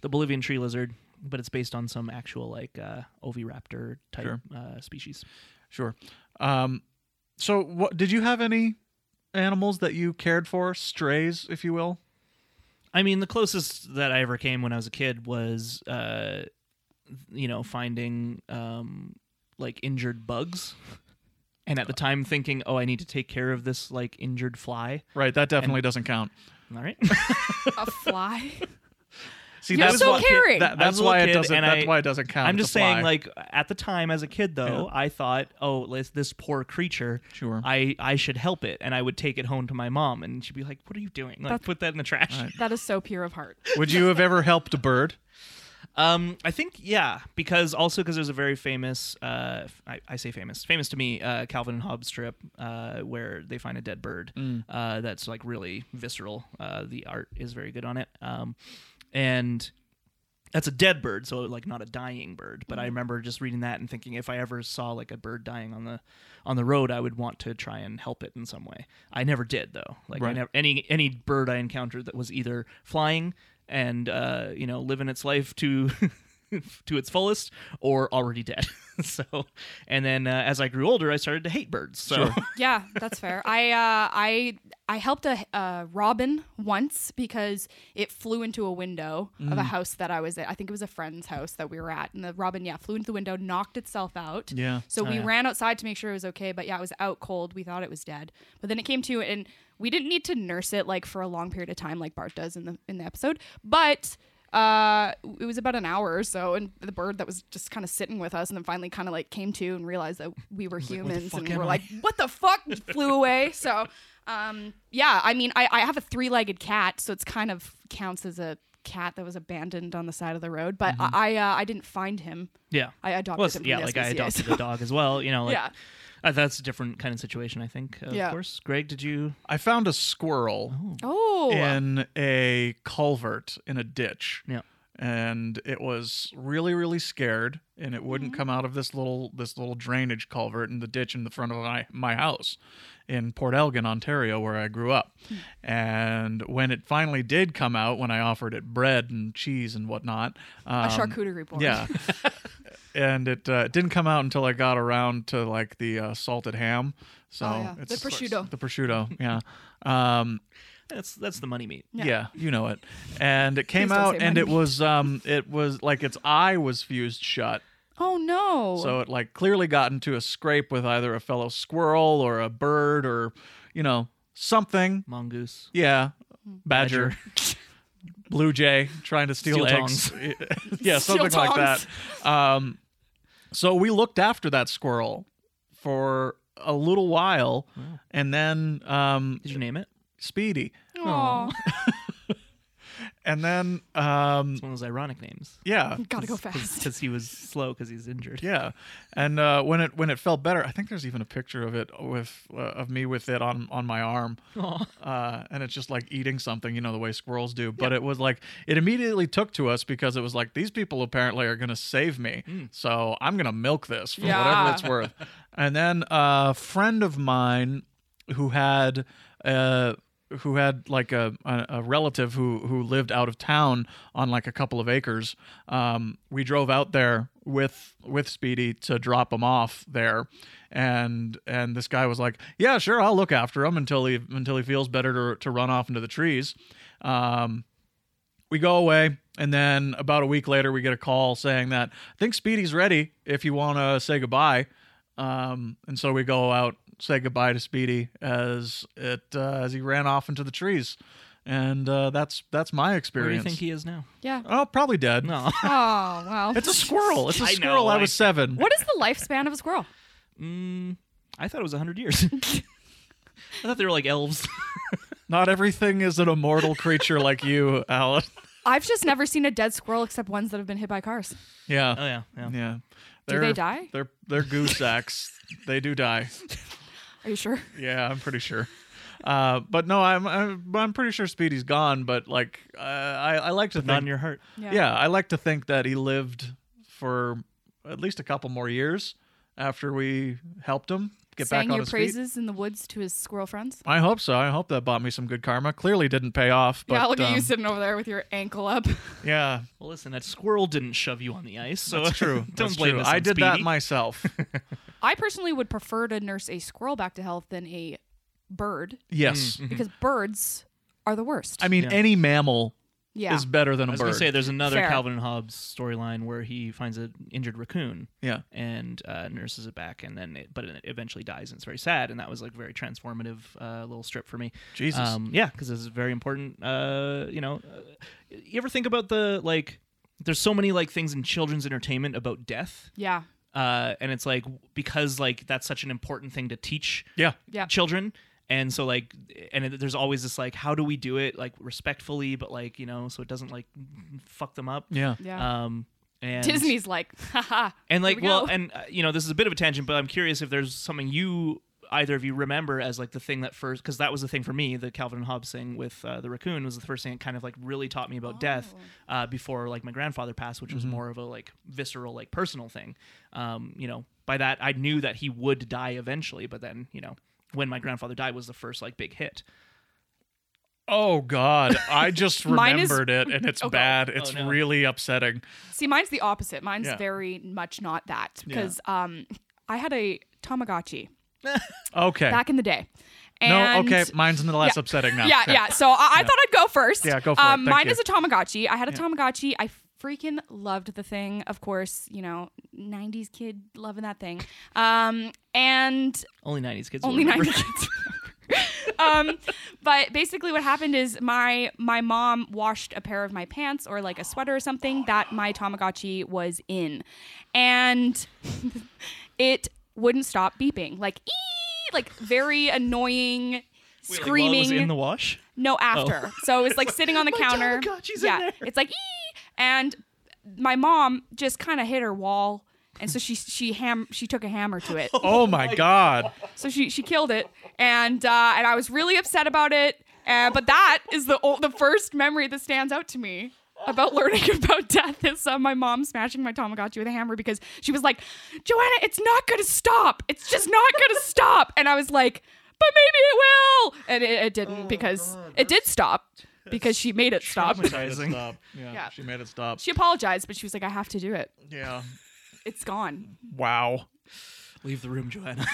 [SPEAKER 1] the Bolivian tree lizard, but it's based on some actual like uh, oviraptor type
[SPEAKER 2] Sure.
[SPEAKER 1] uh, species.
[SPEAKER 2] Sure. Um, so, what did you have any animals that you cared for, strays, if you will?
[SPEAKER 1] I mean, the closest that I ever came when I was a kid was, uh, you know, finding um, like injured bugs, and at the time thinking, oh, I need to take care of this like injured fly.
[SPEAKER 2] Right. That definitely doesn't count.
[SPEAKER 1] All right.
[SPEAKER 3] A fly.
[SPEAKER 2] See,
[SPEAKER 3] You're
[SPEAKER 2] that's
[SPEAKER 3] so
[SPEAKER 2] why,
[SPEAKER 3] caring.
[SPEAKER 2] that-
[SPEAKER 1] I
[SPEAKER 2] that's
[SPEAKER 1] was a
[SPEAKER 2] why
[SPEAKER 1] little
[SPEAKER 2] it
[SPEAKER 1] kid,
[SPEAKER 2] doesn't.
[SPEAKER 1] and
[SPEAKER 2] That's
[SPEAKER 1] I-
[SPEAKER 2] why it doesn't count.
[SPEAKER 1] I'm
[SPEAKER 2] It's
[SPEAKER 1] just
[SPEAKER 2] a
[SPEAKER 1] saying,
[SPEAKER 2] lie.
[SPEAKER 1] like at the time as a kid, though, I thought, oh, it's this poor creature.
[SPEAKER 2] Sure.
[SPEAKER 1] I I should help it, and I would take it home to my mom, and she'd be like, "What are you doing? Like,
[SPEAKER 3] That's-
[SPEAKER 1] put that in the trash."
[SPEAKER 3] That is so pure of heart.
[SPEAKER 2] would you have ever helped a bird?
[SPEAKER 1] Um, I think yeah, because also because there's a very famous, uh, f- I, I say famous, famous to me, uh, Calvin and Hobbes strip, uh, where they find a dead bird, uh, that's like really visceral. Uh, the art is very good on it. Um, and that's a dead bird, so like not a dying bird. But I remember just reading that and thinking if I ever saw like a bird dying on the on the road, I would want to try and help it in some way. I never did though. Like I
[SPEAKER 2] Right.
[SPEAKER 1] never any any bird I encountered that was either flying and uh, you know living its life to to its fullest or already dead. so and then uh, as I grew older, I started to hate birds. So
[SPEAKER 3] yeah, that's fair. I uh, I I helped a uh, robin once because it flew into a window of a house that I was at. I think it was a friend's house that we were at, and the robin yeah flew into the window, knocked itself out.
[SPEAKER 2] Yeah.
[SPEAKER 3] So
[SPEAKER 1] Oh,
[SPEAKER 3] we
[SPEAKER 1] yeah.
[SPEAKER 3] ran outside to make sure it was okay, but yeah, it was out cold. We thought it was dead, but then it came to, and we didn't need to nurse it like for a long period of time, like Bart does in the in the episode, but. Uh, it was about an hour or so, and the bird that was just kind of sitting with us, and then finally kind of like came to and realized that we were humans,
[SPEAKER 1] fuck
[SPEAKER 3] and
[SPEAKER 1] am
[SPEAKER 3] we're
[SPEAKER 1] I?
[SPEAKER 3] like, what the fuck flew away so um yeah i mean i i have a three-legged cat so it's kind of counts as a cat that was abandoned on the side of the road but i I, uh, I didn't find him
[SPEAKER 1] yeah.
[SPEAKER 3] i adopted
[SPEAKER 1] Well,
[SPEAKER 3] him from
[SPEAKER 1] yeah,
[SPEAKER 3] the
[SPEAKER 1] like I
[SPEAKER 3] SPCA,
[SPEAKER 1] adopted
[SPEAKER 3] so-
[SPEAKER 1] a dog as well. You know, like
[SPEAKER 3] Yeah.
[SPEAKER 1] uh, that's a different kind of situation, I think. Of
[SPEAKER 3] Yeah.
[SPEAKER 1] course, Greg, did you?
[SPEAKER 2] I found a squirrel
[SPEAKER 3] oh
[SPEAKER 2] in a culvert in a ditch.
[SPEAKER 1] Yeah.
[SPEAKER 2] and it was really really scared and it
[SPEAKER 3] Mm-hmm.
[SPEAKER 2] wouldn't come out of this little this little drainage culvert in the ditch in the front of my, my house in Port Elgin, Ontario where I grew up.
[SPEAKER 3] Hmm.
[SPEAKER 2] And when it finally did come out when I offered it bread and cheese and whatnot,
[SPEAKER 3] a
[SPEAKER 2] um,
[SPEAKER 3] charcuterie board
[SPEAKER 2] yeah. and it uh, didn't come out until I got around to like the uh, salted ham. So
[SPEAKER 3] Oh, yeah.
[SPEAKER 2] it's
[SPEAKER 3] The prosciutto.
[SPEAKER 2] The prosciutto, yeah. Um,
[SPEAKER 1] That's that's the money meat.
[SPEAKER 3] Yeah.
[SPEAKER 2] yeah. you know it. And it came
[SPEAKER 3] Please don't
[SPEAKER 2] out
[SPEAKER 3] say
[SPEAKER 2] and it
[SPEAKER 3] money.
[SPEAKER 2] was um it was like its eye was fused shut.
[SPEAKER 3] oh no
[SPEAKER 2] So it like clearly got into a scrape with either a fellow squirrel or a bird or you know, something.
[SPEAKER 1] Mongoose.
[SPEAKER 2] Yeah. Badger. Blue Jay trying to steal
[SPEAKER 1] Steel
[SPEAKER 2] eggs. yeah,
[SPEAKER 3] Steel
[SPEAKER 2] something like that. Um so we looked after that squirrel for a little while and then um
[SPEAKER 1] Did you name it?
[SPEAKER 2] Speedy.
[SPEAKER 3] Aw.
[SPEAKER 2] And then um
[SPEAKER 1] It's one of those ironic names.
[SPEAKER 2] yeah.
[SPEAKER 3] gotta go fast
[SPEAKER 1] Because he was slow because he's injured.
[SPEAKER 2] Yeah, and uh, when it when it felt better, I think there's even a picture of it with uh, of me with it on on my arm, uh, and it's just like eating something, you know, the way squirrels do. But it was like it immediately took to us because it was like these people apparently are gonna save me, so I'm gonna milk this for
[SPEAKER 3] Yeah.
[SPEAKER 2] whatever it's worth. And then a friend of mine who had uh who had like a, a a relative who who lived out of town on like a couple of acres. Um, we drove out there with with Speedy to drop him off there, and and this guy was like, "Yeah, sure, I'll look after him until he until he feels better to to run off into the trees." Um, we go away, and then about a week later, we get a call saying that I think Speedy's ready if you want to say goodbye. Um, and so we go out, say goodbye to Speedy as it uh, as he ran off into the trees, and uh, that's that's my
[SPEAKER 1] Where do you
[SPEAKER 2] experience.
[SPEAKER 1] think he is now?
[SPEAKER 3] yeah
[SPEAKER 2] oh, probably dead.
[SPEAKER 1] No.
[SPEAKER 3] oh wow
[SPEAKER 2] It's a squirrel. It's a
[SPEAKER 1] I know,
[SPEAKER 2] squirrel. I,
[SPEAKER 1] I-
[SPEAKER 2] was seven.
[SPEAKER 3] what is the lifespan of a squirrel
[SPEAKER 1] Mm, I thought it was 100 years. I thought they were like elves.
[SPEAKER 2] Not everything is an immortal creature like you, Alan.
[SPEAKER 3] i've just never seen a dead squirrel except ones that have been hit by cars
[SPEAKER 2] Yeah.
[SPEAKER 1] oh, yeah. Yeah.
[SPEAKER 2] Yeah.
[SPEAKER 3] Do they
[SPEAKER 2] They're-
[SPEAKER 3] die?
[SPEAKER 2] They're they're goose sacks. they do die.
[SPEAKER 3] are you sure
[SPEAKER 2] Yeah, I'm pretty sure. Uh, but no, I'm, I'm I'm pretty sure Speedy's gone. But like, uh, I I like to
[SPEAKER 1] Not
[SPEAKER 2] think,
[SPEAKER 1] in your heart.
[SPEAKER 2] yeah. I like to think that he lived for at least a couple more years after we helped him get
[SPEAKER 3] sang
[SPEAKER 2] back on
[SPEAKER 3] your
[SPEAKER 2] his feet.
[SPEAKER 3] praises in the woods to his squirrel friends
[SPEAKER 2] I hope so. I hope that bought me some good karma. Clearly didn't pay off. But,
[SPEAKER 3] yeah, look at you
[SPEAKER 2] um,
[SPEAKER 3] sitting over there with your ankle up.
[SPEAKER 2] Yeah,
[SPEAKER 1] Well, listen, that squirrel didn't shove you on the ice. So
[SPEAKER 2] that's true.
[SPEAKER 1] don't
[SPEAKER 2] That's
[SPEAKER 1] blame
[SPEAKER 2] true.
[SPEAKER 1] us.
[SPEAKER 2] I
[SPEAKER 1] on
[SPEAKER 2] did that
[SPEAKER 1] Speedy.
[SPEAKER 2] myself.
[SPEAKER 3] I personally would prefer to nurse a squirrel back to health than a bird
[SPEAKER 2] yes,
[SPEAKER 3] because birds are the worst.
[SPEAKER 2] Mm-hmm. I mean
[SPEAKER 1] Mm. Yeah.
[SPEAKER 2] any mammal
[SPEAKER 3] Yeah.
[SPEAKER 2] is better than
[SPEAKER 1] I
[SPEAKER 2] a
[SPEAKER 1] was
[SPEAKER 2] bird.
[SPEAKER 1] gonna say there's another
[SPEAKER 3] Fair.
[SPEAKER 1] Calvin and Hobbes storyline where he finds an injured raccoon
[SPEAKER 2] yeah.
[SPEAKER 1] and uh, nurses it back, and then it, but it eventually dies, and it's very sad, and that was like very transformative uh, little strip for me.
[SPEAKER 2] Jesus.
[SPEAKER 1] um, yeah, because it's very important. Uh, you know, uh, you ever think about the like? There's so many like things in children's entertainment about death,
[SPEAKER 3] yeah.
[SPEAKER 1] uh, and it's like because like that's such an important thing to teach
[SPEAKER 2] yeah.
[SPEAKER 3] Yeah.
[SPEAKER 1] children and so like and it, there's always this like how do we do it like respectfully but like you know so it doesn't like fuck them up
[SPEAKER 2] Yeah.
[SPEAKER 3] Yeah.
[SPEAKER 1] um and
[SPEAKER 3] Disney's like, haha.
[SPEAKER 1] and like
[SPEAKER 3] here we
[SPEAKER 1] well
[SPEAKER 3] go.
[SPEAKER 1] and uh, you know this is a bit of a tangent but i'm curious if there's something you either of you remember as like the thing that first because that was the thing for me the calvin and hobbes thing with uh, the raccoon was the first thing that kind of like really taught me about death
[SPEAKER 3] Oh.
[SPEAKER 1] uh, before like my grandfather passed which
[SPEAKER 2] Mm-hmm.
[SPEAKER 1] was more of a like visceral like personal thing um, you know by that i knew that he would die eventually but then you know when my grandfather died was the first like big hit
[SPEAKER 2] Oh God, I just
[SPEAKER 3] Mine is-
[SPEAKER 2] remembered it, and it's
[SPEAKER 3] Oh, God.
[SPEAKER 2] bad. It's
[SPEAKER 1] no.
[SPEAKER 2] really upsetting.
[SPEAKER 3] See, mine's the opposite. Mine's
[SPEAKER 2] Yeah.
[SPEAKER 3] very much not that
[SPEAKER 2] Yeah.
[SPEAKER 3] because um, I had a Tamagotchi
[SPEAKER 2] Okay.
[SPEAKER 3] back in the day.
[SPEAKER 2] no.
[SPEAKER 3] And
[SPEAKER 2] Okay. Mine's less upsetting now.
[SPEAKER 3] yeah,
[SPEAKER 2] Okay.
[SPEAKER 3] yeah. So I, I thought I'd go first.
[SPEAKER 2] Yeah, go for it.
[SPEAKER 3] um,
[SPEAKER 2] Thank
[SPEAKER 3] Mine
[SPEAKER 2] you.
[SPEAKER 3] is a Tamagotchi. I had a Tamagotchi. I freaking loved the thing. Of course, you know, 90s kid loving that thing. Um, and
[SPEAKER 1] only 90s kids will
[SPEAKER 3] only
[SPEAKER 1] remember.
[SPEAKER 3] 90 kids. um, but basically, what happened is my my mom washed a pair of my pants or like a sweater or something that my Tamagotchi was in, and it wouldn't stop beeping like ee, like very annoying.
[SPEAKER 1] Wait, like, while it
[SPEAKER 3] Screaming
[SPEAKER 1] was in the wash
[SPEAKER 3] no, after. So it was like sitting on the
[SPEAKER 1] Oh. My
[SPEAKER 3] counter.
[SPEAKER 1] Tamagotchi's in
[SPEAKER 3] yeah,
[SPEAKER 1] there.
[SPEAKER 3] it's like ee! and my mom just kind of hit her wall, and so she she ham she took a hammer to it.
[SPEAKER 2] Oh my God.
[SPEAKER 3] So she she killed it, and uh, and I was really upset about it. Uh, but that is the ol the first memory that stands out to me about learning about death is uh, my mom smashing my Tamagotchi with a hammer because she was like, Joanna, it's not gonna stop. It's just not gonna stop. And I was like, but maybe it will. And it, it didn't because it did stop because she made it stop.
[SPEAKER 1] traumatizing.
[SPEAKER 2] Stop. Yeah,
[SPEAKER 3] Yeah.
[SPEAKER 2] She made it stop.
[SPEAKER 3] She apologized, but she was like, I have to do it.
[SPEAKER 2] yeah.
[SPEAKER 3] It's gone.
[SPEAKER 2] Wow.
[SPEAKER 1] leave the room joanna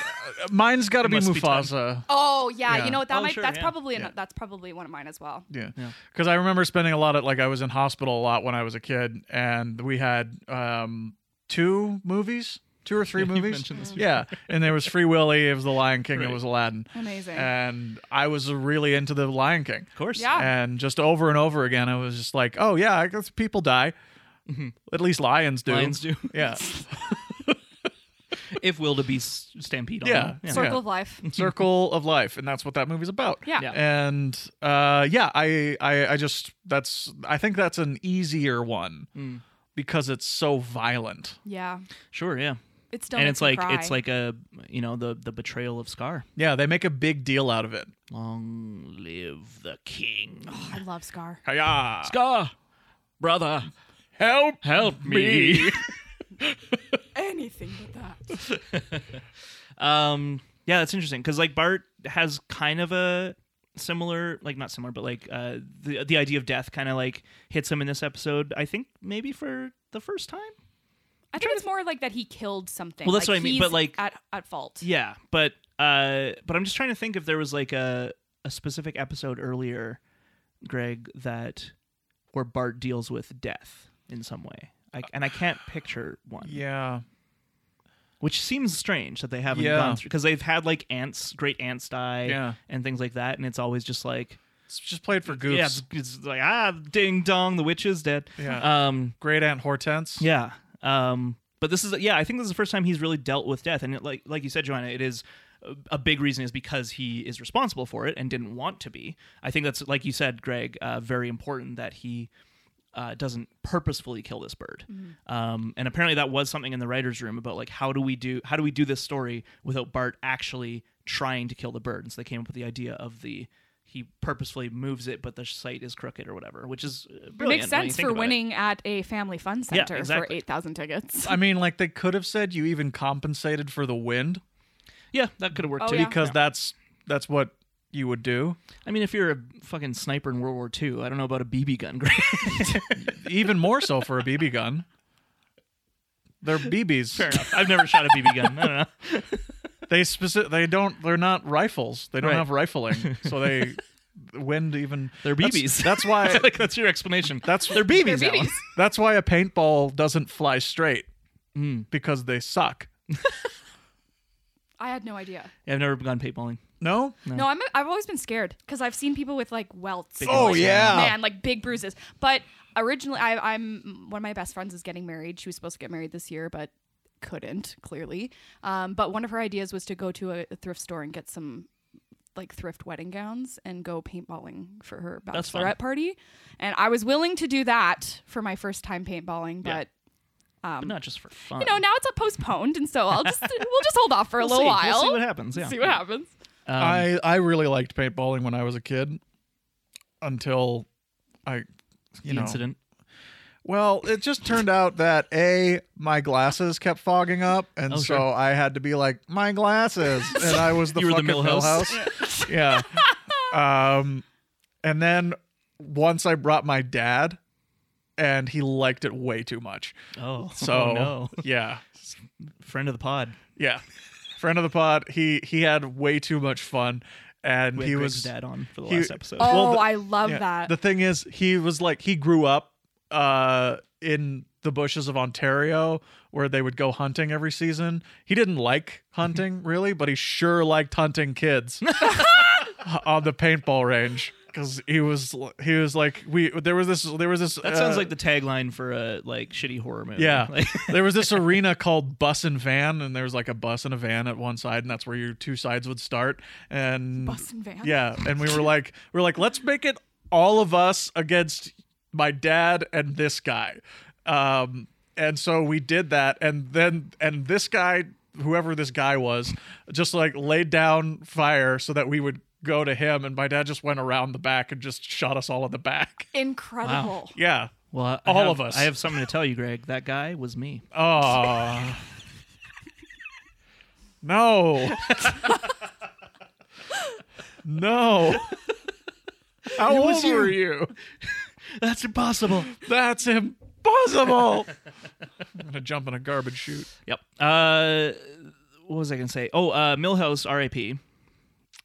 [SPEAKER 2] Mine's got to be
[SPEAKER 1] must be done.
[SPEAKER 2] Mufasa.
[SPEAKER 3] Oh yeah,
[SPEAKER 2] Yeah.
[SPEAKER 3] you know what? That
[SPEAKER 1] Oh,
[SPEAKER 3] might
[SPEAKER 1] sure,
[SPEAKER 3] that's
[SPEAKER 1] yeah.
[SPEAKER 3] probably an-
[SPEAKER 2] Yeah.
[SPEAKER 3] that's probably one of mine as well.
[SPEAKER 2] Yeah. Because I remember spending a lot of, like, I was in hospital a lot when I was a kid, and we had um, two movies, two or three
[SPEAKER 1] you
[SPEAKER 2] movies.
[SPEAKER 1] mentioned this
[SPEAKER 2] yeah. And there was Free Willy, it was The Lion King,
[SPEAKER 1] Right.
[SPEAKER 2] it was Aladdin.
[SPEAKER 3] Amazing.
[SPEAKER 2] Uh, And I was really into The Lion King.
[SPEAKER 1] of course
[SPEAKER 3] Yeah.
[SPEAKER 2] And just over and over again, I was just like, oh, yeah, I guess people die. At least lions do.
[SPEAKER 1] Mm-hmm. Lions do.
[SPEAKER 2] Yeah.
[SPEAKER 1] if wildebeest stampede on
[SPEAKER 2] Yeah.
[SPEAKER 1] them.
[SPEAKER 2] Yeah.
[SPEAKER 3] Circle of life.
[SPEAKER 2] circle of life and that's what that movie's about
[SPEAKER 3] Yeah.
[SPEAKER 1] Yeah.
[SPEAKER 2] and uh yeah I, I i just that's i think that's an easier one
[SPEAKER 1] Mm.
[SPEAKER 2] because it's so violent
[SPEAKER 3] Yeah.
[SPEAKER 1] sure yeah
[SPEAKER 3] It still
[SPEAKER 1] and
[SPEAKER 3] makes
[SPEAKER 1] it's
[SPEAKER 3] me
[SPEAKER 1] like
[SPEAKER 3] cry.
[SPEAKER 1] it's like a you know the the betrayal of scar
[SPEAKER 2] yeah they make a big deal out of it
[SPEAKER 1] long live the king
[SPEAKER 3] I love Scar.
[SPEAKER 2] Hiya!
[SPEAKER 1] scar brother
[SPEAKER 2] help
[SPEAKER 1] help
[SPEAKER 2] me
[SPEAKER 3] Anything but that.
[SPEAKER 1] um yeah that's interesting because like bart has kind of a similar like not similar but like uh the, the idea of death kind of like hits him in this episode i think maybe for the first time
[SPEAKER 3] I think it's more like that he killed something.
[SPEAKER 1] Well, that's
[SPEAKER 3] Like,
[SPEAKER 1] what I mean,
[SPEAKER 3] he's
[SPEAKER 1] but, like-
[SPEAKER 3] at at fault.
[SPEAKER 1] Yeah, but uh, but I'm just trying to think if there was like a a specific episode earlier, Greg, that where Bart deals with death in some way. I, and I can't picture one,
[SPEAKER 2] yeah
[SPEAKER 1] which seems strange that they haven't
[SPEAKER 2] Yeah.
[SPEAKER 1] gone through because they've had like ants, great ants die,
[SPEAKER 2] Yeah.
[SPEAKER 1] and things like that, and it's always just like,
[SPEAKER 2] it's just played for goofs
[SPEAKER 1] yeah, it's, it's like ah, ding dong, the witch is dead.
[SPEAKER 2] Yeah.
[SPEAKER 1] Um,
[SPEAKER 2] great aunt hortense
[SPEAKER 1] yeah. Um, but this is yeah, I think this is the first time he's really dealt with death, and it, like like you said, Joanna, it is a big reason is because he is responsible for it and didn't want to be. I think that's like you said, Greg, uh, very important that he uh, doesn't purposefully kill this bird.
[SPEAKER 3] Mm-hmm.
[SPEAKER 1] Um, and apparently that was something in the writers' room about like how do we do how do we do this story without Bart actually trying to kill the bird? And so they came up with the idea of the he purposefully moves it, but the sight is crooked or whatever, which is uh,
[SPEAKER 3] It
[SPEAKER 1] brilliant
[SPEAKER 3] makes
[SPEAKER 1] when you
[SPEAKER 3] sense
[SPEAKER 1] think
[SPEAKER 3] for
[SPEAKER 1] about it.
[SPEAKER 3] winning at a family fun center
[SPEAKER 1] exactly.
[SPEAKER 3] for eight thousand tickets.
[SPEAKER 2] i mean like they could have said you even compensated for the wind
[SPEAKER 1] Yeah, that could have worked
[SPEAKER 3] Oh,
[SPEAKER 1] too.
[SPEAKER 3] yeah.
[SPEAKER 2] because that's that's what you would do
[SPEAKER 1] I mean, if you're a fucking sniper in World War II, I don't know about a BB gun. Greg.
[SPEAKER 2] even more so for a bb gun they're bb's
[SPEAKER 1] Fair enough. I've never shot a BB gun. I don't know.
[SPEAKER 2] they specific they don't they're not rifles they don't
[SPEAKER 1] Right.
[SPEAKER 2] have rifling so they when to even
[SPEAKER 1] They're
[SPEAKER 2] that's-
[SPEAKER 1] BBs.
[SPEAKER 2] That's,
[SPEAKER 1] I
[SPEAKER 2] why
[SPEAKER 1] feel like that's your explanation.
[SPEAKER 2] that's
[SPEAKER 1] They're BBs. Alan.
[SPEAKER 3] BBs.
[SPEAKER 2] that's why a paintball doesn't fly straight
[SPEAKER 1] Hmm.
[SPEAKER 2] because they suck.
[SPEAKER 3] I had no idea.
[SPEAKER 1] Yeah, I've never gone paintballing.
[SPEAKER 2] No,
[SPEAKER 3] No, I'm. I've always been scared because I've seen people with like welts.
[SPEAKER 1] Oh,
[SPEAKER 3] Like,
[SPEAKER 2] yeah.
[SPEAKER 3] man, like big bruises. But originally, I, I'm one of my best friends is getting married. She was supposed to get married this year, but couldn't clearly. Um, but one of her ideas was to go to a, a thrift store and get some like thrift wedding gowns and go paintballing for her
[SPEAKER 1] That's fun.
[SPEAKER 3] bachelorette party. And I was willing to do that for my first time paintballing,
[SPEAKER 1] Yeah.
[SPEAKER 3] but
[SPEAKER 1] But not just for fun.
[SPEAKER 3] Um, you know now it's a postponed, and so I'll just we'll just hold off for a
[SPEAKER 1] We'll
[SPEAKER 3] little
[SPEAKER 1] see.
[SPEAKER 3] while.
[SPEAKER 1] We'll see what happens. Yeah.
[SPEAKER 3] See what happens.
[SPEAKER 1] Um,
[SPEAKER 2] I I really liked paintballing when I was a kid until I you
[SPEAKER 1] the
[SPEAKER 2] know
[SPEAKER 1] incident.
[SPEAKER 2] Well, it just turned out that A, my glasses kept fogging up, and
[SPEAKER 1] Oh,
[SPEAKER 2] so
[SPEAKER 1] sure.
[SPEAKER 2] I had to be like, my glasses. And I was the
[SPEAKER 1] You were the
[SPEAKER 2] fucking
[SPEAKER 1] Milhouse.
[SPEAKER 2] Milhouse. yeah. Um and then once I brought my dad and he liked it way too much.
[SPEAKER 1] Oh,
[SPEAKER 2] So
[SPEAKER 1] oh, no.
[SPEAKER 2] yeah.
[SPEAKER 1] Friend of the pod.
[SPEAKER 2] Yeah. Friend of the pod, he he had way too much fun and
[SPEAKER 1] We had
[SPEAKER 2] he
[SPEAKER 1] Greg's
[SPEAKER 2] was
[SPEAKER 1] dad on for the
[SPEAKER 2] he-
[SPEAKER 1] last episode.
[SPEAKER 3] Oh,
[SPEAKER 2] Well, the-
[SPEAKER 3] I love
[SPEAKER 2] Yeah.
[SPEAKER 3] that.
[SPEAKER 2] The thing is, he was like he grew up uh in the bushes of Ontario where they would go hunting every season. He didn't like hunting really, but he sure liked hunting kids on the paintball range cuz he was he was like we there was this there was this uh,
[SPEAKER 1] that sounds like the tagline for a like shitty horror movie.
[SPEAKER 2] yeah,
[SPEAKER 1] Like,
[SPEAKER 2] there was this arena called Bus and Van, and there was like a bus and a van at one side, and that's where your two sides would start. And
[SPEAKER 3] Bus and van.
[SPEAKER 2] yeah, and we were like, we are like, let's make it all of us against my dad and this guy. Um, and so we did that, and then and this guy, whoever this guy was, just like laid down fire so that we would go to him, and my dad just went around the back and just shot us all in the back.
[SPEAKER 3] Incredible.
[SPEAKER 2] Yeah.
[SPEAKER 1] well, I- I
[SPEAKER 2] All
[SPEAKER 1] have-
[SPEAKER 2] of us.
[SPEAKER 1] I have something to tell you, Greg. That guy was me.
[SPEAKER 2] Oh. no. no. How
[SPEAKER 1] It was
[SPEAKER 2] old
[SPEAKER 1] you.
[SPEAKER 2] were you?
[SPEAKER 1] That's impossible.
[SPEAKER 2] That's impossible. I'm gonna jump in a garbage chute.
[SPEAKER 1] Yep. Uh, what was I gonna say? Oh, uh, Millhouse, R.I.P.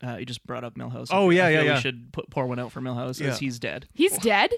[SPEAKER 1] Uh, you just brought up Millhouse. I
[SPEAKER 2] Oh,
[SPEAKER 1] feel-
[SPEAKER 2] yeah,
[SPEAKER 1] I feel
[SPEAKER 2] yeah,
[SPEAKER 1] We
[SPEAKER 2] yeah.
[SPEAKER 1] should put, pour one out for Millhouse
[SPEAKER 2] Yeah.
[SPEAKER 1] as he's dead.
[SPEAKER 3] He's dead?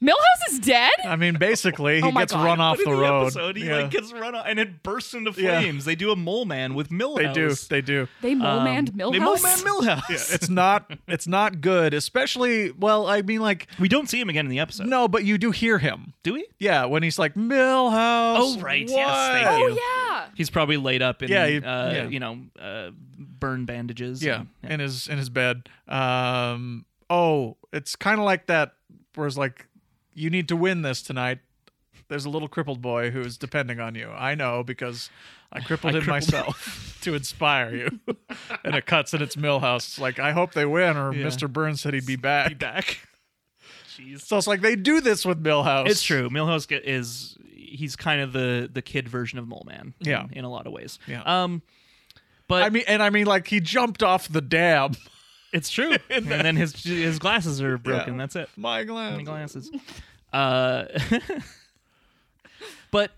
[SPEAKER 3] Milhouse is dead?
[SPEAKER 1] Uh,
[SPEAKER 2] I mean, basically, he
[SPEAKER 3] Oh my
[SPEAKER 2] gets
[SPEAKER 3] God.
[SPEAKER 2] run off
[SPEAKER 1] But
[SPEAKER 2] the
[SPEAKER 1] in the
[SPEAKER 2] road.
[SPEAKER 1] episode, he
[SPEAKER 2] Yeah.
[SPEAKER 1] like gets run off and it bursts into
[SPEAKER 2] Yeah.
[SPEAKER 1] flames. They do a mole man with Millhouse.
[SPEAKER 2] they do. They do.
[SPEAKER 3] They mole manned Milhouse?
[SPEAKER 1] Um, They mole man Millhouse.
[SPEAKER 2] Yeah, it's not. It's not good. Especially. Well, I mean, like
[SPEAKER 1] We don't see him again in the episode,
[SPEAKER 2] no, but you do hear him.
[SPEAKER 1] do we?
[SPEAKER 2] Yeah, when he's like Millhouse.
[SPEAKER 1] Oh, right, yes,
[SPEAKER 2] what?"
[SPEAKER 1] thank
[SPEAKER 3] oh,
[SPEAKER 1] you.
[SPEAKER 3] yeah.
[SPEAKER 1] He's probably laid up in,
[SPEAKER 2] Yeah, he-
[SPEAKER 1] uh,
[SPEAKER 2] yeah.
[SPEAKER 1] you know, uh, burn bandages.
[SPEAKER 2] yeah,
[SPEAKER 1] and-
[SPEAKER 2] in his in his bed. Um, oh, it's kind of like that. Where it's like, you need to win this tonight. There's a little crippled boy who's depending on you. I know because I crippled
[SPEAKER 1] I
[SPEAKER 2] him
[SPEAKER 1] crippled-
[SPEAKER 2] myself to inspire you. and it cuts and it's Millhouse. It's like I hope they win, or
[SPEAKER 1] Yeah.
[SPEAKER 2] Mr. Burns said he'd be back.
[SPEAKER 1] Be back. Jeez.
[SPEAKER 2] So it's like they do this with Millhouse.
[SPEAKER 1] It's true. Milhouse ge- is he's kind of the the kid version of Mole Man. in-
[SPEAKER 2] Yeah.
[SPEAKER 1] in, a lot of ways.
[SPEAKER 2] Yeah.
[SPEAKER 1] Um, but
[SPEAKER 2] I mean, and I mean, like he jumped off the dam.
[SPEAKER 1] it's true. and then his his glasses are broken. That's it.
[SPEAKER 2] My glass.
[SPEAKER 1] My glasses. Uh, but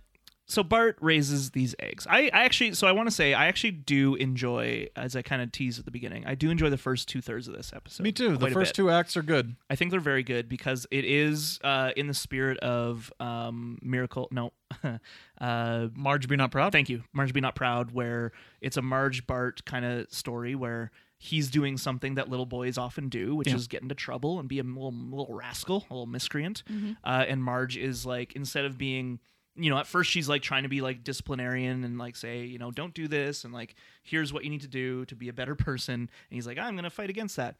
[SPEAKER 1] so Bart raises these eggs. I, I actually, so I want to say, I actually do enjoy, as I kind of teased at the beginning, I do enjoy the first two thirds of this episode.
[SPEAKER 2] Me too.
[SPEAKER 1] quite
[SPEAKER 2] The
[SPEAKER 1] a
[SPEAKER 2] first
[SPEAKER 1] bit.
[SPEAKER 2] two acts are good.
[SPEAKER 1] I think they're very good because it is uh, in the spirit of um, Miracle. No, uh,
[SPEAKER 2] Marge, be not proud.
[SPEAKER 1] thank you, Marge Be Not Proud, where it's a Marge Bart kind of story where he's doing something that little boys often do, which is get into trouble and be a little, little rascal, a little miscreant. Uh, and Marge is like, instead of being, you know, at first she's like trying to be like disciplinarian and like say, you know, don't do this and like, here's what you need to do to be a better person. And he's like, I'm going to fight against that.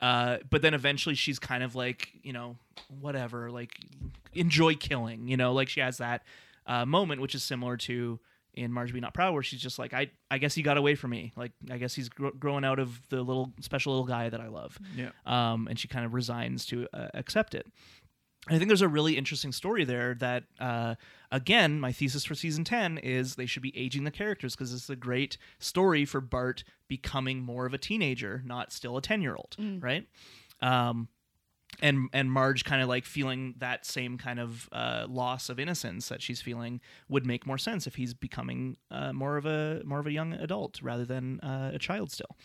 [SPEAKER 1] Uh, but then eventually she's kind of like, you know, whatever, like enjoy killing, you know, like she has that uh, moment, which is similar to in Marge Be Not Proud, where she's just like, I, I guess he got away from me. Like, I guess he's gr- growing out of the little special little guy that I love.
[SPEAKER 2] Yeah.
[SPEAKER 1] Um, and she kind of resigns to uh, accept it. I think there's a really interesting story there that, uh, again, my thesis for season 10 is they should be aging the characters because it's a great story for Bart becoming more of a teenager, not still a 10 year old, right? Um, and and Marge kind of like feeling that same kind of uh, loss of innocence that she's feeling would make more sense if he's becoming uh, more of a more of a young adult rather than uh, a child still.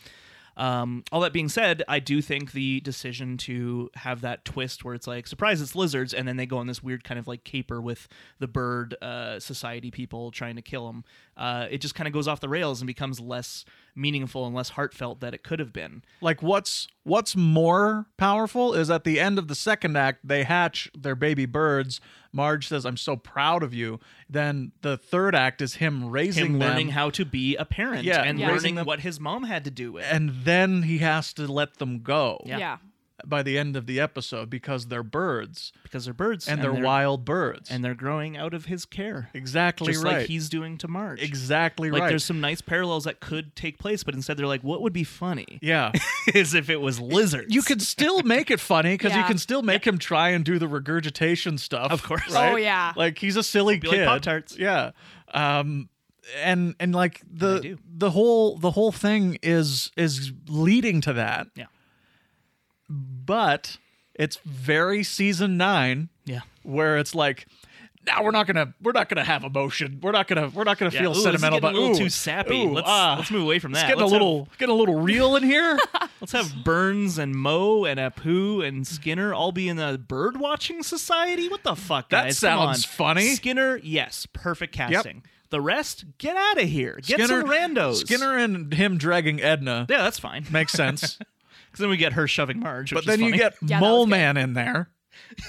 [SPEAKER 1] Um, all that being said, I do think the decision to have that twist where it's like, surprise, it's lizards, and then they go on this weird kind of like caper with the bird uh, society people trying to kill them, uh, it just kind of goes off the rails and becomes less meaningful and less heartfelt that it could have been.
[SPEAKER 2] Like what's what's more powerful is at the end of the second act they hatch their baby birds. Marge says, "I'm so proud of you." Then the third act is him raising
[SPEAKER 1] Him
[SPEAKER 2] them,
[SPEAKER 1] learning how to be a parent
[SPEAKER 2] Yeah,
[SPEAKER 1] and
[SPEAKER 3] Yeah. raising
[SPEAKER 1] learning
[SPEAKER 2] them-
[SPEAKER 1] what his mom had to do with.
[SPEAKER 2] and then he has to let them go
[SPEAKER 1] Yeah.
[SPEAKER 3] yeah.
[SPEAKER 2] by the end of the episode because they're birds
[SPEAKER 1] because they're birds
[SPEAKER 2] and, they're, wild birds.
[SPEAKER 1] and they're growing out of his care
[SPEAKER 2] exactly
[SPEAKER 1] just
[SPEAKER 2] right.
[SPEAKER 1] like he's doing to march
[SPEAKER 2] exactly
[SPEAKER 1] like
[SPEAKER 2] right.
[SPEAKER 1] there's some nice parallels that could take place but instead they're like what would be funny
[SPEAKER 2] yeah.
[SPEAKER 1] is if it was lizards
[SPEAKER 2] You can still make it funny because you
[SPEAKER 3] Yeah.
[SPEAKER 2] can still make him try and do the regurgitation stuff.
[SPEAKER 1] Of course.
[SPEAKER 2] right?
[SPEAKER 3] Oh, yeah.
[SPEAKER 2] Like he's a silly
[SPEAKER 1] Be like
[SPEAKER 2] kid.
[SPEAKER 1] Pop-Tarts.
[SPEAKER 2] Yeah. Um, and and like
[SPEAKER 1] they
[SPEAKER 2] the
[SPEAKER 1] do.
[SPEAKER 2] the whole the whole thing is is leading to that.
[SPEAKER 1] Yeah.
[SPEAKER 2] But it's very season nine
[SPEAKER 1] yeah
[SPEAKER 2] where it's like. Now we're not gonna we're not gonna have emotion. We're not gonna we're not gonna
[SPEAKER 1] Yeah.
[SPEAKER 2] feel
[SPEAKER 1] Ooh, this is
[SPEAKER 2] sentimental.
[SPEAKER 1] getting
[SPEAKER 2] But
[SPEAKER 1] a little
[SPEAKER 2] ooh,
[SPEAKER 1] too sappy.
[SPEAKER 2] ooh,
[SPEAKER 1] Let's-
[SPEAKER 2] ah,
[SPEAKER 1] let's move away from
[SPEAKER 2] It's
[SPEAKER 1] that.
[SPEAKER 2] getting
[SPEAKER 1] Let's
[SPEAKER 2] a
[SPEAKER 1] have-
[SPEAKER 2] little getting a little real in here.
[SPEAKER 1] let's have burns and moe and apu and skinner all be in a bird watching society what the fuck
[SPEAKER 2] That
[SPEAKER 1] guys? Come
[SPEAKER 2] sounds
[SPEAKER 1] on.
[SPEAKER 2] funny.
[SPEAKER 1] skinner yes perfect casting the rest get out of here get some randos
[SPEAKER 2] Skinner and him dragging Edna
[SPEAKER 1] yeah that's fine
[SPEAKER 2] makes sense.
[SPEAKER 1] because then we get her shoving marge
[SPEAKER 2] but
[SPEAKER 1] which is
[SPEAKER 2] then you
[SPEAKER 1] funny.
[SPEAKER 2] get
[SPEAKER 3] Yeah, that was
[SPEAKER 2] Mole
[SPEAKER 3] good.
[SPEAKER 2] Man in there.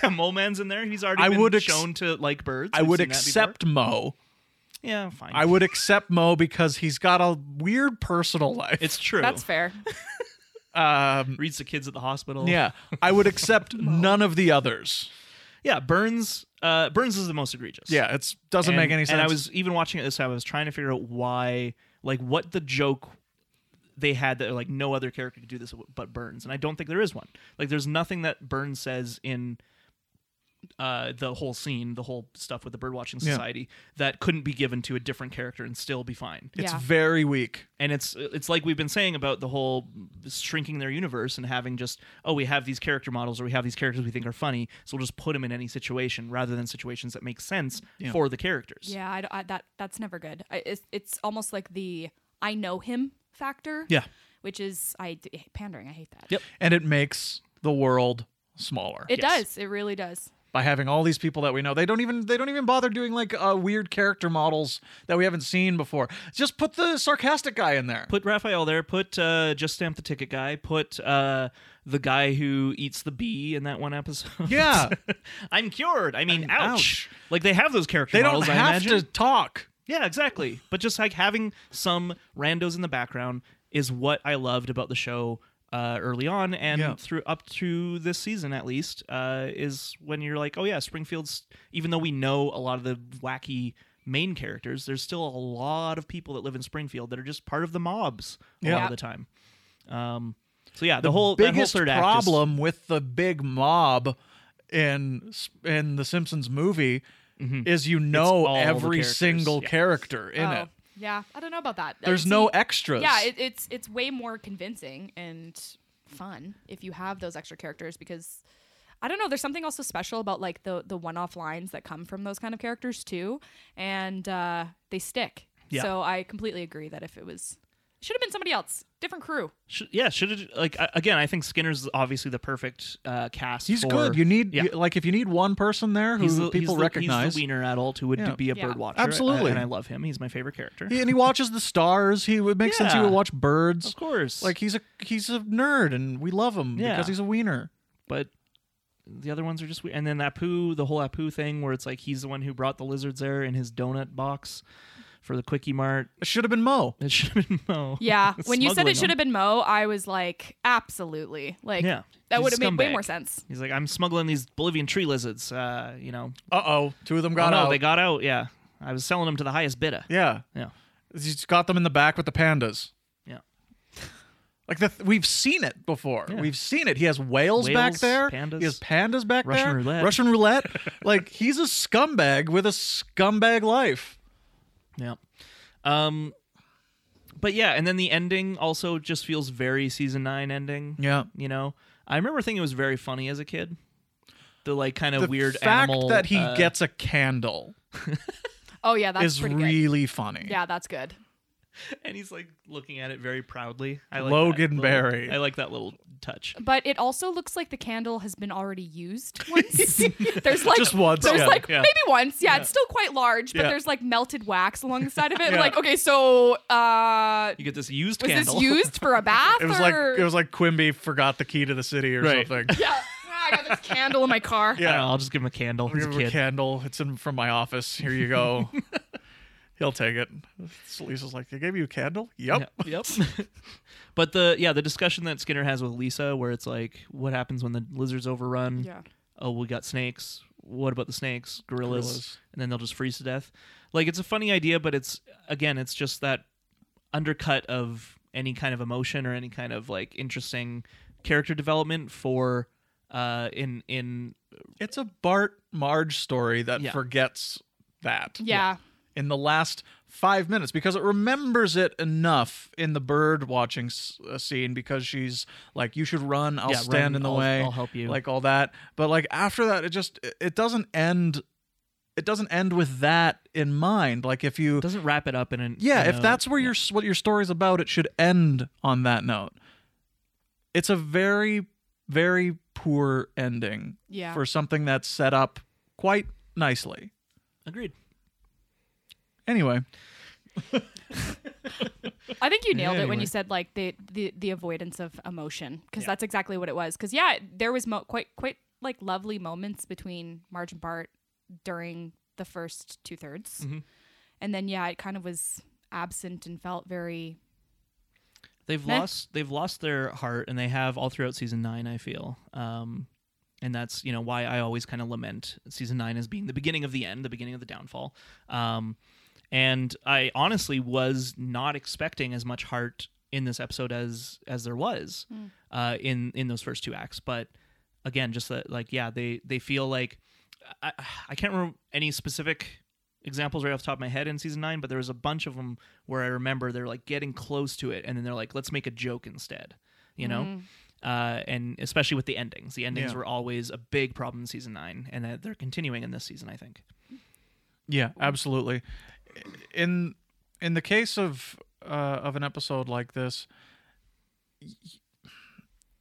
[SPEAKER 1] Yeah, Mole Man's in there. He's already
[SPEAKER 2] I
[SPEAKER 1] been
[SPEAKER 2] would ex-
[SPEAKER 1] shown to like birds.
[SPEAKER 2] I
[SPEAKER 1] We've
[SPEAKER 2] would
[SPEAKER 1] seen that
[SPEAKER 2] accept Mo.
[SPEAKER 1] before. Yeah, fine.
[SPEAKER 2] I would accept Mo because he's got a weird personal life.
[SPEAKER 1] it's true.
[SPEAKER 3] That's fair.
[SPEAKER 2] um,
[SPEAKER 1] Reads the kids at the hospital.
[SPEAKER 2] yeah. I would accept none of the others.
[SPEAKER 1] yeah. Burns. Uh, Burns is the most egregious.
[SPEAKER 2] Yeah, it doesn't
[SPEAKER 1] And-
[SPEAKER 2] make any sense.
[SPEAKER 1] And I was even watching it this time. I was trying to figure out why, like, what the joke they had that like no other character could do this but Burns, and I don't think there is one. Like, there's nothing that Burns says in uh, the whole scene, the whole stuff with the birdwatching
[SPEAKER 2] Yeah.
[SPEAKER 1] society that couldn't be given to a different character and still be fine.
[SPEAKER 2] it's
[SPEAKER 3] Yeah.
[SPEAKER 2] very weak.
[SPEAKER 1] and it's it's like we've been saying about the whole shrinking their universe and having just oh we have these character models or we have these characters we think are funny so we'll just put them in any situation rather than situations that make sense for the characters
[SPEAKER 3] Yeah, I d I that that's never good. I, it's, it's almost like the I know him factor.
[SPEAKER 1] Yeah.
[SPEAKER 3] which is I d- pandering. I hate that.
[SPEAKER 1] Yep.
[SPEAKER 2] And it makes the world smaller.
[SPEAKER 3] It
[SPEAKER 1] Yes.
[SPEAKER 3] does. It really does.
[SPEAKER 2] by having all these people that we know. They don't even they don't even bother doing like uh, weird character models that we haven't seen before. Just put the sarcastic guy in there.
[SPEAKER 1] put Raphael there put uh, just stamp the ticket guy put uh, the guy who eats the bee in that one episode
[SPEAKER 2] yeah,
[SPEAKER 1] I'm cured I mean
[SPEAKER 2] And
[SPEAKER 1] ouch. like they have those character
[SPEAKER 2] they don't
[SPEAKER 1] models I
[SPEAKER 2] have
[SPEAKER 1] imagine
[SPEAKER 2] to talk.
[SPEAKER 1] Yeah, exactly. But just like having some randos in the background is what I loved about the show uh, early on and
[SPEAKER 2] Yeah.
[SPEAKER 1] through up to this season at least uh, is when you're like, oh yeah, Springfield's. Even though we know a lot of the wacky main characters, there's still a lot of people that live in Springfield that are just part of the mobs a lot
[SPEAKER 2] Yeah.
[SPEAKER 1] of the time. Um, so yeah, the, whole that whole
[SPEAKER 2] biggest
[SPEAKER 1] third act is-
[SPEAKER 2] problem with the big mob in in the Simpsons movie is you know
[SPEAKER 1] Mm-hmm. all the
[SPEAKER 2] every
[SPEAKER 1] characters.
[SPEAKER 2] single
[SPEAKER 1] Yeah.
[SPEAKER 2] character in
[SPEAKER 3] oh,
[SPEAKER 2] it.
[SPEAKER 3] yeah. I don't know about that.
[SPEAKER 2] There's
[SPEAKER 3] See,
[SPEAKER 2] no extras.
[SPEAKER 3] Yeah, it, it's it's way more convincing and fun if you have those extra characters because I don't know. There's something also special about like the the one off lines that come from those kind of characters too, and uh, they stick.
[SPEAKER 1] Yeah.
[SPEAKER 3] So I completely agree that if it was, it should have been somebody else, different crew.
[SPEAKER 1] Should, yeah, should it like I- again? I think Skinner's obviously the perfect uh, cast.
[SPEAKER 2] He's
[SPEAKER 1] for-
[SPEAKER 2] good. You need
[SPEAKER 1] Yeah.
[SPEAKER 2] you- like if you need one person there who
[SPEAKER 1] He's the,
[SPEAKER 2] people
[SPEAKER 1] he's the,
[SPEAKER 2] recognize.
[SPEAKER 1] He's the wiener adult who would
[SPEAKER 2] Yeah.
[SPEAKER 1] be a
[SPEAKER 3] Yeah.
[SPEAKER 1] bird watcher.
[SPEAKER 2] Absolutely.
[SPEAKER 1] and I love him. He's my favorite character.
[SPEAKER 2] He- and he watches the stars. He would make sense. He would
[SPEAKER 1] Yeah.
[SPEAKER 2] watch birds.
[SPEAKER 1] Of course,
[SPEAKER 2] Like
[SPEAKER 1] like,
[SPEAKER 2] he's a he's a nerd, and we love him
[SPEAKER 1] Yeah.
[SPEAKER 2] because he's a wiener.
[SPEAKER 1] but the other ones are just weird. And then Apu, the whole Apu thing, where it's like he's the one who brought the lizards there in his donut box for the quickie mart.
[SPEAKER 2] It should have been Mo.
[SPEAKER 1] It should have been Mo.
[SPEAKER 3] Yeah. when you said
[SPEAKER 1] Smuggling
[SPEAKER 3] it should
[SPEAKER 1] them.
[SPEAKER 3] have been Mo, I was like, absolutely. Like
[SPEAKER 1] Yeah. He's
[SPEAKER 3] that
[SPEAKER 1] a
[SPEAKER 3] would have made way
[SPEAKER 1] scumbag.
[SPEAKER 3] more sense.
[SPEAKER 1] He's like, I'm smuggling these Bolivian tree lizards. Uh, you know,
[SPEAKER 2] Uh oh, two of them got
[SPEAKER 1] oh, no,
[SPEAKER 2] out.
[SPEAKER 1] they got out. Yeah, I was selling them to the highest bidder.
[SPEAKER 2] yeah,
[SPEAKER 1] Yeah,
[SPEAKER 2] he's got them in the back with the pandas.
[SPEAKER 1] yeah.
[SPEAKER 2] Like the th- we've seen it before.
[SPEAKER 1] Yeah.
[SPEAKER 2] We've seen it. He has whales, back
[SPEAKER 1] Whales,
[SPEAKER 2] there.
[SPEAKER 1] pandas.
[SPEAKER 2] He has pandas back
[SPEAKER 1] Russian
[SPEAKER 2] there.
[SPEAKER 1] roulette.
[SPEAKER 2] Russian roulette. like he's a scumbag with a scumbag life.
[SPEAKER 1] Yeah. Um but yeah, and then the ending also just feels very season 9 ending.
[SPEAKER 2] Yeah.
[SPEAKER 1] You know. I remember thinking it was very funny as a kid. The like kind of
[SPEAKER 2] The
[SPEAKER 1] weird
[SPEAKER 2] fact
[SPEAKER 1] animal
[SPEAKER 2] that he
[SPEAKER 1] uh,
[SPEAKER 2] gets a candle
[SPEAKER 3] Oh yeah, that's
[SPEAKER 2] is
[SPEAKER 3] pretty good.
[SPEAKER 2] really funny.
[SPEAKER 3] Yeah, that's good.
[SPEAKER 1] and he's like looking at it very proudly. I like
[SPEAKER 2] Logan
[SPEAKER 1] that little-
[SPEAKER 2] Berry.
[SPEAKER 1] I like that little touch.
[SPEAKER 3] But it also looks like the candle has been already used once. there's like
[SPEAKER 2] Just once,
[SPEAKER 3] There's
[SPEAKER 2] yeah,
[SPEAKER 3] like
[SPEAKER 1] yeah.
[SPEAKER 3] maybe once. Yeah, it's still quite large, but
[SPEAKER 2] Yeah.
[SPEAKER 3] there's like melted wax along the side of it.
[SPEAKER 2] Yeah.
[SPEAKER 3] Like, okay, so uh
[SPEAKER 1] You get this used
[SPEAKER 3] was
[SPEAKER 1] candle.
[SPEAKER 3] this used for a bath?
[SPEAKER 2] It was
[SPEAKER 3] or?
[SPEAKER 2] like it was like Quimby forgot the key to the city or
[SPEAKER 1] Right.
[SPEAKER 2] something.
[SPEAKER 3] yeah. Ah, I got this candle in my car.
[SPEAKER 1] I
[SPEAKER 2] Yeah.
[SPEAKER 1] will just give him a candle. He's a
[SPEAKER 2] Give him a
[SPEAKER 1] kid.
[SPEAKER 2] candle. It's in from my office. Here you go. He'll take it. So Lisa's like, they gave you a candle? Yep.
[SPEAKER 1] Yeah, yep. but the yeah, the discussion that Skinner has with Lisa, where it's like, what happens when the lizards overrun?
[SPEAKER 3] Yeah.
[SPEAKER 1] Oh, we got snakes. What about the snakes? Gorillas.
[SPEAKER 2] Gorillas.
[SPEAKER 1] And then they'll just freeze to death. Like it's a funny idea, but it's again, it's just that undercut of any kind of emotion or any kind of like interesting character development for uh in in
[SPEAKER 2] It's a Bart Marge story that
[SPEAKER 1] Yeah.
[SPEAKER 2] forgets that.
[SPEAKER 3] Yeah.
[SPEAKER 2] in the last five minutes because it remembers it enough in the bird watching s- uh, scene because she's like, "You should run. I'll
[SPEAKER 1] Yeah,
[SPEAKER 2] stand
[SPEAKER 1] run,
[SPEAKER 2] in the
[SPEAKER 1] I'll-
[SPEAKER 2] way.
[SPEAKER 1] I'll help you.
[SPEAKER 2] Like all that. But like after that, it just it- it doesn't end. It doesn't end with that in mind. Like if you
[SPEAKER 1] doesn't wrap it up in an
[SPEAKER 2] yeah,
[SPEAKER 1] in
[SPEAKER 2] if
[SPEAKER 1] a-
[SPEAKER 2] that's where your what your story's about, it should end on that note. It's a very very poor ending
[SPEAKER 3] Yeah.
[SPEAKER 2] for something that's set up quite nicely.
[SPEAKER 1] agreed.
[SPEAKER 2] Anyway,
[SPEAKER 3] I think you nailed it when
[SPEAKER 2] Anyway.
[SPEAKER 3] you said like the the, the avoidance of emotion because that's exactly what it was. Because yeah, there was mo- quite quite like lovely moments between Marge and Bart during the first two thirds, and then yeah, it kind of was absent and felt very
[SPEAKER 1] They've
[SPEAKER 3] Meh.
[SPEAKER 1] lost they've lost their heart and they have all throughout season 9 I feel. Um and that's you know why I always kind of lament season 9 as being the beginning of the end, the beginning of the downfall. Um and I honestly was not expecting as much heart in this episode as as there was uh in in those first two acts, but again just that like yeah, they they feel like I I can't remember any specific examples right off the top of my head in season nine, but there was a bunch of them where I remember they're like getting close to it, and then they're like, let's make a joke instead, you know. Uh, and especially with the endings, the endings
[SPEAKER 2] Yeah.
[SPEAKER 1] were always a big problem in season nine, and that they're continuing in this season, I think.
[SPEAKER 2] Yeah, absolutely. In in the case of uh, of an episode like this, y-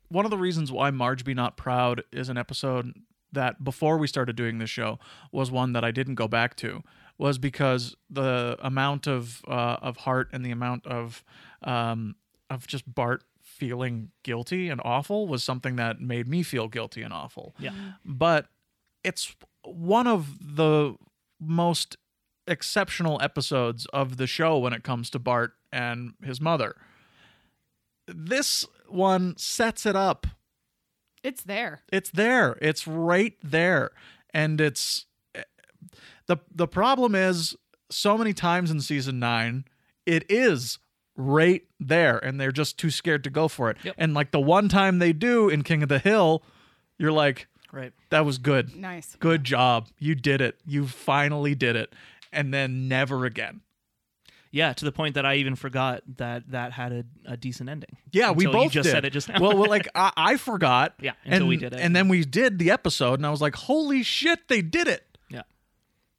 [SPEAKER 2] one of the reasons why Marge Be Not Proud is an episode that before we started doing this show was one that I didn't go back to was because the amount of uh, of heart and the amount of um, of just Bart feeling guilty and awful was something that made me feel guilty and awful
[SPEAKER 1] Yeah,
[SPEAKER 2] but it's one of the most exceptional episodes of the show when it comes to Bart and his mother. This one sets it up.
[SPEAKER 3] it's there.
[SPEAKER 2] It's there. It's right there. And it's the the problem is so many times in season 9 it is right there and they're just too scared to go for it.
[SPEAKER 1] Yep.
[SPEAKER 2] And like the one time they do in King of the Hill, you're like
[SPEAKER 1] right.
[SPEAKER 2] that was good.
[SPEAKER 3] Nice.
[SPEAKER 2] Good job. You did it. You finally did it. And then never again.
[SPEAKER 1] Yeah, to the point that I even forgot that that had a, a decent ending.
[SPEAKER 2] Yeah, we
[SPEAKER 1] Until
[SPEAKER 2] both
[SPEAKER 1] you just
[SPEAKER 2] did.
[SPEAKER 1] said it just now.
[SPEAKER 2] well, well, like I, I forgot.
[SPEAKER 1] Yeah, until
[SPEAKER 2] and,
[SPEAKER 1] we did it.
[SPEAKER 2] And then we did the episode, and I was like, "Holy shit, they did it!"
[SPEAKER 1] yeah,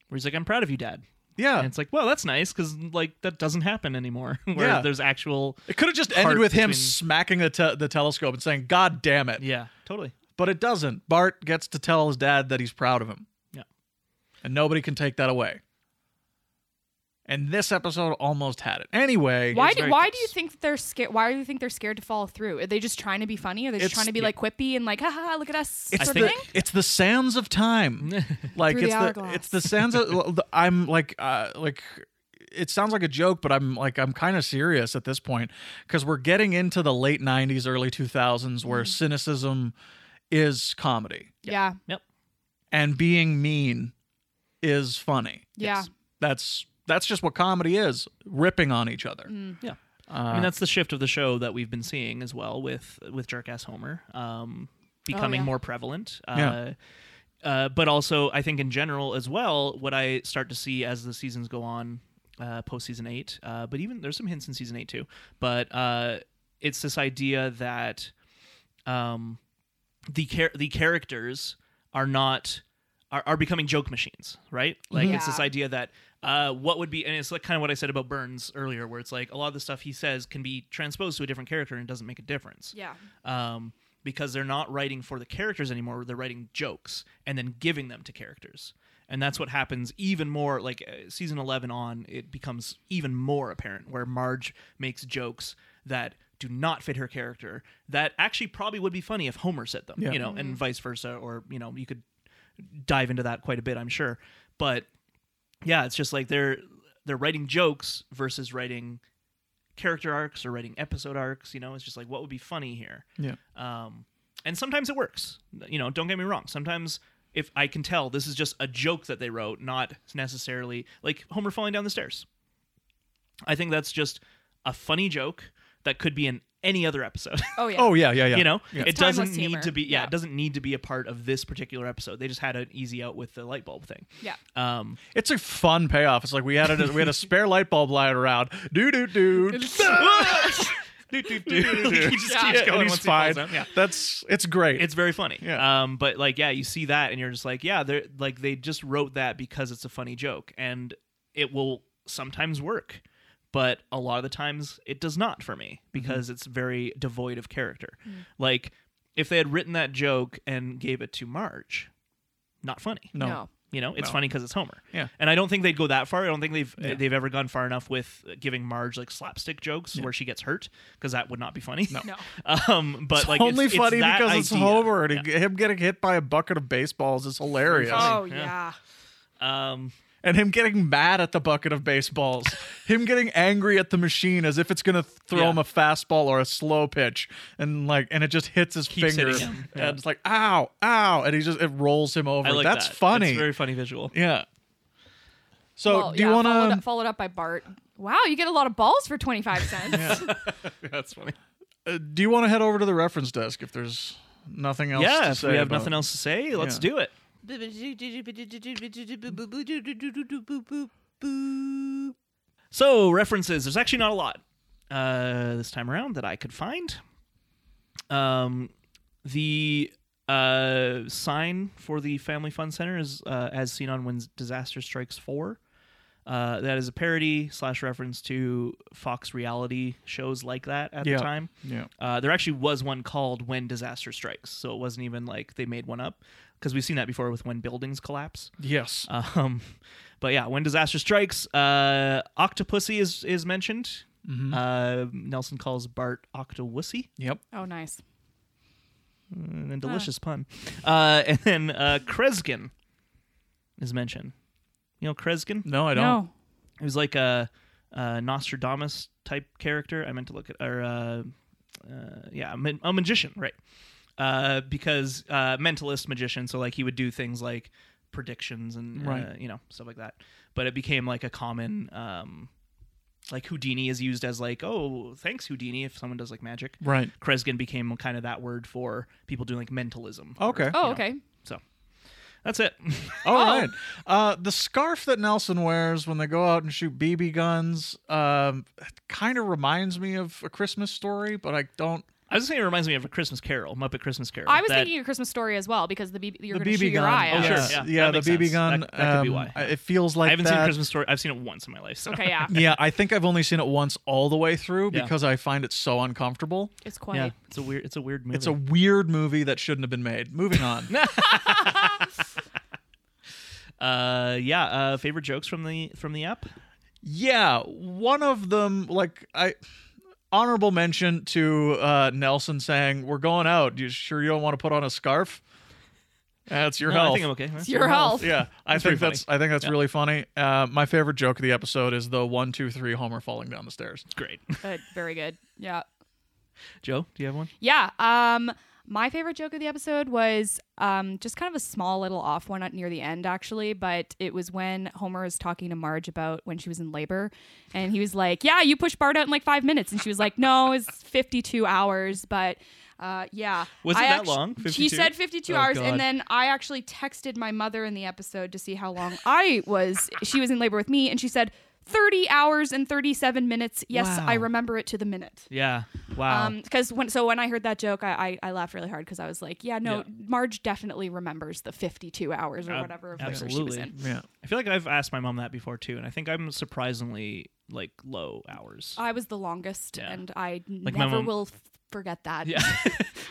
[SPEAKER 1] where he's like, "I'm proud of you, Dad."
[SPEAKER 2] Yeah,
[SPEAKER 1] And it's like, well, that's nice because like that doesn't happen anymore. Where
[SPEAKER 2] Yeah.
[SPEAKER 1] there's actual,
[SPEAKER 2] it could have just
[SPEAKER 1] Heart
[SPEAKER 2] ended with him
[SPEAKER 1] between-
[SPEAKER 2] smacking the te- the telescope and saying, "God damn it!"
[SPEAKER 1] yeah, totally.
[SPEAKER 2] But it doesn't. Bart gets to tell his dad that he's proud of him.
[SPEAKER 1] Yeah.
[SPEAKER 2] and nobody can take that away. And this episode almost had it. Anyway,
[SPEAKER 3] Why
[SPEAKER 1] It's
[SPEAKER 3] do
[SPEAKER 1] very
[SPEAKER 3] Why do
[SPEAKER 1] close.
[SPEAKER 3] you think that they're scared? Why do you think they're scared to follow through? Are they just trying to be funny? Are they just
[SPEAKER 2] It's-
[SPEAKER 3] trying to be like quippy and like, haha, look at us?
[SPEAKER 2] it's
[SPEAKER 3] sort
[SPEAKER 2] the
[SPEAKER 3] of thing?
[SPEAKER 2] it's the sands of time like it's
[SPEAKER 3] Through the
[SPEAKER 2] the,
[SPEAKER 3] hourglass.
[SPEAKER 2] it's the sands of l- the- i'm like uh like it sounds like a joke but i'm like i'm kind of serious at this point because we're getting into the late 90s early 2000s where
[SPEAKER 1] Mm-hmm.
[SPEAKER 2] cynicism is comedy
[SPEAKER 3] Yeah.
[SPEAKER 1] Yep.
[SPEAKER 2] and being mean is funny
[SPEAKER 3] Yeah.
[SPEAKER 2] that's that's just what comedy is ripping on each other
[SPEAKER 1] Yeah. Mm. I
[SPEAKER 2] Uh,
[SPEAKER 1] mean that's the shift of the show that we've been seeing as well with with Jerkass Homer um, becoming
[SPEAKER 3] yeah.
[SPEAKER 1] more prevalent. Uh,
[SPEAKER 2] Yeah.
[SPEAKER 1] uh, but also, I think in general as well, what I start to see as the seasons go on, uh, post season eight. Uh, but even there's some hints in season eight too. But uh, it's this idea that um, the char- the characters are not are, are becoming joke machines, right? Like it's this
[SPEAKER 3] Yeah.
[SPEAKER 1] idea that uh, what would be, and it's like kind of what I said about Burns earlier, where it's like a lot of the stuff he says can be transposed to a different character and it doesn't make a difference.
[SPEAKER 3] Yeah.
[SPEAKER 1] Um, because they're not writing for the characters anymore, they're writing jokes and then giving them to characters. And that's what happens even more, like uh, season 11 on, it becomes even more apparent where Marge makes jokes that do not fit her character that actually probably would be funny if Homer said them,
[SPEAKER 2] Yeah.
[SPEAKER 1] you know, and vice versa. Or, you know, you could dive into that quite a bit, I'm sure. But yeah, it's just like they're they're writing jokes versus writing character arcs or writing episode arcs. You know, it's just like what would be funny here.
[SPEAKER 2] Uh, Yeah.
[SPEAKER 1] Um, and sometimes it works. You know, don't get me wrong. Sometimes if I can tell, this is just a joke that they wrote, not necessarily like Homer falling down the stairs. I think that's just a funny joke that could be in any other episode.
[SPEAKER 3] Oh yeah.
[SPEAKER 2] Oh yeah, yeah, yeah.
[SPEAKER 1] you know,
[SPEAKER 2] Yeah.
[SPEAKER 1] it
[SPEAKER 3] timeless
[SPEAKER 1] doesn't
[SPEAKER 3] humor.
[SPEAKER 1] need to be. Yeah,
[SPEAKER 3] Yeah.
[SPEAKER 1] it doesn't need to be a part of this particular episode. They just had an easy out with the light bulb thing.
[SPEAKER 3] Yeah.
[SPEAKER 1] Um,
[SPEAKER 2] It's a fun payoff. It's like we had a we had a spare light bulb lying around. Do do do.
[SPEAKER 1] do, do, do, do. He just
[SPEAKER 3] Yeah.
[SPEAKER 1] keeps going
[SPEAKER 2] And
[SPEAKER 3] And
[SPEAKER 2] he's
[SPEAKER 1] once he falls
[SPEAKER 2] fine.
[SPEAKER 1] down. Yeah.
[SPEAKER 2] That's it's great.
[SPEAKER 1] It's very funny.
[SPEAKER 2] Yeah.
[SPEAKER 1] Um, but like, yeah, you see that and you're just like, yeah, they're like, they just wrote that because it's a funny joke and it will sometimes work, but a lot of the times it does not for me because it's very devoid of character. Like if they had written that joke and gave it to Marge, not funny.
[SPEAKER 2] no.
[SPEAKER 1] You know, it's
[SPEAKER 2] No.
[SPEAKER 1] funny because it's Homer.
[SPEAKER 2] Yeah.
[SPEAKER 1] and I don't think they'd go that far. I don't think they've
[SPEAKER 2] Yeah.
[SPEAKER 1] they've ever gone far enough with giving Marge like slapstick jokes
[SPEAKER 2] Yeah.
[SPEAKER 1] where she gets hurt because that would not be funny.
[SPEAKER 2] No.
[SPEAKER 3] No.
[SPEAKER 1] um, but
[SPEAKER 2] It's
[SPEAKER 1] like
[SPEAKER 2] only
[SPEAKER 1] it's, it's
[SPEAKER 2] funny
[SPEAKER 1] that
[SPEAKER 2] because it's
[SPEAKER 1] idea.
[SPEAKER 2] Homer and he- him getting hit by a bucket of baseballs is hilarious.
[SPEAKER 3] Oh
[SPEAKER 1] Yeah.
[SPEAKER 3] yeah.
[SPEAKER 1] Um,
[SPEAKER 2] And him getting mad at the bucket of baseballs, him getting angry at the machine as if it's gonna throw
[SPEAKER 1] Yeah.
[SPEAKER 2] him a fastball or a slow pitch, and like, and it just hits his
[SPEAKER 1] Keeps
[SPEAKER 2] finger,
[SPEAKER 1] hitting him. Yeah.
[SPEAKER 2] and it's like, ow, ow, and he just it rolls him over.
[SPEAKER 1] I like
[SPEAKER 2] That's
[SPEAKER 1] that.
[SPEAKER 2] funny.
[SPEAKER 1] It's a very funny visual.
[SPEAKER 2] yeah. So
[SPEAKER 3] Well,
[SPEAKER 2] do you
[SPEAKER 3] yeah,
[SPEAKER 2] want
[SPEAKER 3] followed, up-
[SPEAKER 2] to?
[SPEAKER 3] followed up by Bart? Wow, you get a lot of balls for twenty five cents.
[SPEAKER 1] That's funny.
[SPEAKER 2] Uh, do you want to head over to the reference desk if there's nothing else?
[SPEAKER 1] Yeah,
[SPEAKER 2] to
[SPEAKER 1] if
[SPEAKER 2] say
[SPEAKER 1] we have
[SPEAKER 2] about-
[SPEAKER 1] nothing else to say, let's
[SPEAKER 2] Yeah.
[SPEAKER 1] do it. So references. There's actually not a lot uh, this time around that I could find. Um, the uh, sign for the Family Fun Center is uh, as seen on when Disaster Strikes Four. Uh, that is a parody slash reference to Fox reality shows like that at
[SPEAKER 2] Yeah.
[SPEAKER 1] the time.
[SPEAKER 2] Yeah.
[SPEAKER 1] Uh, there actually was one called When Disaster Strikes, so it wasn't even like they made one up because we've seen that before with When Buildings Collapse.
[SPEAKER 2] Yes.
[SPEAKER 1] Um, but yeah, When Disaster Strikes, uh, Octopussy is is mentioned. Uh, Nelson calls Bart Octowussy,
[SPEAKER 2] Yep.
[SPEAKER 3] Oh nice.
[SPEAKER 1] and then Mm, delicious pun. Uh, and then uh, Kreskin is mentioned. You know Kreskin?
[SPEAKER 2] No, I don't.
[SPEAKER 3] No.
[SPEAKER 1] He was like a, a Nostradamus type character. I meant to look at, or uh, uh, yeah, a, ma- a magician, right? Uh, because uh, mentalist magician, so like he would do things like predictions and uh,
[SPEAKER 2] Right.
[SPEAKER 1] you know stuff like that. But it became like a common, um, like Houdini is used as like, oh, thanks Houdini if someone does like magic.
[SPEAKER 2] Right.
[SPEAKER 1] Kresgen became kind of that word for people doing like mentalism.
[SPEAKER 2] Okay.
[SPEAKER 3] Oh okay.
[SPEAKER 1] So that's it.
[SPEAKER 2] All
[SPEAKER 1] Oh.
[SPEAKER 2] right. Uh, the scarf that Nelson wears when they go out and shoot BB guns um, kind of reminds me of a Christmas story, but I don't.
[SPEAKER 1] I was just saying it reminds me of a Christmas Carol, Muppet Christmas Carol.
[SPEAKER 3] I was
[SPEAKER 1] that-
[SPEAKER 3] thinking a Christmas story as well because the BB you're
[SPEAKER 2] the
[SPEAKER 3] gonna shoot
[SPEAKER 2] BB gun.
[SPEAKER 3] your eye
[SPEAKER 1] Oh,
[SPEAKER 3] out.
[SPEAKER 1] sure.
[SPEAKER 2] yes.
[SPEAKER 1] Yeah,
[SPEAKER 2] Yeah,
[SPEAKER 1] that
[SPEAKER 2] the
[SPEAKER 1] makes
[SPEAKER 2] BB
[SPEAKER 1] sense.
[SPEAKER 2] gun.
[SPEAKER 1] That- that could be
[SPEAKER 2] um,
[SPEAKER 1] why.
[SPEAKER 2] I- It feels like
[SPEAKER 1] I haven't
[SPEAKER 2] that.
[SPEAKER 1] seen Christmas Story. I've seen it once in my life. So.
[SPEAKER 3] Okay, yeah.
[SPEAKER 2] Yeah, I think I've only seen it once all the way through
[SPEAKER 1] Yeah.
[SPEAKER 2] because I find it so uncomfortable.
[SPEAKER 3] It's quite
[SPEAKER 1] yeah, it's a weird. It's a weird movie.
[SPEAKER 2] It's a weird movie that shouldn't have been made. Moving on.
[SPEAKER 1] uh, yeah. Uh, favorite jokes from the from the app.
[SPEAKER 2] Yeah, one of them, like I, honorable mention to uh, Nelson saying, "We're going out. You sure you don't want to put on a scarf?" That's your
[SPEAKER 1] No,
[SPEAKER 2] health.
[SPEAKER 1] Uh, I think I'm okay.
[SPEAKER 3] It's your health.
[SPEAKER 2] yeah, I
[SPEAKER 1] That's
[SPEAKER 2] think
[SPEAKER 1] pretty
[SPEAKER 2] that's I think that's really funny. Uh, my favorite joke of the episode is the one, two, three Homer falling down the stairs.
[SPEAKER 1] Great.
[SPEAKER 3] Good. Very good. Yeah.
[SPEAKER 1] Joe, do you have one?
[SPEAKER 3] Yeah. Um, my favorite joke of the episode was um, just kind of a small little off one at- near the end, actually. But it was when Homer was talking to Marge about when she was in labor. And he was like, Yeah, you push Bart out in like five minutes. And she was like, No, it's 52 hours. But uh, yeah.
[SPEAKER 1] Was it
[SPEAKER 3] I
[SPEAKER 1] that
[SPEAKER 3] actu-
[SPEAKER 1] long?
[SPEAKER 3] She
[SPEAKER 1] 52?
[SPEAKER 3] said 52
[SPEAKER 1] Oh,
[SPEAKER 3] hours.
[SPEAKER 1] God.
[SPEAKER 3] And then I actually texted my mother in the episode to see how long I was. She was in labor with me. And she said, 30 hours and 37 minutes. Yes, I
[SPEAKER 2] Wow.
[SPEAKER 3] remember it to the minute.
[SPEAKER 1] Yeah. Wow.
[SPEAKER 3] Um, because when so when I heard that joke, I I, I laughed really hard because I was like, yeah, no,
[SPEAKER 1] Yeah.
[SPEAKER 3] Marge definitely remembers the 52 hours or
[SPEAKER 1] Ab-
[SPEAKER 3] whatever of labor she was
[SPEAKER 1] Uh, absolutely.
[SPEAKER 3] in.
[SPEAKER 2] Yeah.
[SPEAKER 1] I feel like I've asked my mom that before too, and I think I'm surprisingly like low hours.
[SPEAKER 3] I was the longest,
[SPEAKER 1] Yeah.
[SPEAKER 3] and I
[SPEAKER 1] my
[SPEAKER 3] never
[SPEAKER 1] mom-
[SPEAKER 3] will f- forget that.
[SPEAKER 1] Yeah.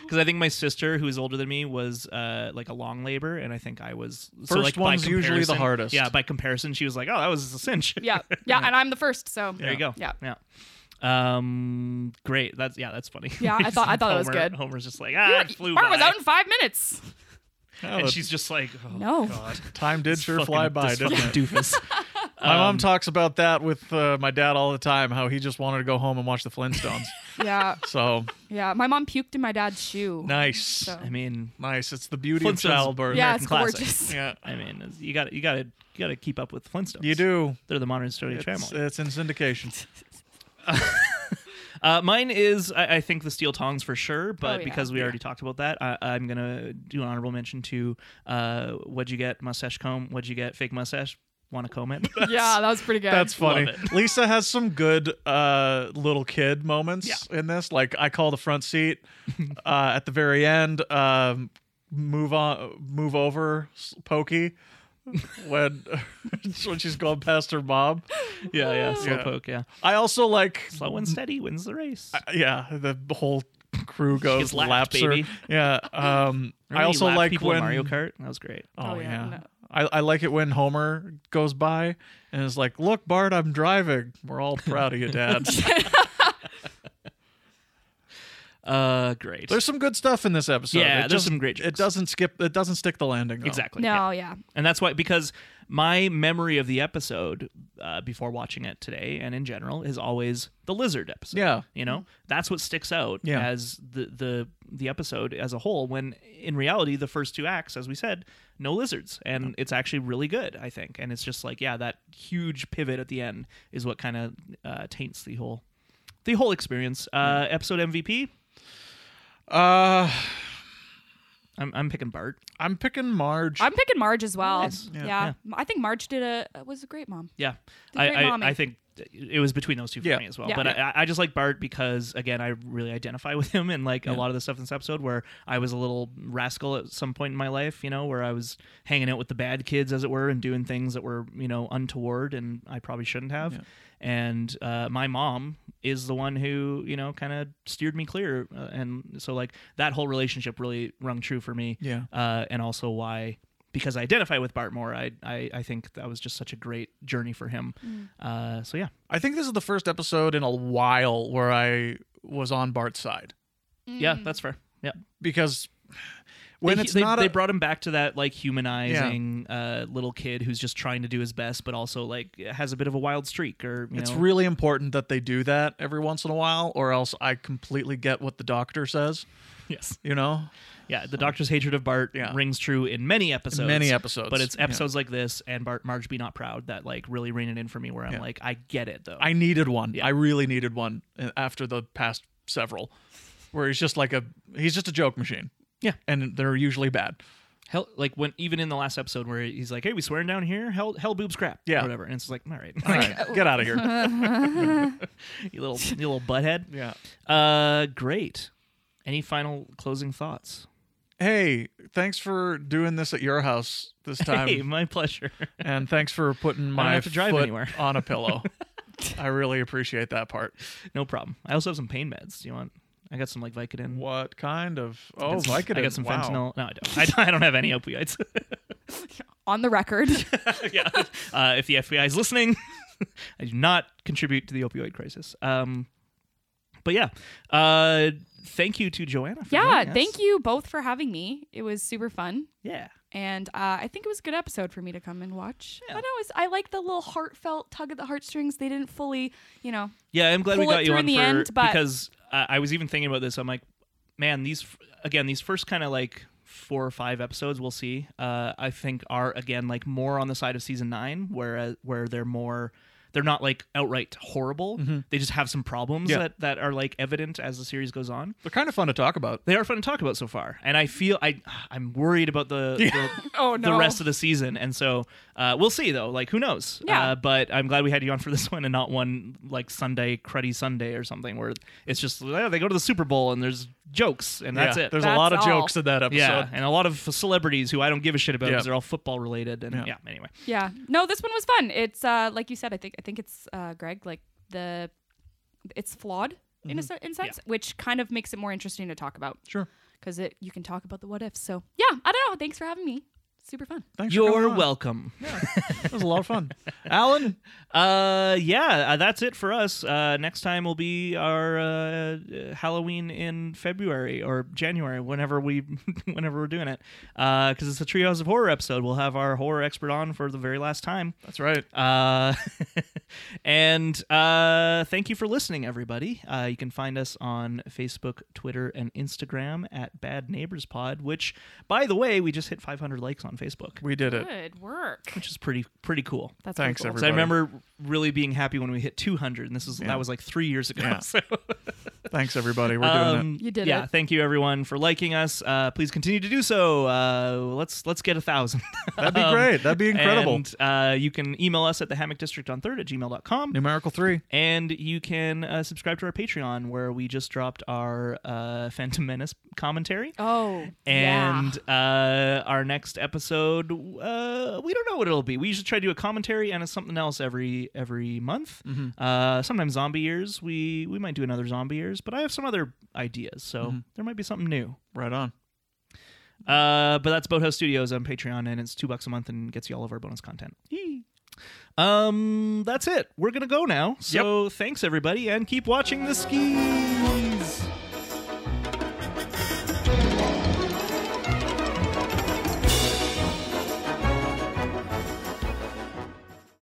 [SPEAKER 1] Because I think my sister, who's older than me, was uh, like a long labor, and I think I was so,
[SPEAKER 2] First
[SPEAKER 1] like, by
[SPEAKER 2] one's usually the
[SPEAKER 1] comparison-
[SPEAKER 2] hardest.
[SPEAKER 1] Yeah, by comparison, she was like, "Oh, that was a cinch."
[SPEAKER 3] yeah, yeah, and I'm the first, so
[SPEAKER 1] there you go.
[SPEAKER 3] Yeah.
[SPEAKER 1] yeah. Um, great. That's yeah, that's funny.
[SPEAKER 3] Yeah, I thought- I thought that was
[SPEAKER 1] Homer-
[SPEAKER 3] good.
[SPEAKER 1] Homer's just like, ah, it flew
[SPEAKER 3] Bart was
[SPEAKER 1] by."
[SPEAKER 3] out in five minutes.
[SPEAKER 2] Oh,
[SPEAKER 1] and
[SPEAKER 2] the
[SPEAKER 1] she's just like, oh,
[SPEAKER 3] No.
[SPEAKER 1] God.
[SPEAKER 2] time did
[SPEAKER 1] This
[SPEAKER 2] sure
[SPEAKER 1] fucking-
[SPEAKER 2] fly by,
[SPEAKER 1] this
[SPEAKER 2] didn't it?
[SPEAKER 1] fucking doofus. Um,
[SPEAKER 2] My mom talks about that with uh, my dad all the time, how he just wanted to go home and watch the Flintstones.
[SPEAKER 3] Yeah,
[SPEAKER 2] so
[SPEAKER 3] yeah. My mom puked in my dad's shoe.
[SPEAKER 2] nice,
[SPEAKER 3] So-
[SPEAKER 1] I mean,
[SPEAKER 2] nice. It's the beauty
[SPEAKER 1] Flintstones.
[SPEAKER 2] of childbirth.
[SPEAKER 3] yeah,
[SPEAKER 1] American
[SPEAKER 3] it's
[SPEAKER 1] classic.
[SPEAKER 3] gorgeous.
[SPEAKER 2] yeah.
[SPEAKER 1] I mean, it's- you got you got to you got to keep up with Flintstones.
[SPEAKER 2] You do.
[SPEAKER 1] They're the modern Story
[SPEAKER 2] It's, uh,
[SPEAKER 1] family.
[SPEAKER 2] it's in syndication.
[SPEAKER 1] Uh, mine is, I, I think, the Steel Tongs for sure, but
[SPEAKER 3] Oh, yeah.
[SPEAKER 1] because we already talked about that, I, I'm gonna do an honorable mention to uh, what'd you get mustache comb? What'd you get fake mustache? Want to comb it?
[SPEAKER 3] Yeah, that was pretty good.
[SPEAKER 2] That's funny.
[SPEAKER 1] Love
[SPEAKER 2] Lisa has some good uh, little kid moments
[SPEAKER 1] Yeah.
[SPEAKER 2] in this. Like I call the front seat uh, at the very end. Um, move on, move over, s- Pokey. when when she's going past her mom.
[SPEAKER 1] yeah,
[SPEAKER 3] Oh.
[SPEAKER 1] yeah.
[SPEAKER 2] Yeah.
[SPEAKER 1] Slowpoke. Yeah.
[SPEAKER 2] I also like
[SPEAKER 1] slow and steady wins the race.
[SPEAKER 2] yeah, the whole crew goes
[SPEAKER 1] gets lapped,
[SPEAKER 2] laps her.
[SPEAKER 1] baby.
[SPEAKER 2] Yeah. Um I
[SPEAKER 1] Remember he
[SPEAKER 2] also
[SPEAKER 1] lapped
[SPEAKER 2] like
[SPEAKER 1] people
[SPEAKER 2] when
[SPEAKER 1] in Mario Kart. That was great.
[SPEAKER 2] Oh,
[SPEAKER 3] Oh, yeah,
[SPEAKER 2] yeah.
[SPEAKER 3] no.
[SPEAKER 2] I, I like it when Homer goes by and is like, "Look, Bart, I'm driving. We're all proud of you, Dad."
[SPEAKER 1] Uh, great.
[SPEAKER 2] there's some good stuff in this episode.
[SPEAKER 1] Yeah,
[SPEAKER 2] it
[SPEAKER 1] there's some great
[SPEAKER 2] It
[SPEAKER 1] jokes.
[SPEAKER 2] doesn't skip. It doesn't stick the landing. though.
[SPEAKER 1] exactly. yeah.
[SPEAKER 3] no, yeah.
[SPEAKER 1] And that's why, because my memory of the episode uh, before watching it today and in general is always the lizard episode.
[SPEAKER 2] Yeah.
[SPEAKER 1] You know, that's what sticks out
[SPEAKER 2] Yeah.
[SPEAKER 1] as the, the, the episode as a whole, when in reality, the first two acts, as we said, no lizards. And it's actually really good, I think. And it's just like, yeah, that huge pivot at the end is what kind of uh, taints the whole. The whole experience. Uh, episode MVP.
[SPEAKER 2] Uh,
[SPEAKER 1] I'm, I'm picking Bart.
[SPEAKER 2] I'm picking Marge.
[SPEAKER 3] I'm picking Marge as well.
[SPEAKER 1] Nice.
[SPEAKER 3] Yeah.
[SPEAKER 2] Yeah.
[SPEAKER 3] I think Marge did a was a great mom.
[SPEAKER 1] Yeah,
[SPEAKER 3] The
[SPEAKER 1] I,
[SPEAKER 3] great mommy.
[SPEAKER 1] I, I think it was between those two for
[SPEAKER 2] Yeah.
[SPEAKER 1] me as well.
[SPEAKER 3] Yeah.
[SPEAKER 1] But I, I just like Bart because again, I really identify with him and like a lot of the stuff in this episode where I was a little rascal at some point in my life, you know, where I was hanging out with the bad kids as it were and doing things that were you know untoward and I probably shouldn't have. And uh, my mom is the one who you know kind of steered me clear, uh, and so like that whole relationship really rung true for me
[SPEAKER 2] Yeah.
[SPEAKER 1] uh, and also why because I identify with Bart more. I, I I think that was just such a great journey for him. Uh, so yeah,
[SPEAKER 2] I think this is the first episode in a while where I was on Bart's side
[SPEAKER 1] yeah, that's fair. Yeah,
[SPEAKER 2] because when
[SPEAKER 1] they,
[SPEAKER 2] it's
[SPEAKER 1] they,
[SPEAKER 2] not
[SPEAKER 1] they
[SPEAKER 2] a,
[SPEAKER 1] brought him back to that like humanizing uh, little kid who's just trying to do his best, but also like has a bit of a wild streak. Or you
[SPEAKER 2] It's
[SPEAKER 1] know,
[SPEAKER 2] really important that they do that every once in a while, or else I completely get what the doctor says.
[SPEAKER 1] yes,
[SPEAKER 2] You know,
[SPEAKER 1] yeah. The Doctor's hatred of Bart
[SPEAKER 2] Yeah.
[SPEAKER 1] rings true in many episodes,
[SPEAKER 2] many episodes,
[SPEAKER 1] but it's
[SPEAKER 2] yeah.
[SPEAKER 1] episodes like this and Bart Marge be not proud that like really rein it in for me, where I'm
[SPEAKER 2] Yeah.
[SPEAKER 1] like, I get it though.
[SPEAKER 2] I needed one. I really needed one uh, after the past several, where he's just like a he's just a joke machine.
[SPEAKER 1] Yeah.
[SPEAKER 2] and they're usually bad.
[SPEAKER 1] Hell, like when even in the last episode where he's like, "Hey, we swearing down here, hell, hell boobs crap,
[SPEAKER 2] Yeah.
[SPEAKER 1] or whatever," and it's like, "All right,
[SPEAKER 2] All right, get out of here.
[SPEAKER 1] you little, you little butthead."
[SPEAKER 2] Yeah.
[SPEAKER 1] Uh, great. Any final closing thoughts?
[SPEAKER 2] Hey, thanks for doing this at your house this time,
[SPEAKER 1] Hey, my pleasure.
[SPEAKER 2] and thanks for putting my
[SPEAKER 1] have to drive
[SPEAKER 2] foot
[SPEAKER 1] anywhere.
[SPEAKER 2] on a pillow. I really appreciate that part.
[SPEAKER 1] no problem. I also have some pain meds. Do you want? I got some like Vicodin.
[SPEAKER 2] What kind of oh,
[SPEAKER 1] I got some-
[SPEAKER 2] Vicodin.
[SPEAKER 1] I got some
[SPEAKER 2] Wow.
[SPEAKER 1] fentanyl. No, I don't. I don't, I don't have any opioids.
[SPEAKER 3] On the record.
[SPEAKER 1] yeah. Uh, if the FBI is listening, I do not contribute to the opioid crisis. Um, but yeah. Uh, thank you to Joanna. For
[SPEAKER 3] yeah,
[SPEAKER 1] joining us.
[SPEAKER 3] thank you both for having me. It was super fun.
[SPEAKER 1] Yeah.
[SPEAKER 3] And uh, I think it was a good episode for me to come and watch. I know it was, I like the little heartfelt tug at the heartstrings. They didn't fully, you know.
[SPEAKER 1] Yeah, I'm glad we
[SPEAKER 3] pull it
[SPEAKER 1] got you
[SPEAKER 3] through
[SPEAKER 1] on
[SPEAKER 3] in the
[SPEAKER 1] for
[SPEAKER 3] end, but-
[SPEAKER 1] because uh, I was even thinking about this. I'm like, man, these f- again, these first kind of like four or five episodes we'll see. Uh, I think are again like more on the side of season nine, where where uh, they're more. they're not like outright horrible. They just have some problems
[SPEAKER 2] Yeah.
[SPEAKER 1] that that are like evident as the series goes on.
[SPEAKER 2] They're kind of fun to talk about.
[SPEAKER 1] They are fun to talk about so far, and I feel I I'm worried about the the,
[SPEAKER 3] Oh,
[SPEAKER 1] the
[SPEAKER 3] no.
[SPEAKER 1] rest of the season, and so uh, we'll see though. Like who knows?
[SPEAKER 3] Yeah.
[SPEAKER 1] Uh, but I'm glad we had you on for this one and not one like Sunday cruddy Sunday or something where it's just oh, they go to the Super Bowl and there's jokes and that's
[SPEAKER 2] Yeah,
[SPEAKER 1] it.
[SPEAKER 2] There's a
[SPEAKER 3] That's
[SPEAKER 2] lot of
[SPEAKER 3] all.
[SPEAKER 2] jokes in that episode.
[SPEAKER 1] yeah, and a lot of celebrities who I don't give a shit about
[SPEAKER 2] Yeah.
[SPEAKER 1] because they're all football related. And
[SPEAKER 2] Yeah.
[SPEAKER 1] yeah, anyway.
[SPEAKER 3] Yeah. No, this one was fun. It's uh like you said, I think I think it's uh Greg like the it's flawed in a cer- in a sense, which kind of makes it more interesting to talk about
[SPEAKER 2] Sure.
[SPEAKER 3] because it you can talk about the what ifs. So yeah, I don't know. Thanks for having me. Super fun.
[SPEAKER 2] Thanks for
[SPEAKER 1] You're
[SPEAKER 2] coming on.
[SPEAKER 1] welcome.
[SPEAKER 2] That was a lot of fun. Alan,
[SPEAKER 1] Uh, yeah, uh, that's it for us. Uh, next time will be our uh, uh, Halloween in February or January, whenever we, whenever we're doing it, because it's a Treehouse of Horror episode. We'll have our horror expert on for the very last time.
[SPEAKER 2] that's right.
[SPEAKER 1] Uh, and uh, thank you for listening, everybody. Uh, you can find us on Facebook, Twitter, and Instagram at Bad Neighbors Pod. Which, by the way, we just hit 500 likes on Facebook,
[SPEAKER 2] We did it.
[SPEAKER 3] Good work.
[SPEAKER 1] which is pretty pretty cool.
[SPEAKER 3] That's
[SPEAKER 2] Thanks,
[SPEAKER 3] pretty cool.
[SPEAKER 1] So I remember really being happy when we hit 200, and this is that was like three years ago.
[SPEAKER 2] Yeah.
[SPEAKER 1] So,
[SPEAKER 2] Thanks everybody. We're doing
[SPEAKER 1] um,
[SPEAKER 3] You did
[SPEAKER 1] yeah.
[SPEAKER 3] it.
[SPEAKER 1] Thank you everyone for liking us. Uh, please continue to do so. Uh, let's let's get a thousand.
[SPEAKER 2] it. That'd be great. That'd be incredible.
[SPEAKER 1] um, And uh, you can email us at the hammock district on third at gmail.com.
[SPEAKER 2] Numerical three.
[SPEAKER 1] And you can uh, subscribe to our Patreon, where we just dropped our uh, Phantom Menace commentary.
[SPEAKER 3] Oh. yeah.
[SPEAKER 1] And uh, our next episode, uh, we don't know what it'll be. We usually try to do a commentary and a something else every every month. Uh, sometimes zombie years. We we might do another zombie years, but I have some other ideas, so there might be something new.
[SPEAKER 2] Right on.
[SPEAKER 1] Uh, but that's Boathouse Studios on Patreon, and it's two bucks a month and gets you all of our bonus content. Um, that's it. We're gonna go now. So thanks everybody, and keep watching the skis.